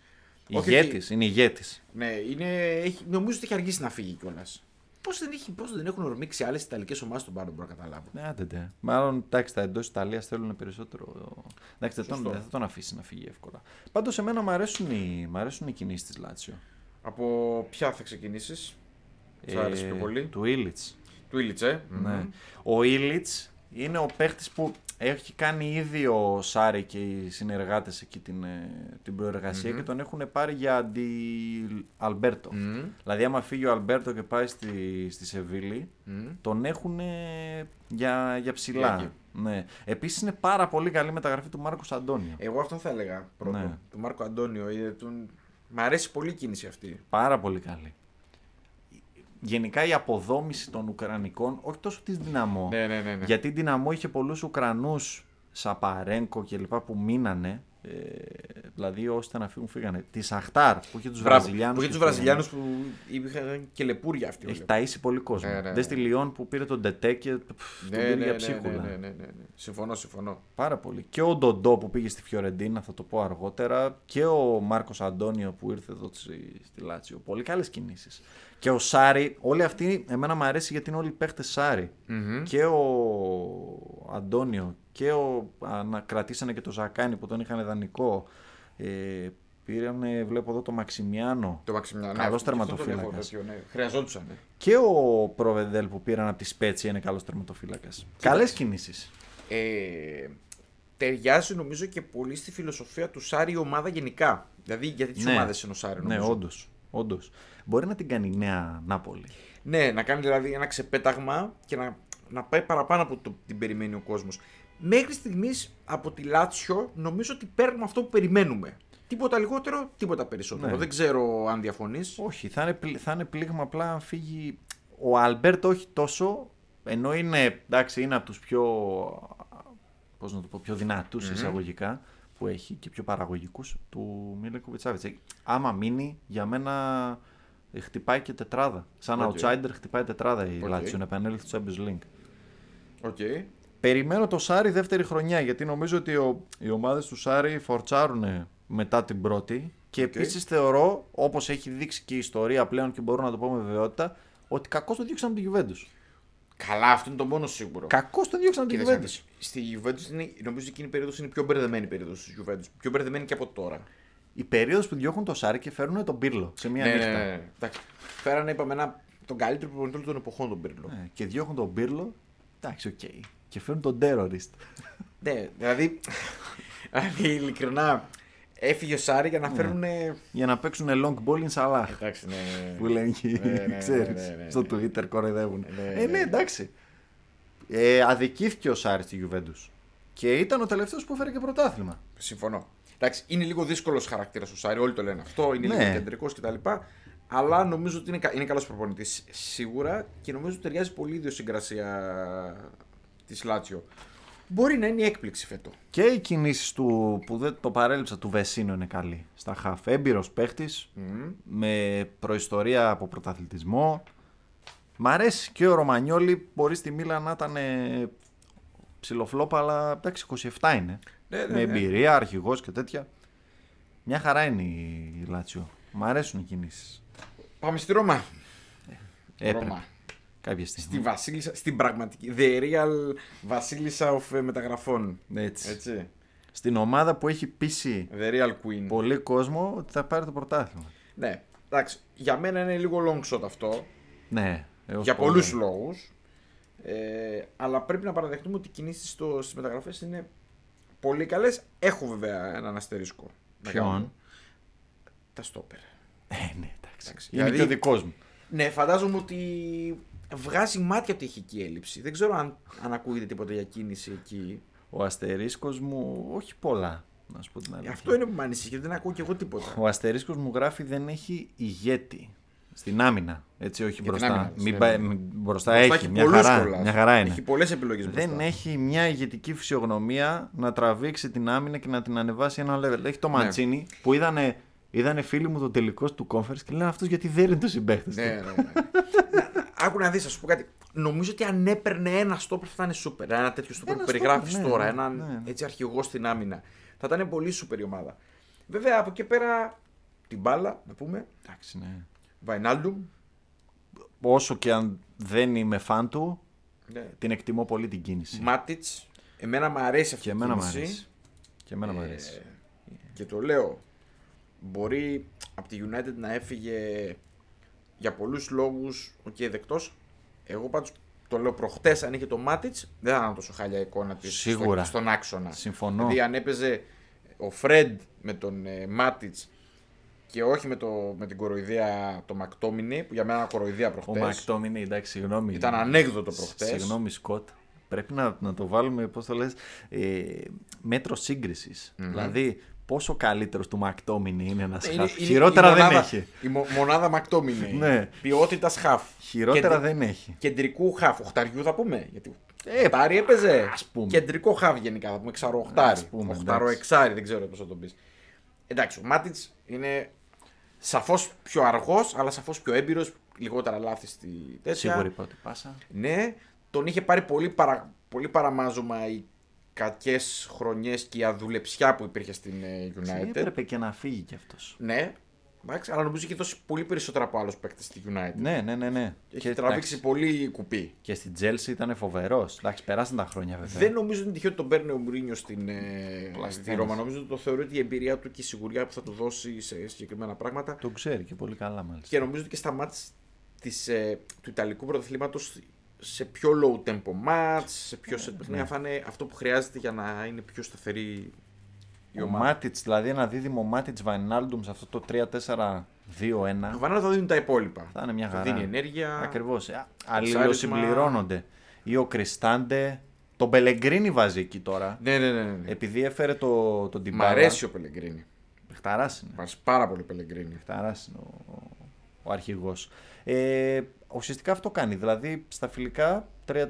[SPEAKER 2] Όχι ότι-
[SPEAKER 1] Ηγέτη, είναι ηγέτης.
[SPEAKER 2] Ναι, είναι, έχει, νομίζω ότι έχει αργήσει να φύγει κιόλας. Πώς δεν, έχει- πώς δεν έχουν ορμήξει άλλες Ιταλικές ομάδες τον πάνω, μπορώ να καταλάβω.
[SPEAKER 1] Ναι, άντε, ντε. Μάλλον εντάξει, τα εντός Ιταλίας θέλουν περισσότερο. Εντάξει, δεν τον-
[SPEAKER 2] Σωστό.
[SPEAKER 1] δεν θα τον αφήσει να φύγει εύκολα. Πάντως, εμένα μου αρέσουν οι, μ' αρέσουν οι κινήσεις της Λάτσιο.
[SPEAKER 2] Από ποια θα ξεκινήσεις, ε... Σου άρεσε πιο πολύ. Του,
[SPEAKER 1] Του Ήλιτς.
[SPEAKER 2] του Ήλιτς, ε.
[SPEAKER 1] Ναι. Ο Ήλιτ είναι ο παίχτης που έχει κάνει ήδη ο Σάρη και οι συνεργάτες εκεί την, ε, την προεργασια και τον έχουν πάρει για αντι Αλμπέρτο.
[SPEAKER 2] Μμμ.
[SPEAKER 1] Δηλαδή, άμα φύγει ο Αλμπέρτο και πάει στη, στη Σεβίλη,
[SPEAKER 2] Μμμ.
[SPEAKER 1] τον έχουν για, για
[SPEAKER 2] Εκεί.
[SPEAKER 1] ψηλά. Ναι. Επίσης, είναι πάρα πολύ καλή μεταγραφή του Μάρκος Αντώνιο.
[SPEAKER 2] Εγώ αυτό θα έλεγα πρώτο.
[SPEAKER 1] Ναι.
[SPEAKER 2] Του Μάρκο Αντώνιο. ε, Τον... Μ' αρέσει πολύ η κίνηση αυτή.
[SPEAKER 1] Πάρα πολύ καλή. Γενικά η αποδόμηση των Ουκρανικών, όχι τόσο τη δυναμό.
[SPEAKER 2] ναι, ναι. ναι.
[SPEAKER 1] Γιατί η Δυναμό είχε πολλούς Ουκρανούς, Σαπαρένκο και λοιπά που μείνανε. Ε, δηλαδή όσοι ήταν να φύγουν φύγανε. Τη Αχτάρ που είχε τους
[SPEAKER 2] Μπράβο,
[SPEAKER 1] Βραζιλιάνους.
[SPEAKER 2] Που είχε
[SPEAKER 1] και
[SPEAKER 2] τους
[SPEAKER 1] φύγανε.
[SPEAKER 2] Βραζιλιάνους που είχαν και λεπούρια αυτοί.
[SPEAKER 1] Έχει
[SPEAKER 2] όλοι.
[SPEAKER 1] ταΐσει πολύ κόσμο.
[SPEAKER 2] Ε, ναι,
[SPEAKER 1] Δε στη
[SPEAKER 2] ναι.
[SPEAKER 1] Λιόν που πήρε τον Τετέ και πφ, τον
[SPEAKER 2] ναι,
[SPEAKER 1] πήρε
[SPEAKER 2] ναι,
[SPEAKER 1] για
[SPEAKER 2] ναι,
[SPEAKER 1] ψίχουλα.
[SPEAKER 2] ναι, ναι, ναι, ναι. Συμφωνώ, συμφωνώ.
[SPEAKER 1] Πάρα πολύ. Και ο Ντοντό που πήγε στη Φιωρεντίνα, θα το πω αργότερα. Και ο Μάρκος Αντώνιο που ήρθε εδώ στη, στη Λάτσιο. Πολύ καλές κινήσεις. Και ο Σάρι, όλοι αυτοί, εμένα μου αρέσει γιατί είναι όλοι παίχτες Σάρι. Και ο Αντώνιο και ο. ανα- κρατήσανε και το Ζακάνι που τον είχαν δανεικό. Ε, πήρανε, βλέπω εδώ, το Μαξιμιάνο.
[SPEAKER 2] Το Μαξιμιλιάνο.
[SPEAKER 1] Καλός
[SPEAKER 2] αυτό- αυτό τον
[SPEAKER 1] τερματοφύλακας.
[SPEAKER 2] έχω τέτοιο, ναι. Χρειαζόντουσαν. ε.
[SPEAKER 1] Και ο Προβεντέλ που πήραν από τη Σπέτσι είναι καλός τερματοφύλακας. Καλές κινήσεις.
[SPEAKER 2] ε, ταιριάζει νομίζω και πολύ στη φιλοσοφία του Σάρη η ομάδα γενικά. Δηλαδή γιατί τις ομάδες είναι ο Σάρη
[SPEAKER 1] Ναι,
[SPEAKER 2] νομίζω.
[SPEAKER 1] όντως. Όντως. Μπορεί να την κάνει η νέα Νάπολη.
[SPEAKER 2] Ναι, να κάνει δηλαδή ένα ξεπέταγμα και να, να πάει παραπάνω από το την περιμένει ο κόσμος. Μέχρι στιγμής από τη Λάτσιο νομίζω ότι παίρνουμε αυτό που περιμένουμε. Τίποτα λιγότερο, τίποτα περισσότερο.
[SPEAKER 1] Ναι.
[SPEAKER 2] Δεν ξέρω αν διαφωνείς.
[SPEAKER 1] Όχι, θα είναι, πλη- θα είναι πλήγμα απλά αν φύγει. Ο Αλμπέρτο όχι τόσο, ενώ είναι, εντάξει, είναι από τους πιο, πώς να το πω, πιο δυνατους εισαγωγικά που έχει και πιο παραγωγικούς του Μίλε Κουβιτσάβιτς. Ε, Άμα μείνει, για μένα ε, χτυπάει και τετράδα. Σαν
[SPEAKER 2] Οκ.
[SPEAKER 1] outsider χτυπάει τετράδα η
[SPEAKER 2] Οκ.
[SPEAKER 1] Λάτσιο, να επανέλθει στο Champions League.
[SPEAKER 2] Οκ.
[SPEAKER 1] Περιμένω το Σάρι δεύτερη χρονιά γιατί νομίζω ότι ο, οι ομάδες του Σάρι φορτσάρουν μετά την πρώτη και
[SPEAKER 2] Οκ.
[SPEAKER 1] επίσης θεωρώ όπως έχει δείξει και η ιστορία πλέον και μπορώ να το πω με βεβαιότητα ότι κακώς το διώξαν από την Juventus.
[SPEAKER 2] Καλά, αυτό είναι το μόνο σίγουρο.
[SPEAKER 1] Κακώς το διώξαν από την
[SPEAKER 2] Κοίταξε να
[SPEAKER 1] Juventus.
[SPEAKER 2] δεις. στη Juventus είναι, νομίζω ότι εκείνη η περίοδος είναι η πιο μπερδεμένη περίοδος της Juventus. Πιο μπερδεμένη και από τώρα.
[SPEAKER 1] Η περίοδος που διώχνουν το Σάρι και φέρνουν τον Πύρλο σε
[SPEAKER 2] Ναι,
[SPEAKER 1] μία νύχτα.
[SPEAKER 2] Εντάξει. Φέρανε, είπαμε, ένα, τον καλύτερο προπονητή όλων των εποχών τον Πύρλο.
[SPEAKER 1] Ναι, και διώχνουν τον Πύρλο. Εντάξει, οκ. Και φέρνουν τον Terrorist.
[SPEAKER 2] Ναι, δηλαδή. δηλαδή, ειλικρινά. Έφυγε ο Σάρη
[SPEAKER 1] Ναι.
[SPEAKER 2] για να φέρουν.
[SPEAKER 1] για να παίξουν long ball in Salah.
[SPEAKER 2] Εντάξει, ναι.
[SPEAKER 1] που λένε και
[SPEAKER 2] Ναι, ναι, ναι,
[SPEAKER 1] ξέρεις,
[SPEAKER 2] ναι, ναι, ναι.
[SPEAKER 1] στο Twitter κοροϊδεύουν.
[SPEAKER 2] Ναι,
[SPEAKER 1] ε, ναι,
[SPEAKER 2] ναι.
[SPEAKER 1] εντάξει. Ε, αδικήθηκε ο Σάρι στη Juventus. Και ήταν ο τελευταίος που έφερε και πρωτάθλημα.
[SPEAKER 2] Συμφωνώ. Εντάξει, είναι λίγο δύσκολος χαρακτήρας ο Σάρη, όλοι το λένε αυτό. Είναι
[SPEAKER 1] Ναι.
[SPEAKER 2] λίγο κεντρικός κτλ. Αλλά νομίζω ότι είναι, κα- είναι καλός προπονητής σίγουρα και νομίζω ότι ταιριάζει πολύ η ιδιοσυγκρασία της Λάτσιο. Μπορεί να είναι η έκπληξη φέτο.
[SPEAKER 1] Και οι κινήσεις του που δεν το παρέλειψα του Βεσίνο είναι καλή. Στα χαφ. Έμπειρος παίχτης. Με προϊστορία από πρωταθλητισμό. Μ' αρέσει και ο Ρωμανιόλη. Μπορεί στη Μίλα να ήταν ε, ψηλοφλόπα, αλλά εντάξει, 27 είναι.
[SPEAKER 2] Ναι, ναι,
[SPEAKER 1] με
[SPEAKER 2] ναι.
[SPEAKER 1] εμπειρία, αρχηγός και τέτοια. Μια χαρά είναι η Λάτσιο. Μ' αρέσουν οι κινήσεις.
[SPEAKER 2] Πάμε στη Ρώμα.
[SPEAKER 1] Έπρεπε.
[SPEAKER 2] Ρώμα.
[SPEAKER 1] Κάποια στιγμή.
[SPEAKER 2] Στη βασίλισσα, στην πραγματική. The real βασίλισσα of ε, μεταγραφών.
[SPEAKER 1] Έτσι.
[SPEAKER 2] Έτσι.
[SPEAKER 1] Στην ομάδα που έχει πείσει
[SPEAKER 2] The real queen.
[SPEAKER 1] πολύ κόσμο ότι θα πάρει το πρωτάθλημα.
[SPEAKER 2] Ναι. Εντάξει, για μένα είναι λίγο long shot αυτό.
[SPEAKER 1] Ναι. έως
[SPEAKER 2] για
[SPEAKER 1] πολύ.
[SPEAKER 2] πολλούς λόγους. Ε, αλλά πρέπει να παραδεχτούμε ότι οι κινήσεις στις μεταγραφές είναι πολύ καλές. Έχω βέβαια έναν αστερίσκο. να
[SPEAKER 1] Ποιον.
[SPEAKER 2] κάνω. Τα στόπερ.
[SPEAKER 1] Ε, ναι, εντάξει.
[SPEAKER 2] Εντάξει,
[SPEAKER 1] Είναι
[SPEAKER 2] δηλαδή-
[SPEAKER 1] και ο δικός μου.
[SPEAKER 2] Ναι, φαντάζομαι ότι βγάζει μάτια από τη ηχική έλλειψη. Δεν ξέρω αν, αν ακούγεται τίποτα για κίνηση εκεί.
[SPEAKER 1] Ο αστερίσκος μου, όχι πολλά. Να σου πω την αλήθεια.
[SPEAKER 2] Αυτό είναι που με ανησυχεί, δεν ακούω και εγώ τίποτα.
[SPEAKER 1] Ο αστερίσκος μου γράφει δεν έχει ηγέτη. Στην άμυνα. Έτσι, όχι
[SPEAKER 2] Για την
[SPEAKER 1] μπροστά.
[SPEAKER 2] άμυνα,
[SPEAKER 1] Μην
[SPEAKER 2] ναι,
[SPEAKER 1] πα-
[SPEAKER 2] ναι.
[SPEAKER 1] μην- μπροστά,
[SPEAKER 2] Μπροστά
[SPEAKER 1] έχει. μια,
[SPEAKER 2] πολλούς
[SPEAKER 1] χαρά,
[SPEAKER 2] κιόλας.
[SPEAKER 1] μια χαρά είναι.
[SPEAKER 2] Έχει πολλές επιλογές
[SPEAKER 1] Δεν έχει μια ηγετική φυσιογνωμία να τραβήξει την άμυνα και να την ανεβάσει ένα level. Έχει το
[SPEAKER 2] Ναι.
[SPEAKER 1] Μαντσίνη που είδανε, είδανε φίλοι μου το τελικός του conference και λένε αυτός γιατί δεν είναι το συμπαίχτη.
[SPEAKER 2] Ναι, ναι, ναι. Άκου να δεις, α σου πω κάτι. Νομίζω ότι αν έπαιρνε ένα στόπερ θα ήταν σούπερ. Ένα τέτοιο στόπερ
[SPEAKER 1] Ένα
[SPEAKER 2] που
[SPEAKER 1] στόπερ,
[SPEAKER 2] περιγράφεις
[SPEAKER 1] ναι,
[SPEAKER 2] τώρα,
[SPEAKER 1] ναι,
[SPEAKER 2] έναν
[SPEAKER 1] ναι, ναι.
[SPEAKER 2] έτσι αρχηγό στην άμυνα. Θα ήταν πολύ σούπερ η ομάδα. Βέβαια από εκεί πέρα την μπάλα, να πούμε.
[SPEAKER 1] Εντάξει, ναι.
[SPEAKER 2] Βαϊνάλντουμ.
[SPEAKER 1] Όσο και αν δεν είμαι φαν του,
[SPEAKER 2] Ναι.
[SPEAKER 1] την εκτιμώ πολύ την κίνηση.
[SPEAKER 2] Μάτιτ. Εμένα μου αρέσει αυτή
[SPEAKER 1] Και
[SPEAKER 2] η
[SPEAKER 1] εμένα μου
[SPEAKER 2] κίνηση.
[SPEAKER 1] αρέσει. Και εμένα μου αρέσει.
[SPEAKER 2] Και το λέω. Μπορεί από τη United να έφυγε για πολλούς λόγους οκ δεκτός. Εγώ πάντως το λέω προχτές αν είχε το Μάτιτς δεν θα ήταν τόσο χάλια εικόνα της στο-
[SPEAKER 1] Σίγουρα.
[SPEAKER 2] στον άξονα.
[SPEAKER 1] Συμφωνώ.
[SPEAKER 2] Δηλαδή αν έπαιζε ο Φρέντ με τον ε, Μάτιτς και όχι με, το, με την κοροϊδία το Μακτόμινι που για μένα ήταν κοροϊδία
[SPEAKER 1] Ο
[SPEAKER 2] προχτές.
[SPEAKER 1] Μακτόμινι, εντάξει, συγγνώμη.
[SPEAKER 2] Ήταν ανέκδοτο προχτές.
[SPEAKER 1] Συγγνώμη, Σκοτ. Πρέπει να, να το βάλουμε, πώς το λες, ε, μέτρο σύγκρισης. Δηλαδή, πόσο καλύτερος του Μακτόμινι είναι ένας
[SPEAKER 2] Είναι-
[SPEAKER 1] χάφ.
[SPEAKER 2] είναι
[SPEAKER 1] Χειρότερα
[SPEAKER 2] η
[SPEAKER 1] δεν
[SPEAKER 2] μονάδα-
[SPEAKER 1] έχει.
[SPEAKER 2] Η μο- μονάδα Μακτόμινι.
[SPEAKER 1] Ναι.
[SPEAKER 2] Ποιότητας χαφ.
[SPEAKER 1] Χειρότερα
[SPEAKER 2] Κεντρι-
[SPEAKER 1] δεν έχει.
[SPEAKER 2] κεντρικού χαφ. Οχταριού θα πούμε. Γιατί
[SPEAKER 1] Ε,
[SPEAKER 2] οχτάρι έπαιζε.
[SPEAKER 1] ας πούμε.
[SPEAKER 2] Κεντρικό χαφ γενικά θα πούμε.
[SPEAKER 1] Ας
[SPEAKER 2] Ξαροοχτάρι.
[SPEAKER 1] πούμε, εντάξει.
[SPEAKER 2] Οχταροεξάρι, δεν ξέρω πώς θα τον πεις. Εντάξει, ο Μάτιτ είναι σαφώς πιο αργός, αλλά σαφώς πιο έμπειρος. Λιγότερα λάθη στη τέτοια.
[SPEAKER 1] Σίγουρη πρώτη πάσα.
[SPEAKER 2] Ναι, τον είχε πάρει πολύ, παρα, πολύ παραμάζωμα οι κακές χρονιές και η αδουλεψιά που υπήρχε στην ε, United.
[SPEAKER 1] Ναι, Έπρεπε και να φύγει κι αυτός.
[SPEAKER 2] Ναι, εντάξει, αλλά νομίζω είχε δώσει πολύ περισσότερα από άλλους παίκτες στη United.
[SPEAKER 1] Ναι, ναι, ναι. ναι.
[SPEAKER 2] Έχει τραβήξει
[SPEAKER 1] εντάξει,
[SPEAKER 2] πολύ κουπί.
[SPEAKER 1] και στην Τζέλση ήταν φοβερός. Εντάξει, περάσαν τα χρόνια βέβαια.
[SPEAKER 2] Ναι. Δεν νομίζω ότι είναι τυχαίο ότι τον παίρνει ο Μουρίνιο στην ε, στη
[SPEAKER 1] Πλαστένης.
[SPEAKER 2] Ρώμα. Νομίζω ότι το θεωρεί ότι η εμπειρία του και η σιγουριά που θα του δώσει σε συγκεκριμένα πράγματα.
[SPEAKER 1] Το ξέρει και πολύ καλά μάλιστα.
[SPEAKER 2] Και νομίζω ότι και στα μάτς της, ε, του Ιταλικού πρωταθλήματος σε πιο low tempo match, σε πιο
[SPEAKER 1] Ναι,
[SPEAKER 2] set παιχνίδια θα είναι αυτό που χρειάζεται για να είναι πιο σταθερή η
[SPEAKER 1] Ο
[SPEAKER 2] ομάδα.
[SPEAKER 1] Μάτιτ, δηλαδή ένα δίδυμο Μάτιτ Βαϊνάλντουμ σε αυτό το 3-4-2-1.
[SPEAKER 2] Ο Βανάλο θα δίνουν τα υπόλοιπα.
[SPEAKER 1] Θα είναι μια χαρά.
[SPEAKER 2] δίνει ενέργεια.
[SPEAKER 1] Ακριβώς.
[SPEAKER 2] Ψάρισμα.
[SPEAKER 1] Αλληλοσυμπληρώνονται. Ή ο Κριστάντε. Τον Πελεγκρίνη βάζει εκεί τώρα.
[SPEAKER 2] Ναι, ναι, ναι. ναι. ναι.
[SPEAKER 1] Επειδή έφερε το, τον
[SPEAKER 2] Μ'
[SPEAKER 1] Τιμπάρα.
[SPEAKER 2] αρέσει ο Πελεγκρίνη.
[SPEAKER 1] Παιχταράς είναι.
[SPEAKER 2] Μ' αρέσει πάρα πολύ ο Πελεγκρίνη.
[SPEAKER 1] Παιχταράς είναι ο, ο αρχηγός. Ε, ουσιαστικά αυτό κάνει. Δηλαδή στα φιλικά 3-4-2-1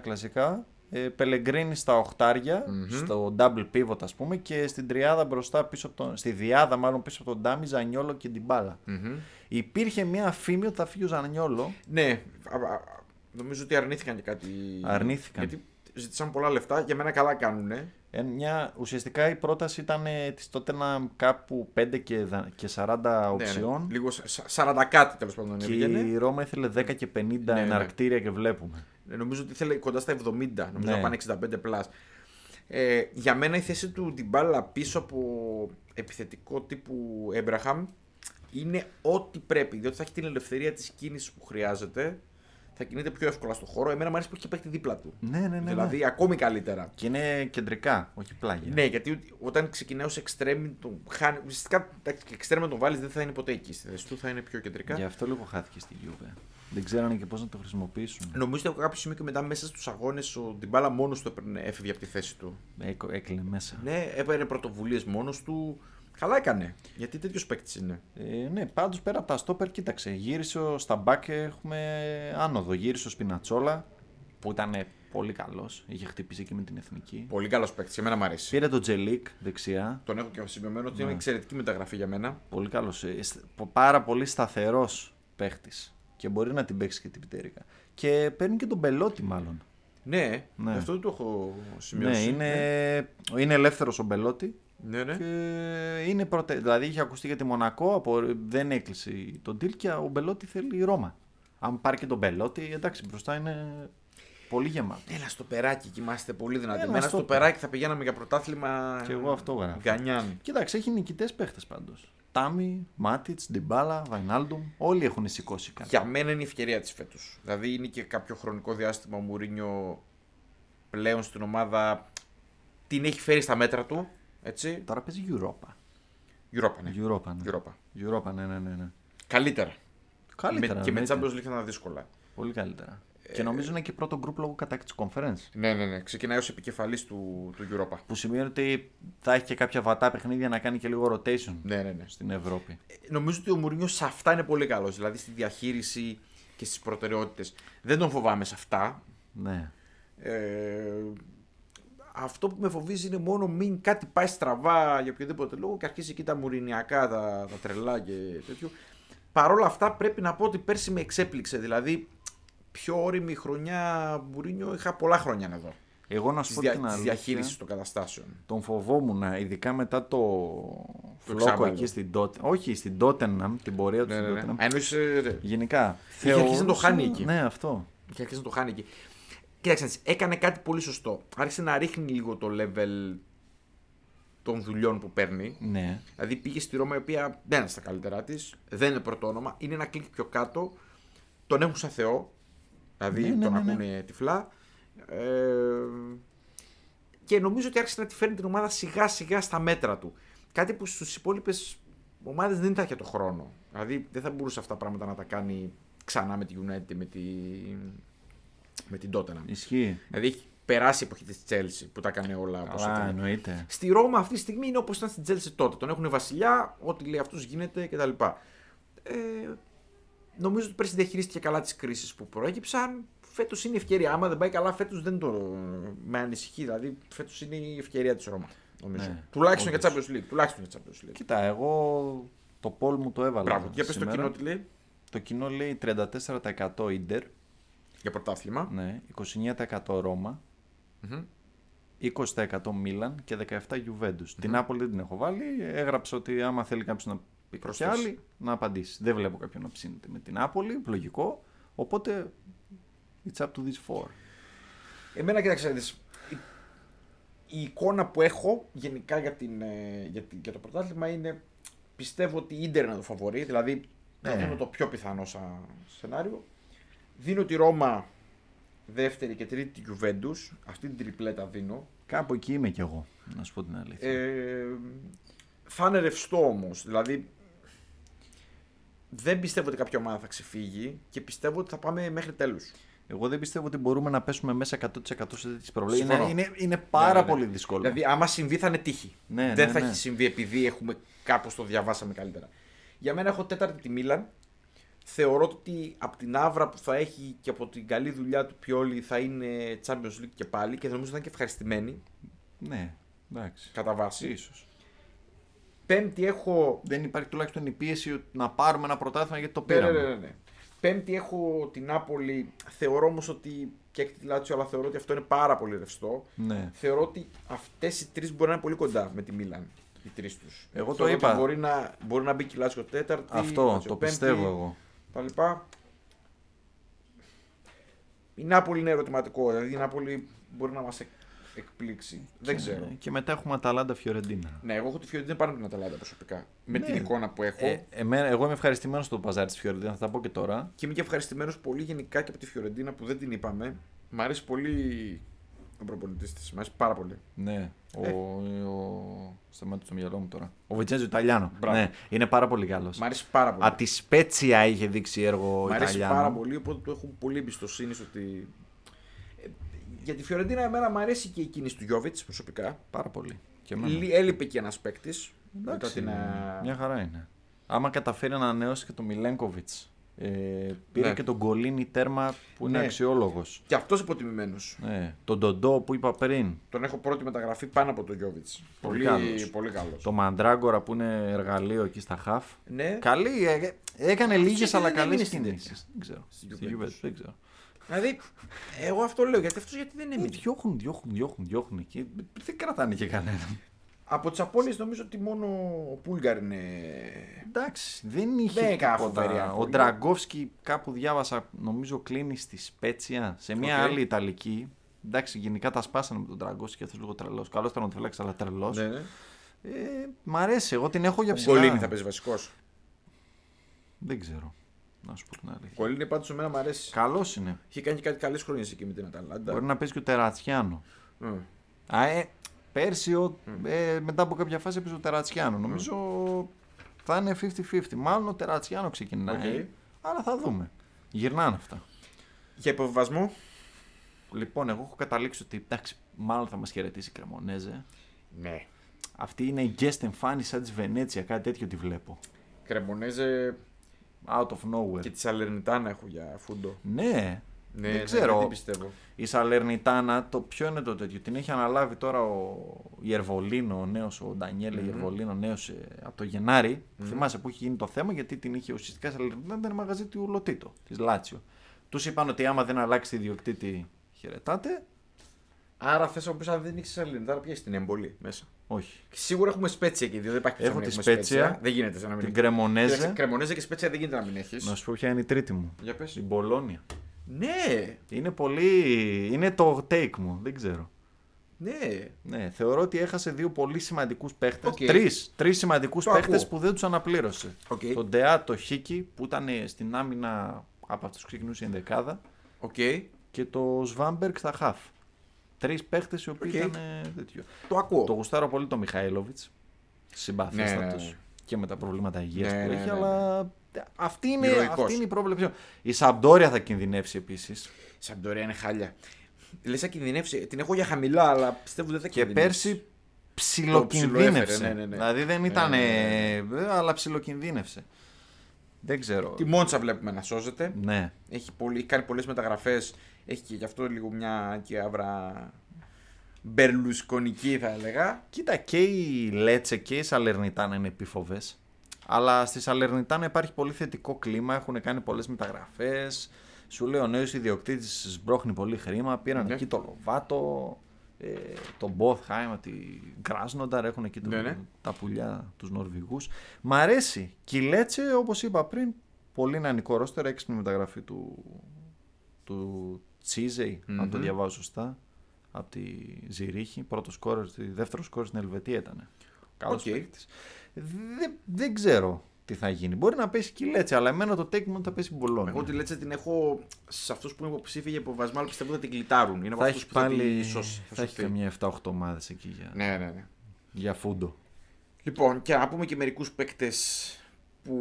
[SPEAKER 1] κλασικά. Ε, Πελεγκρίνη στα οχτάρια, στο double pivot ας πούμε και στην τριάδα μπροστά πίσω από τον, στη διάδα μάλλον πίσω από τον Ντάμι, Ζανιόλο και την μπαλα Υπήρχε μια φήμη ότι θα φύγει ο Ζανιόλο
[SPEAKER 2] Ναι, α- α- νομίζω ότι αρνήθηκαν και κάτι.
[SPEAKER 1] Αρνήθηκαν.
[SPEAKER 2] Γιατί ζήτησαν πολλά λεφτά. Για μένα καλά κάνουνε. Ναι,
[SPEAKER 1] Ε, μια, ουσιαστικά η πρόταση ήταν ε, της τότε να κάπου 5 και, δα- και 40
[SPEAKER 2] Ναι, ναι.
[SPEAKER 1] οψιών
[SPEAKER 2] Λίγο σα- 40 κάτι τέλος πάντων
[SPEAKER 1] και
[SPEAKER 2] έβγαινε.
[SPEAKER 1] η Ρώμα ήθελε 10 και 50
[SPEAKER 2] ναι.
[SPEAKER 1] εναρκτήρια και βλέπουμε.
[SPEAKER 2] Ε, Νομίζω ότι ήθελε κοντά στα 70, νομίζω
[SPEAKER 1] Ναι.
[SPEAKER 2] να πάνε 65 plus. Ε, για μένα η θέση του την μπάλα πίσω από επιθετικό τύπου Έμπραχαμ είναι ό,τι πρέπει, διότι θα έχει την ελευθερία της κίνησης που χρειάζεται, θα κινείται πιο εύκολα στο χώρο. Εμένα μου αρέσει που έχει και παίκτη δίπλα του.
[SPEAKER 1] Ναι, ναι, ναι, ναι.
[SPEAKER 2] δηλαδή ακόμη καλύτερα.
[SPEAKER 1] Και είναι κεντρικά, όχι πλάγια.
[SPEAKER 2] Ναι, γιατί όταν ξεκινάει ω εξτρέμι, τον χάνει. Ουσιαστικά, εντάξει, και εξτρέμι να τον βάλεις δεν θα είναι ποτέ εκεί. Στη θέση του θα είναι πιο κεντρικά.
[SPEAKER 1] Γι' αυτό λίγο χάθηκε στη Juve. Δεν ξέρανε και πώς να το χρησιμοποιήσουν.
[SPEAKER 2] Νομίζω ότι από κάποιο σημείο και μετά μέσα στους αγώνες ο Ντιμπάλα μόνος του έπαιρνε- έφευγε από τη θέση του.
[SPEAKER 1] Έκο- Έκλεινε μέσα.
[SPEAKER 2] Ναι, έπαιρνε πρωτοβουλίες μόνος του. Καλά έκανε. Γιατί τέτοιος παίκτης είναι.
[SPEAKER 1] Ε, ναι, πάντως πέρα από τα στόπερ, κοίταξε. Γύρισε ο- στα μπακ, έχουμε άνοδο. Γύρισε ο Σπινατσόλα που ήταν ε, πολύ καλός. Είχε χτυπήσει και με την εθνική.
[SPEAKER 2] Πολύ καλός παίκτης. Εμένα μου αρέσει.
[SPEAKER 1] Πήρε τον Τζελίκ δεξιά.
[SPEAKER 2] Τον έχω και σημειωμένο
[SPEAKER 1] Ναι.
[SPEAKER 2] ότι είναι εξαιρετική μεταγραφή για μένα.
[SPEAKER 1] Πολύ καλός. Πάρα πολύ σταθερός παίχτη. Και μπορεί να την παίξει και την πιτέρικα. Και παίρνει και τον Μπελότη, μάλλον.
[SPEAKER 2] Ναι,
[SPEAKER 1] Ναι.
[SPEAKER 2] αυτό δεν το έχω σημειώσει.
[SPEAKER 1] Ναι, είναι, είναι ελεύθερος ο Μπελότη.
[SPEAKER 2] Ναι, ναι.
[SPEAKER 1] Και είναι πρωτε... Δηλαδή είχε ακουστεί για τη Μονακό, απο... δεν έκλεισε τον deal και ο Μπελότη θέλει η Ρώμα. Αν πάρει και τον Μπελότη, εντάξει, μπροστά είναι πολύ γεμάτο.
[SPEAKER 2] Έλα στο περάκι, κοιμάστε πολύ δυνατή.
[SPEAKER 1] Έλα
[SPEAKER 2] Εμένα
[SPEAKER 1] στο
[SPEAKER 2] στο περάκι θα πηγαίναμε για πρωτάθλημα.
[SPEAKER 1] Και εγώ αυτό γράφω.
[SPEAKER 2] Γκανιάν.
[SPEAKER 1] Κοίταξε, έχει νικητές παίχτες πάντως. Τάμι, Μάτιτ, Ντιμπάλα, Βαϊνάλντουμ, όλοι έχουν σηκώσει κάτι.
[SPEAKER 2] Για μένα είναι η ευκαιρία της φέτος. Δηλαδή είναι και κάποιο χρονικό διάστημα ο Μουρίνιο πλέον στην ομάδα την έχει φέρει στα μέτρα του. Έτσι.
[SPEAKER 1] Τώρα παίζει Europa.
[SPEAKER 2] Europa, ναι.
[SPEAKER 1] Europa, ναι.
[SPEAKER 2] Europa.
[SPEAKER 1] Europa, ναι, ναι, ναι. ναι.
[SPEAKER 2] Καλύτερα.
[SPEAKER 1] Καλύτερα.
[SPEAKER 2] με, και με
[SPEAKER 1] εννοείται.
[SPEAKER 2] Champions Ε, League θα ήταν δύσκολα.
[SPEAKER 1] Πολύ καλύτερα. Και νομίζω είναι και πρώτο γκρουπ λόγω κατάκτησης conference.
[SPEAKER 2] Ναι, ναι, ναι. Ξεκινάει ως επικεφαλής του, του Europa.
[SPEAKER 1] Που σημαίνει ότι θα έχει και κάποια βατά παιχνίδια να κάνει και λίγο rotation
[SPEAKER 2] Ναι, ναι, ναι.
[SPEAKER 1] στην Ευρώπη.
[SPEAKER 2] Ε, Νομίζω ότι ο Μουρίνιος σε αυτά είναι πολύ καλός. Δηλαδή στη διαχείριση και στις προτεραιότητες. Δεν τον φοβάμαι σε αυτά.
[SPEAKER 1] Ναι.
[SPEAKER 2] Ε, αυτό που με φοβίζει είναι μόνο μην κάτι πάει στραβά για οποιοδήποτε λόγο και αρχίσει εκεί τα μουρινιακά, τα, τα τρελά και τέτοιο. Παρ' όλα αυτά πρέπει να πω ότι πέρσι με εξέπληξε. Δηλαδή, πιο όρημη χρονιά Μουρίνιο είχα πολλά χρόνια εδώ.
[SPEAKER 1] Εγώ να σου
[SPEAKER 2] Της
[SPEAKER 1] πω
[SPEAKER 2] δια,
[SPEAKER 1] την αλήθεια.
[SPEAKER 2] διαχείρισης των καταστάσεων.
[SPEAKER 1] Τον φοβόμουν, ειδικά μετά το, φλόκο
[SPEAKER 2] εξάμεινο.
[SPEAKER 1] εκεί στην τότε. Όχι, στην Tottenham, την πορεία του
[SPEAKER 2] Ναι,
[SPEAKER 1] στην
[SPEAKER 2] ναι, ναι.
[SPEAKER 1] Tottenham.
[SPEAKER 2] Α, εννοείς, ε, ρε.
[SPEAKER 1] Γενικά.
[SPEAKER 2] Είχε αρχίσει να το χάνει εκεί.
[SPEAKER 1] Ναι, αυτό.
[SPEAKER 2] και άρχισε να το χάνει εκεί. Κοίταξε, να δεις, έκανε κάτι πολύ σωστό. Άρχισε να ρίχνει λίγο το level των δουλειών που παίρνει.
[SPEAKER 1] Ναι.
[SPEAKER 2] Δηλαδή πήγε στη Ρώμα η οποία δεν είναι στα καλύτερά της, δεν είναι πρωτόνομα, είναι ένα κλικ πιο κάτω. Τον έχουν σαν Θεό. Δηλαδή
[SPEAKER 1] Ναι, ναι,
[SPEAKER 2] τον
[SPEAKER 1] ναι, ναι.
[SPEAKER 2] ακούνε τυφλά. Ε, και νομίζω ότι άρχισε να τη φέρνει την ομάδα σιγά σιγά στα μέτρα του. Κάτι που στι υπόλοιπες ομάδες δεν ήταν για το χρόνο. Δηλαδή δεν θα μπορούσε αυτά τα πράγματα να τα κάνει ξανά με τη United, με, τη, με την Tottenham.
[SPEAKER 1] Ισχύει.
[SPEAKER 2] Δηλαδή έχει περάσει η εποχή της Chelsea που τα έκανε όλα όπως
[SPEAKER 1] Καλά,
[SPEAKER 2] ήταν.
[SPEAKER 1] εννοείται.
[SPEAKER 2] Στη Ρώμα αυτή τη στιγμή είναι όπως ήταν στην Τζέλση τότε. Τον έχουν βασιλιά, ό,τι λέει αυτού γίνεται κτλ. Ε, νομίζω ότι πέρσι διαχειρίστηκε καλά τις κρίσεις που προέκυψαν. Φέτος είναι η ευκαιρία. Άμα δεν πάει καλά, φέτος δεν το. με ανησυχεί. Δηλαδή, φέτος είναι η ευκαιρία της Ρώμα. Νομίζω.
[SPEAKER 1] Ναι,
[SPEAKER 2] τουλάχιστον για Champions League. Τουλάχιστον για Champions League.
[SPEAKER 1] Κοίτα, εγώ το πόλ μου το έβαλα.
[SPEAKER 2] Μπράβο. Για πες το
[SPEAKER 1] σήμερα.
[SPEAKER 2] κοινό τι λέει.
[SPEAKER 1] Το κοινό λέει 34% Ιντερ,
[SPEAKER 2] Για πρωτάθλημα.
[SPEAKER 1] ναι, 29% Ρώμα, 20% Μίλαν και 17% Juventus. Την Άπολη δεν την έχω βάλει. Έγραψα ότι άμα θέλει κάποιος να πει κάποια
[SPEAKER 2] Προσθέσει.
[SPEAKER 1] άλλη, να απαντήσεις. Δεν βλέπω κάποιον να ψήνεται με την Άπολη. Λογικό. Οπότε. It's up to these four.
[SPEAKER 2] Εμένα κοίταξε να δεις, η- Η εικόνα που έχω γενικά για, την, ε, για, την, για το πρωτάθλημα είναι πιστεύω ότι η Ίντερ είναι το φαβορή, δηλαδή το
[SPEAKER 1] Ναι.
[SPEAKER 2] δίνω το πιο πιθανό σαν σενάριο. Δίνω τη Ρώμα δεύτερη και τρίτη τη Juventus, αυτή την τριπλέτα δίνω.
[SPEAKER 1] Κάπου εκεί είμαι κι εγώ, να σου πω την αλήθεια.
[SPEAKER 2] Ε, θα είναι ρευστό όμως. Δηλαδή δεν πιστεύω ότι κάποια ομάδα θα ξεφύγει και πιστεύω ότι θα πάμε μέχρι τέλους.
[SPEAKER 1] Εγώ δεν πιστεύω ότι μπορούμε να πέσουμε μέσα 100% σε τέτοιες προβλέψεις. Είναι,
[SPEAKER 2] Συμφωνώ.
[SPEAKER 1] είναι, είναι πάρα
[SPEAKER 2] Ναι, ναι, ναι.
[SPEAKER 1] πολύ δύσκολο.
[SPEAKER 2] Δηλαδή, άμα συμβεί, θα είναι τύχη.
[SPEAKER 1] Ναι,
[SPEAKER 2] δεν
[SPEAKER 1] ναι,
[SPEAKER 2] θα
[SPEAKER 1] ναι.
[SPEAKER 2] έχει συμβεί επειδή έχουμε κάπως το διαβάσαμε καλύτερα. Για μένα έχω τέταρτη τη Μίλαν. Θεωρώ ότι από την άβρα που θα έχει και από την καλή δουλειά του Πιόλη θα είναι Champions League και πάλι και νομίζω θα είναι και ευχαριστημένοι
[SPEAKER 1] Ναι, εντάξει.
[SPEAKER 2] κατά βάση.
[SPEAKER 1] Ίσως.
[SPEAKER 2] Πέμπτη έχω.
[SPEAKER 1] Δεν υπάρχει τουλάχιστον η πίεση να πάρουμε ένα πρωτάθλημα γιατί το
[SPEAKER 2] Ναι, ναι,
[SPEAKER 1] πήραμε.
[SPEAKER 2] ναι, ναι, ναι. Πέμπτη έχω την Νάπολη. Θεωρώ όμως ότι. και έκτη τη Λάτσιο, αλλά θεωρώ ότι αυτό είναι πάρα πολύ ρευστό.
[SPEAKER 1] Ναι.
[SPEAKER 2] Θεωρώ ότι αυτές οι τρεις μπορεί να είναι πολύ κοντά με τη Μίλαν. Οι τρεις τους.
[SPEAKER 1] Εγώ το είπα.
[SPEAKER 2] Μπορεί να, μπορεί να μπει και η Λάτσιο τέταρτη.
[SPEAKER 1] Αυτό
[SPEAKER 2] Λάτσιο
[SPEAKER 1] το
[SPEAKER 2] πέμπτη,
[SPEAKER 1] πιστεύω εγώ.
[SPEAKER 2] Τα λοιπά. Η Νάπολη είναι ερωτηματικό. Δηλαδή η Νάπολη μπορεί να μας εκπλήξει. Δεν
[SPEAKER 1] Ναι.
[SPEAKER 2] ξέρω.
[SPEAKER 1] Και μετά έχουμε Αταλάντα Φιωρεντίνα.
[SPEAKER 2] Ναι, εγώ έχω τη Φιωρεντίνα πάνω από την Αταλάντα προσωπικά. Με
[SPEAKER 1] Ναι.
[SPEAKER 2] την εικόνα που έχω.
[SPEAKER 1] Ε, εμένα, εγώ είμαι ευχαριστημένος στο παζάρι της Φιωρεντίνα, θα τα πω και τώρα.
[SPEAKER 2] Και είμαι και ευχαριστημένος πολύ γενικά και από τη Φιωρεντίνα που δεν την είπαμε. Μ' αρέσει πολύ ο προπονητής της. Μ' αρέσει πάρα πολύ.
[SPEAKER 1] Ναι, ο.
[SPEAKER 2] Ε.
[SPEAKER 1] ο... Σταμάτησε το μυαλό μου τώρα. Ο Βιτσέντζο Ιταλιάνο.
[SPEAKER 2] Μπράβο.
[SPEAKER 1] Ναι, είναι πάρα πολύ καλός.
[SPEAKER 2] Μ' αρέσει πάρα πολύ.
[SPEAKER 1] Α, τη Σπέτσια είχε δείξει έργο ο
[SPEAKER 2] Μ' αρέσει
[SPEAKER 1] Ιταλιάνο.
[SPEAKER 2] πάρα πολύ, οπότε του έχω πολύ εμπιστοσύνη στο ότι. Ε, Για τη Φιωρεντίνα, εμένα μου αρέσει και η κίνηση του Γιώβιτ προσωπικά.
[SPEAKER 1] Πάρα πολύ. Και εμένα.
[SPEAKER 2] Λι- Έλειπε και ένας παίκτης.
[SPEAKER 1] Εντάξει,
[SPEAKER 2] Μετά την. ε, α,
[SPEAKER 1] Μια χαρά είναι. Άμα καταφέρει να ανανεώσει και τον Μιλένκοβιτ. Ε, πήρε
[SPEAKER 2] Ναι.
[SPEAKER 1] και τον Κολίνη τέρμα που είναι
[SPEAKER 2] Ναι.
[SPEAKER 1] αξιόλογος.
[SPEAKER 2] Και αυτός υποτιμημένος.
[SPEAKER 1] Ναι. Τον Ντοντό που είπα πριν.
[SPEAKER 2] Τον έχω πρώτη μεταγραφή πάνω από τον Γιώβιτ.
[SPEAKER 1] Πολύ καλός.
[SPEAKER 2] πολύ καλός.
[SPEAKER 1] Το Μαντράγκορα που είναι εργαλείο εκεί στα χαφ.
[SPEAKER 2] Ναι.
[SPEAKER 1] Καλή, ε, έκανε
[SPEAKER 2] δεν-
[SPEAKER 1] λίγε αλλά
[SPEAKER 2] δεν
[SPEAKER 1] καλές
[SPEAKER 2] είναι στην
[SPEAKER 1] κινήσεις. Δεν ξέρω. Στην
[SPEAKER 2] Juventus.
[SPEAKER 1] Juventus, Δεν ξέρω.
[SPEAKER 2] Δηλαδή, εγώ αυτό λέω γιατί αυτός γιατί δεν
[SPEAKER 1] Ε,
[SPEAKER 2] είναι.
[SPEAKER 1] διώχνουν, διώχνουν, διώχνουν, διώχνουν εκεί. Δεν κρατάνε και κανέναν.
[SPEAKER 2] Από τις απώλειες νομίζω ότι μόνο ο Πούλγαρ είναι.
[SPEAKER 1] Εντάξει, δεν είχε
[SPEAKER 2] Δεν έκανε φοβερή
[SPEAKER 1] τίποτα. Ο
[SPEAKER 2] απώλεια.
[SPEAKER 1] Ντραγκόφσκι κάπου διάβασα, νομίζω κλείνει στη Σπέτσια, σε μια
[SPEAKER 2] Οκ.
[SPEAKER 1] άλλη Ιταλική. Εντάξει, γενικά τα σπάσανε με τον Ντραγκόφσκι και αυτός λίγο τρελός. Καλό ήταν ο Τεφλάξ, αλλά τρελός.
[SPEAKER 2] ναι.
[SPEAKER 1] Ε, μ' αρέσει, εγώ την έχω για
[SPEAKER 2] Ο
[SPEAKER 1] ψηλά.
[SPEAKER 2] Κολίνη θα παίζει βασικός.
[SPEAKER 1] Δεν ξέρω. Να σου πω την
[SPEAKER 2] Ο
[SPEAKER 1] αλήθεια.
[SPEAKER 2] Κολίνη πάντως εμένα μου αρέσει.
[SPEAKER 1] Καλός είναι.
[SPEAKER 2] Είχε κάνει και κάτι καλές χρονιές εκεί με την Αταλάντα.
[SPEAKER 1] Μπορεί να παίζει και ο Τερατσιάνο.
[SPEAKER 2] Μμ.
[SPEAKER 1] Α, ε, πέρσι, ο,
[SPEAKER 2] Ναι.
[SPEAKER 1] ε, μετά από κάποια φάση, έπαιζε ο Τερατσιάνο. Νομίζω θα είναι 50-50. Μάλλον ο Τερατσιάνο ξεκινάει.
[SPEAKER 2] Οκ.
[SPEAKER 1] Αλλά θα δούμε. Γυρνάνε αυτά.
[SPEAKER 2] Για υποβιβασμό.
[SPEAKER 1] Λοιπόν, εγώ έχω καταλήξει ότι εντάξει, μάλλον θα μας χαιρετήσει η Κρεμονέζε.
[SPEAKER 2] Ναι.
[SPEAKER 1] Αυτή είναι η guest εμφάνιση σαν της Βενέτσια, κάτι τέτοιο τη βλέπω.
[SPEAKER 2] Κρεμονέζε
[SPEAKER 1] Out of nowhere.
[SPEAKER 2] και τη Σαλερνιτάνα έχω για φούντο.
[SPEAKER 1] Ναι,
[SPEAKER 2] Ναι,
[SPEAKER 1] δεν
[SPEAKER 2] Ναι,
[SPEAKER 1] ξέρω.
[SPEAKER 2] δεν πιστεύω.
[SPEAKER 1] η Σαλερνιτάνα, το ποιο είναι το τέτοιο. Την έχει αναλάβει τώρα ο Ιερβολίνο, ο νέος, ο ντανιελ Ιερβολίνο, νέος από το γεναρη Θυμάσαι που είχε γίνει το θέμα γιατί την είχε ουσιαστικά η Σαλερνιτάνα ήταν μαγαζί του Λοτίτο, της Λάτσιο. Τους είπαν ότι άμα δεν αλλάξει τη διοκτήτη, χαιρετάτε.
[SPEAKER 2] Άρα θες να μου πεις αν δεν έχεις Σαλερνιτάνα, πιέσει την εμπολή μέσα.
[SPEAKER 1] Όχι.
[SPEAKER 2] Και σίγουρα έχουμε σπέτσια εκεί, διότι δεν υπάρχει
[SPEAKER 1] Έχω
[SPEAKER 2] να μην
[SPEAKER 1] τη
[SPEAKER 2] έχουμε
[SPEAKER 1] Σπέτσια,
[SPEAKER 2] Δεν γίνεται σαν να μην
[SPEAKER 1] Την
[SPEAKER 2] έχεις. Κοίταξε,
[SPEAKER 1] Κρεμονέζε.
[SPEAKER 2] Κρεμονέζε και σπέτσια δεν γίνεται να μην έχεις.
[SPEAKER 1] Να σου πω ποια είναι η τρίτη μου.
[SPEAKER 2] Για πες.
[SPEAKER 1] Η Μπολόνια.
[SPEAKER 2] Ναι,
[SPEAKER 1] Είναι πολύ. Είναι το take μου. Δεν ξέρω.
[SPEAKER 2] ναι.
[SPEAKER 1] Ναι, θεωρώ ότι έχασε δύο πολύ σημαντικούς παίχτες.
[SPEAKER 2] Οκ.
[SPEAKER 1] Τρεις, Τρεις σημαντικούς
[SPEAKER 2] Το
[SPEAKER 1] παίχτες
[SPEAKER 2] ακούω.
[SPEAKER 1] που δεν τους αναπλήρωσε.
[SPEAKER 2] Οκ.
[SPEAKER 1] Τον Ντεά, το Χίκι που ήταν ε, στην άμυνα από αυτούς που ξεκινούσε η ενδεκάδα
[SPEAKER 2] Οκ.
[SPEAKER 1] και το Σβάμπεργκ στα χαφ. Τρεις παίχτες οι οποίοι
[SPEAKER 2] Οκ.
[SPEAKER 1] ήταν ε, τέτοιο.
[SPEAKER 2] Το ακούω.
[SPEAKER 1] Το γουστάρω πολύ τον Μιχαήλοβιτ. Συμπαθέστατο.
[SPEAKER 2] Ναι, ναι, ναι.
[SPEAKER 1] Και με τα προβλήματα υγείας
[SPEAKER 2] Ναι,
[SPEAKER 1] που
[SPEAKER 2] ναι,
[SPEAKER 1] έχει,
[SPEAKER 2] ναι, ναι.
[SPEAKER 1] αλλά αυτή είναι,
[SPEAKER 2] Ηρωικός.
[SPEAKER 1] αυτή είναι η πρόβλεψη. Η Σαμπτόρια θα κινδυνεύσει επίσης.
[SPEAKER 2] Η Σαμπτορία είναι χάλια. Λες να κινδυνεύσει. Την έχω για χαμηλά, αλλά πιστεύω δεν θα
[SPEAKER 1] Και
[SPEAKER 2] κινδυνεύσει.
[SPEAKER 1] πέρσι ψιλοκινδύνευσε.
[SPEAKER 2] ψιλοέφερε, ναι, ναι, ναι.
[SPEAKER 1] Δηλαδή δεν
[SPEAKER 2] Ναι,
[SPEAKER 1] ήταν.
[SPEAKER 2] ναι,
[SPEAKER 1] Αλλά ψιλοκινδύνευσε. Δεν ξέρω.
[SPEAKER 2] Τη Μόντσα βλέπουμε να σώζεται.
[SPEAKER 1] Ναι.
[SPEAKER 2] Έχει, πολύ, έχει κάνει πολλές μεταγραφές. Έχει και γι' αυτό λίγο μια και αύρα μπερλουσκονική θα έλεγα.
[SPEAKER 1] Κοίτα, και η Λέτσες και η Σαλερνιτάνα είναι επίφοβες. Αλλά στη Σαλερνιτάνα υπάρχει πολύ θετικό κλίμα. Έχουν κάνει πολλές μεταγραφές. Σου λέει ο νέος ιδιοκτήτης σμπρώχνει πολύ χρήμα. Πήραν
[SPEAKER 2] Ναι.
[SPEAKER 1] εκεί το Λοβάτο, ε, τον Μπόθχάιμ, τη Γκράσνονταρ. Έχουν εκεί το-
[SPEAKER 2] Ναι, ναι.
[SPEAKER 1] τα πουλιά τους Νορβηγούς. Μ' αρέσει. Και η Λέτσες, όπως είπα πριν, πολύ νανικό ρόστερ. Έξυπνη μεταγραφή του, του Τσίζεϊ, αν το
[SPEAKER 2] Μμμ.
[SPEAKER 1] διαβάζω σωστά, από τη Ζηρίχη. Πρώτος σκόρερ, δεύτερος σκόρερ στην Ελβετία ήταν. Καλός
[SPEAKER 2] Οκ.
[SPEAKER 1] παίκτης. Δεν, δεν ξέρω τι θα γίνει. Μπορεί να πέσει και η Λέτσε, αλλά εμένα το take μου είναι ότι θα πέσει η Μπολόνια.
[SPEAKER 2] Εγώ τη Λέτσε την έχω σε αυτούς που είναι υποψήφοι για υποβασμό, αλλά πιστεύω θα την κλειτάρουν. Είναι από
[SPEAKER 1] θα
[SPEAKER 2] αυτούς
[SPEAKER 1] έχει
[SPEAKER 2] που θα
[SPEAKER 1] πάλι
[SPEAKER 2] την σώσει.
[SPEAKER 1] θα έχει
[SPEAKER 2] σωθεί.
[SPEAKER 1] καμιά 7-8 ομάδες εκεί για,
[SPEAKER 2] Ναι, ναι, ναι.
[SPEAKER 1] για φούντο.
[SPEAKER 2] Λοιπόν, και να πούμε και μερικούς παίκτες που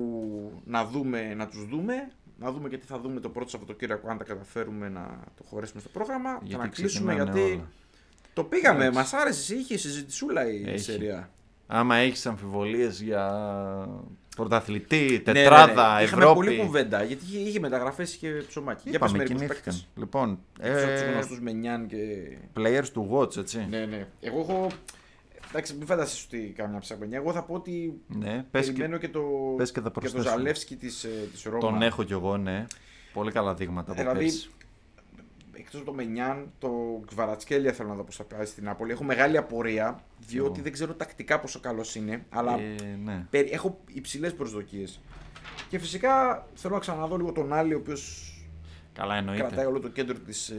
[SPEAKER 2] να δούμε, να τους δούμε. Να δούμε και τι θα δούμε το πρώτο Σαββατοκύριακο, αν τα καταφέρουμε να το χωρέσουμε στο πρόγραμμα. και να κλείσουμε,
[SPEAKER 1] ξεκινάνε
[SPEAKER 2] γιατί
[SPEAKER 1] όλα.
[SPEAKER 2] το πήγαμε.
[SPEAKER 1] Εντάξει.
[SPEAKER 2] Μας άρεσε, είχε συζητησούλα η
[SPEAKER 1] Έχει.
[SPEAKER 2] σειρά.
[SPEAKER 1] Άμα έχεις αμφιβολίες για πρωταθλητή, τετράδα,
[SPEAKER 2] Ναι, Είχαμε
[SPEAKER 1] Ευρώπη.
[SPEAKER 2] πολύ κουβέντα, γιατί είχε, είχε μεταγραφές και ψωμάκι. Για πες
[SPEAKER 1] Είπαμε,
[SPEAKER 2] μερικούς
[SPEAKER 1] κινήθηκαν.
[SPEAKER 2] παίκτες.
[SPEAKER 1] Λοιπόν,
[SPEAKER 2] Ε... Του
[SPEAKER 1] ε,
[SPEAKER 2] γνωστούς Μενιάν και
[SPEAKER 1] players to watch, έτσι.
[SPEAKER 2] Ναι, ναι. Εγώ έχω. Εντάξει, μην φανταστείς ότι κάμια ψαγωνιά. Εγώ θα πω ότι
[SPEAKER 1] Ναι, πες και
[SPEAKER 2] περιμένω και, το...
[SPEAKER 1] πες και τα
[SPEAKER 2] και το
[SPEAKER 1] προσθέσουμε.
[SPEAKER 2] Ζαλεύσκι της, ε, της Ρώμα.
[SPEAKER 1] τον έχω κι εγώ, ναι. Πολύ καλά δείγματα από
[SPEAKER 2] Δηλαδή,
[SPEAKER 1] πέρσι.
[SPEAKER 2] Εκτός από το Μενιάν, το Κβαρατσκέλια θέλω να δω πώς θα πάει στην Νάπολη. Έχω μεγάλη απορία, διότι δεν ξέρω τακτικά πόσο καλός είναι, αλλά
[SPEAKER 1] Ε, ναι.
[SPEAKER 2] περι- έχω υψηλές προσδοκίες. Και φυσικά θέλω να ξαναδώ λίγο τον Άλλη, ο οποίος
[SPEAKER 1] Καλά
[SPEAKER 2] Κρατάει
[SPEAKER 1] εννοείται.
[SPEAKER 2] όλο το κέντρο της, ε,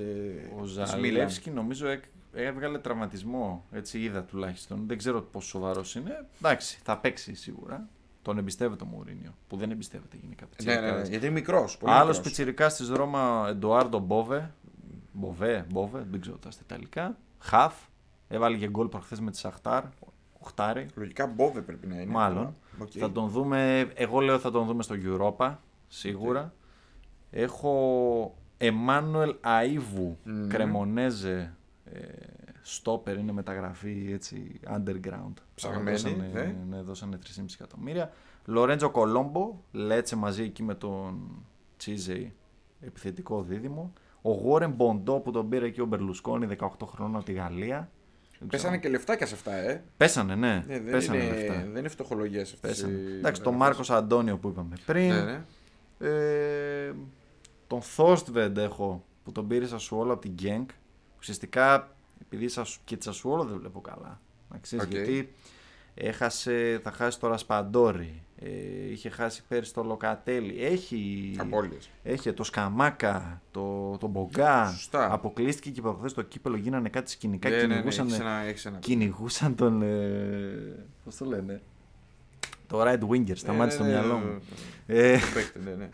[SPEAKER 1] Ο
[SPEAKER 2] της Μίλαν.
[SPEAKER 1] Ζαλεύσκι νομίζω έκ- έβγαλε τραυματισμό. Έτσι είδα τουλάχιστον. Δεν ξέρω πόσο σοβαρός είναι. Εντάξει, θα παίξει σίγουρα. Τον εμπιστεύεται ο Μουρίνιο. Που δεν εμπιστεύεται γενικά.
[SPEAKER 2] Ναι, ναι, ναι, γιατί είναι μικρός. Πολύ
[SPEAKER 1] Άλλος
[SPEAKER 2] μικρός.
[SPEAKER 1] πιτσυρικά της Ρώμα, Εντοάρντο Μπόβε. Μποβέ, Μπόβε, δεν ξέρω τα στα Ιταλικά. Χαφ. Έβαλε και γκολ προχθές με τη Σαχτάρ. Οχτάρι.
[SPEAKER 2] Λογικά Μπόβε πρέπει να είναι.
[SPEAKER 1] Μάλλον.
[SPEAKER 2] Οκ.
[SPEAKER 1] Θα τον δούμε, εγώ λέω θα τον δούμε στο Europa, σίγουρα. Έχω Εμμάνουελ Αΐβου, κρεμονέζε, ε, στόπερ, είναι μεταγραφή έτσι, underground.
[SPEAKER 2] Ψαγμένη,
[SPEAKER 1] Δώσανε-
[SPEAKER 2] δε.
[SPEAKER 1] ναι, δώσανε 3,5 εκατομμύρια. Λορέντζο Κολόμπο, λέτσε μαζί εκεί με τον Τσίζεϊ, επιθετικό δίδυμο. Ο Γόρεν Μποντό που τον πήρε εκεί ο Μπερλουσκόνη, 18 χρόνων από τη Γαλλία. Δεν ξέρω.
[SPEAKER 2] Πέσανε και λεφτάκια σε αυτά, ε.
[SPEAKER 1] Πέσανε, ναι.
[SPEAKER 2] Ναι, δεν,
[SPEAKER 1] Πέσανε
[SPEAKER 2] είναι,
[SPEAKER 1] λεφτά.
[SPEAKER 2] δεν είναι ε, φτωχολογίες αυτές.
[SPEAKER 1] Πέσανε. Εντάξει, τον Μάρκος Αντώνιο που είπαμε πριν.
[SPEAKER 2] Ναι, ναι.
[SPEAKER 1] Ε, τον Θόστβεντ έχω που τον πήρε Σασουόλο από την Γκένκ. Ουσιαστικά επειδή η Σασου- και της Σασουόλο δεν βλέπω καλά. Να ξέρεις,
[SPEAKER 2] Οκ.
[SPEAKER 1] Γιατί έχασε, θα χάσει το Ρασπαντόρι. Ε, είχε χάσει πέρσι το Λοκατέλη. Έχει,
[SPEAKER 2] Απόλυε.
[SPEAKER 1] έχει το Σκαμάκα, το, το Μπογκά.
[SPEAKER 2] Σωστά.
[SPEAKER 1] Αποκλείστηκε και προχθές το κύπελο. Γίνανε κάτι σκηνικά.
[SPEAKER 2] Ναι, ναι, ναι,
[SPEAKER 1] κυνηγούσανε-
[SPEAKER 2] έχεις ένα- έχεις ένα-
[SPEAKER 1] κυνηγούσαν τον. Ε, Πώς το λένε. Το right winger, σταμάτησε
[SPEAKER 2] Ναι, ναι,
[SPEAKER 1] το
[SPEAKER 2] ναι,
[SPEAKER 1] μυαλό
[SPEAKER 2] ναι, ναι,
[SPEAKER 1] μου.
[SPEAKER 2] ναι.
[SPEAKER 1] Ε,
[SPEAKER 2] Το παίκτη, ναι, ναι.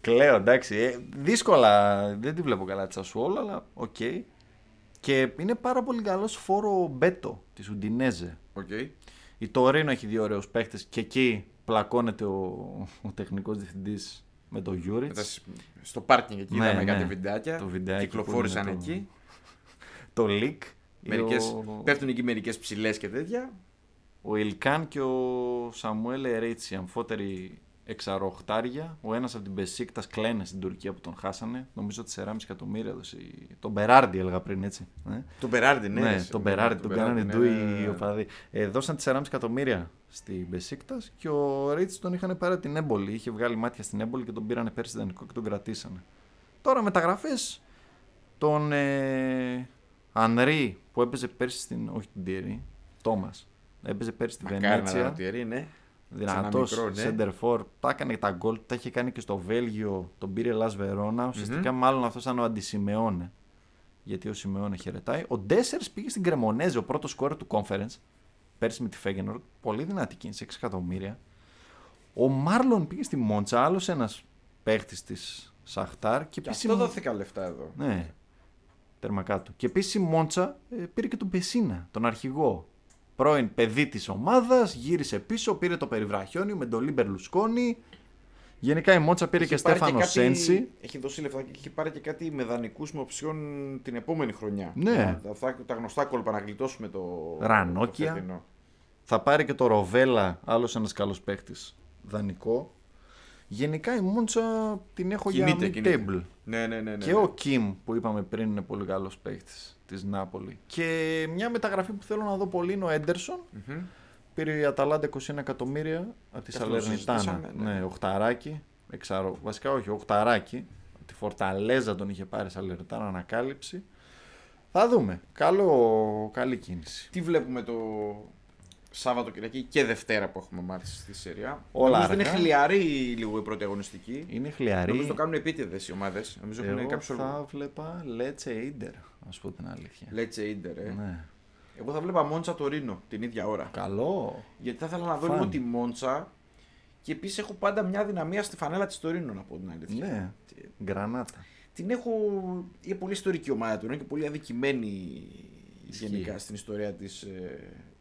[SPEAKER 1] κλαίω, εντάξει. Ε, δύσκολα. Δεν τη βλέπω καλά τη Σασουόλα, αλλά οκ. Και είναι πάρα πολύ καλός φόρο ο Μπέτο της Ουντινέζε.
[SPEAKER 2] Οκ.
[SPEAKER 1] Η Τωρίνο έχει δύο ωραίους παίχτες και εκεί πλακώνεται ο, ο τεχνικός διευθυντής με τον Γιούριτ.
[SPEAKER 2] Μετά σ- Στο πάρκινγκ εκεί
[SPEAKER 1] Ναι,
[SPEAKER 2] είδαμε
[SPEAKER 1] ναι.
[SPEAKER 2] κάτι βιντεάκια.
[SPEAKER 1] Το βιντεάκι που
[SPEAKER 2] κυκλοφόρησαν
[SPEAKER 1] είναι το-
[SPEAKER 2] εκεί.
[SPEAKER 1] Το Λικ.
[SPEAKER 2] Μερικές,
[SPEAKER 1] Ο,
[SPEAKER 2] Πέφτουν εκεί μερικές ψηλές και τέτοια.
[SPEAKER 1] ο Ιλκάν και ο Σαμουέλ Ερέιτσι, αμφότεροι εξαροχτάρια. Ο ένας από την Μπεσίκτας κλαίνε στην Τουρκία που τον χάσανε. Νομίζω ότι 4,5 εκατομμύρια έδωσε. η- Τον Μπεράρντι έλεγα πριν, έτσι. ε.
[SPEAKER 2] Τον Μπεράρντι, ναι.
[SPEAKER 1] Ναι,
[SPEAKER 2] ρε,
[SPEAKER 1] τον
[SPEAKER 2] ναι,
[SPEAKER 1] Περάρι, τον
[SPEAKER 2] Μπεράρντι,
[SPEAKER 1] κάνανε
[SPEAKER 2] ναι,
[SPEAKER 1] ντουι
[SPEAKER 2] ναι, ναι, ναι.
[SPEAKER 1] οι οπαδοί. Ε, δώσαν 4,5 εκατομμύρια στην Μπεσίκτας και ο Ρίτς τον είχαν πάρει από την έμπολη. Είχε βγάλει μάτια στην έμπολη και τον πήρανε πέρσι δανεικό και τον κρατήσανε. Τώρα μεταγραφές τον ε, Ανρί που έπαιζε πέρσι στην. Όχι την Τιερή, Τόμας. Έπαιζε πέρσι στη
[SPEAKER 2] Μακάρι να ήταν ο
[SPEAKER 1] Βενέτσια.
[SPEAKER 2] Τιερή, ναι.
[SPEAKER 1] Δυνατό
[SPEAKER 2] σαν ένα μικρό, ναι.
[SPEAKER 1] σεντερφόρ. Τα έκανε και τα γκολ, τα είχε κάνει και στο Βέλγιο. Τον πήρε Λας Βερόνα. Ουσιαστικά, μάλλον αυτό ήταν ο αντισημεώνε. Γιατί ο Σιμεώνε χαιρετάει. Ο Ντέσσερ πήγε στην Κρεμονέζη, ο πρώτος σκόρερ του conference. Πέρσι με τη Φέγενορ. Πολύ δυνατή κίνηση, 6 εκατομμύρια. Ο Μάρλον πήγε στη Μόντσα, άλλος ένας παίχτης της Σαχτάρ. Και,
[SPEAKER 2] Και
[SPEAKER 1] επίσης.
[SPEAKER 2] αυτό δόθηκα λεφτά εδώ.
[SPEAKER 1] Ναι, τέρμα κάτω. Και επίσης η Μόντσα ε, πήρε και τον Πεσίνα, τον αρχηγό. Πρώην παιδί της ομάδας, γύρισε πίσω, πήρε το περιβραχιόνιο με τον Λίμπερ Λουσκόνη. Γενικά η Μόντσα πήρε και
[SPEAKER 2] Έχει πάρει
[SPEAKER 1] Στέφανο
[SPEAKER 2] κάτι-
[SPEAKER 1] Σένση.
[SPEAKER 2] Έχει δώσει λεφτά και έχει πάρει και κάτι με δανεικούς με οψιόν την επόμενη χρονιά.
[SPEAKER 1] Ναι.
[SPEAKER 2] Να- Αυτά τα γνωστά κόλπα να γλιτώσουμε το.
[SPEAKER 1] Ρανόκια.
[SPEAKER 2] το φετινό.
[SPEAKER 1] Θα πάρει και το Ροβέλα, άλλος ένας καλός παίχτη. Δανικό. Γενικά η Μόντσα την έχω
[SPEAKER 2] Κινείται,
[SPEAKER 1] για
[SPEAKER 2] κινείται.
[SPEAKER 1] mid-table.
[SPEAKER 2] Ναι, ναι, ναι. ναι.
[SPEAKER 1] Και ο Κιμ που είπαμε πριν είναι πολύ καλός παίχτη της Νάπολη. Και μια μεταγραφή που θέλω να δω πολύ είναι ο εντερσον
[SPEAKER 2] Μμμ.
[SPEAKER 1] Πήρε η Αταλάντα 21 εκατομμύρια από τη
[SPEAKER 2] Αυτό το
[SPEAKER 1] Σαλερνιτάνα.
[SPEAKER 2] συζητήσαμε, ναι.
[SPEAKER 1] Ναι, οχταράκι. Εξαρό. Βασικά όχι, οχταράκι. Τη Φορταλέζα τον είχε πάρει η Σαλερνιτάνα ανακάλυψη. Θα δούμε. Καλό, καλή κίνηση.
[SPEAKER 2] Τι βλέπουμε το Σάββατο, Κυριακή και Δευτέρα που έχουμε μάθει στη σειρά.
[SPEAKER 1] Όλα
[SPEAKER 2] Νομίζω ότι
[SPEAKER 1] αργά.
[SPEAKER 2] είναι χλιαρή λίγο η πρώτη αγωνιστική.
[SPEAKER 1] Είναι χλιαρή.
[SPEAKER 2] Νομίζω το κάνουν επίτηδες οι ομάδες. Νομίζω έχουν
[SPEAKER 1] Εγώ
[SPEAKER 2] κάποιος
[SPEAKER 1] θα
[SPEAKER 2] λόγο.
[SPEAKER 1] βλέπα Λέτσε Ίντερ, α πω την αλήθεια.
[SPEAKER 2] Λέτσε Ίντερ, ε.
[SPEAKER 1] Ναι.
[SPEAKER 2] Εγώ θα βλέπα Μόντσα Τωρίνο την ίδια ώρα.
[SPEAKER 1] Καλό.
[SPEAKER 2] Γιατί θα ήθελα να δω
[SPEAKER 1] Φαν.
[SPEAKER 2] λίγο τη Μόντσα. Και επίσης έχω πάντα μια δυναμία στη φανέλα της Τωρίνο, να πω την αλήθεια.
[SPEAKER 1] Ναι. Γκρανάτα.
[SPEAKER 2] Την έχω. Είναι πολύ ιστορική ομάδα του. Είναι και πολύ αδικημένη γενικά στην ιστορία της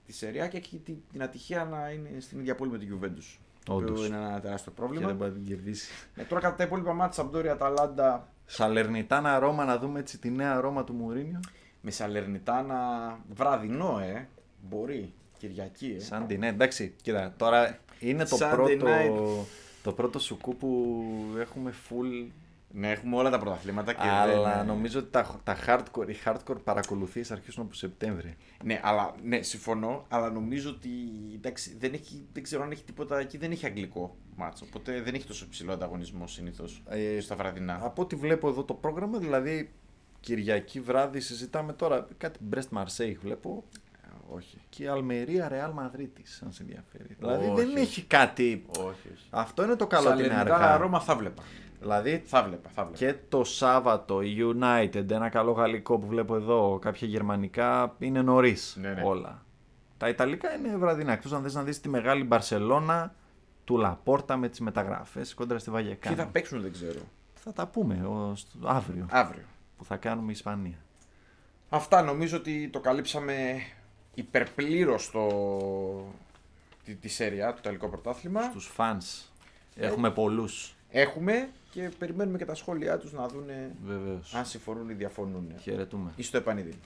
[SPEAKER 2] της Σεριά και έχει την, την ατυχία να είναι στην ίδια πόλη με την Juventus. Το οποίο
[SPEAKER 1] Όντως.
[SPEAKER 2] είναι ένα τεράστιο
[SPEAKER 1] Και δεν
[SPEAKER 2] πρόβλημα.
[SPEAKER 1] πάει να την κερδίσει.
[SPEAKER 2] Ε, τώρα κατά τα υπόλοιπα μάτια Σαμπτόρια, Αταλάντα
[SPEAKER 1] Σαλερνιτάνα Ρώμα, να δούμε έτσι τη νέα Ρώμα του Μουρίνιο.
[SPEAKER 2] με Σαλερνιτάνα βραδινό, ε. Μπορεί. Κυριακή, ε.
[SPEAKER 1] Σαν την ναι, εντάξει, κοίτα, τώρα είναι το
[SPEAKER 2] Sunday
[SPEAKER 1] πρώτο,
[SPEAKER 2] night.
[SPEAKER 1] το πρώτο σουκού που έχουμε full,
[SPEAKER 2] Ναι, έχουμε όλα τα πρωταθλήματα και
[SPEAKER 1] αλλά
[SPEAKER 2] δεν- ε,
[SPEAKER 1] νομίζω ότι τα, τα hardcore, οι hardcore παρακολουθείς αρχίζουν από Σεπτέμβρη.
[SPEAKER 2] Ναι, αλλά, ναι, συμφωνώ, αλλά νομίζω ότι εντάξει, δεν, έχει, δεν ξέρω αν έχει τίποτα εκεί, δεν έχει αγγλικό μάτσο. Οπότε δεν έχει τόσο ψηλό ανταγωνισμό συνήθως
[SPEAKER 1] Ε,
[SPEAKER 2] στα βραδινά.
[SPEAKER 1] Από ό,τι βλέπω εδώ το πρόγραμμα, δηλαδή Κυριακή βράδυ συζητάμε τώρα κάτι Brest Marseille βλέπω
[SPEAKER 2] Ε, όχι.
[SPEAKER 1] και Αλμερία Ρεάλ Μαδρίτης, αν σε ενδιαφέρει. Δηλαδή
[SPEAKER 2] Όχι.
[SPEAKER 1] δεν έχει κάτι...
[SPEAKER 2] Όχι. όχι.
[SPEAKER 1] Αυτό είναι το καλό
[SPEAKER 2] Καλό
[SPEAKER 1] ότι είναι αργά.
[SPEAKER 2] Ρώμα θα βλέπα.
[SPEAKER 1] Δηλαδή
[SPEAKER 2] Θα βλέπα, θα βλέπα.
[SPEAKER 1] και το Σάββατο, η United, ένα καλό γαλλικό που βλέπω εδώ, κάποια γερμανικά, είναι νωρίς
[SPEAKER 2] Ναι, ναι.
[SPEAKER 1] όλα. Τα Ιταλικά είναι βραδινά. Εκτός αν θες να δεις τη μεγάλη Μπαρσελώνα του Λαπόρτα με τις μεταγραφές κόντρα στη Βαγιακά.
[SPEAKER 2] Ποιοι θα παίξουν δεν ξέρω.
[SPEAKER 1] Θα τα πούμε ο, στο- αύριο
[SPEAKER 2] Αύριο.
[SPEAKER 1] που θα κάνουμε Ισπανία.
[SPEAKER 2] Αυτά νομίζω ότι το καλύψαμε υπερπλήρως το... τη, τη σέρια, το Ιταλικό πρωτάθλημα.
[SPEAKER 1] Του φαν.
[SPEAKER 2] Ε.
[SPEAKER 1] Έχουμε πολλούς.
[SPEAKER 2] Έχουμε και περιμένουμε και τα σχόλιά τους να δουν
[SPEAKER 1] Βεβαίως.
[SPEAKER 2] αν συμφωνούν ή διαφωνούν.
[SPEAKER 1] Χαιρετούμε.
[SPEAKER 2] Ή στο επανειδή.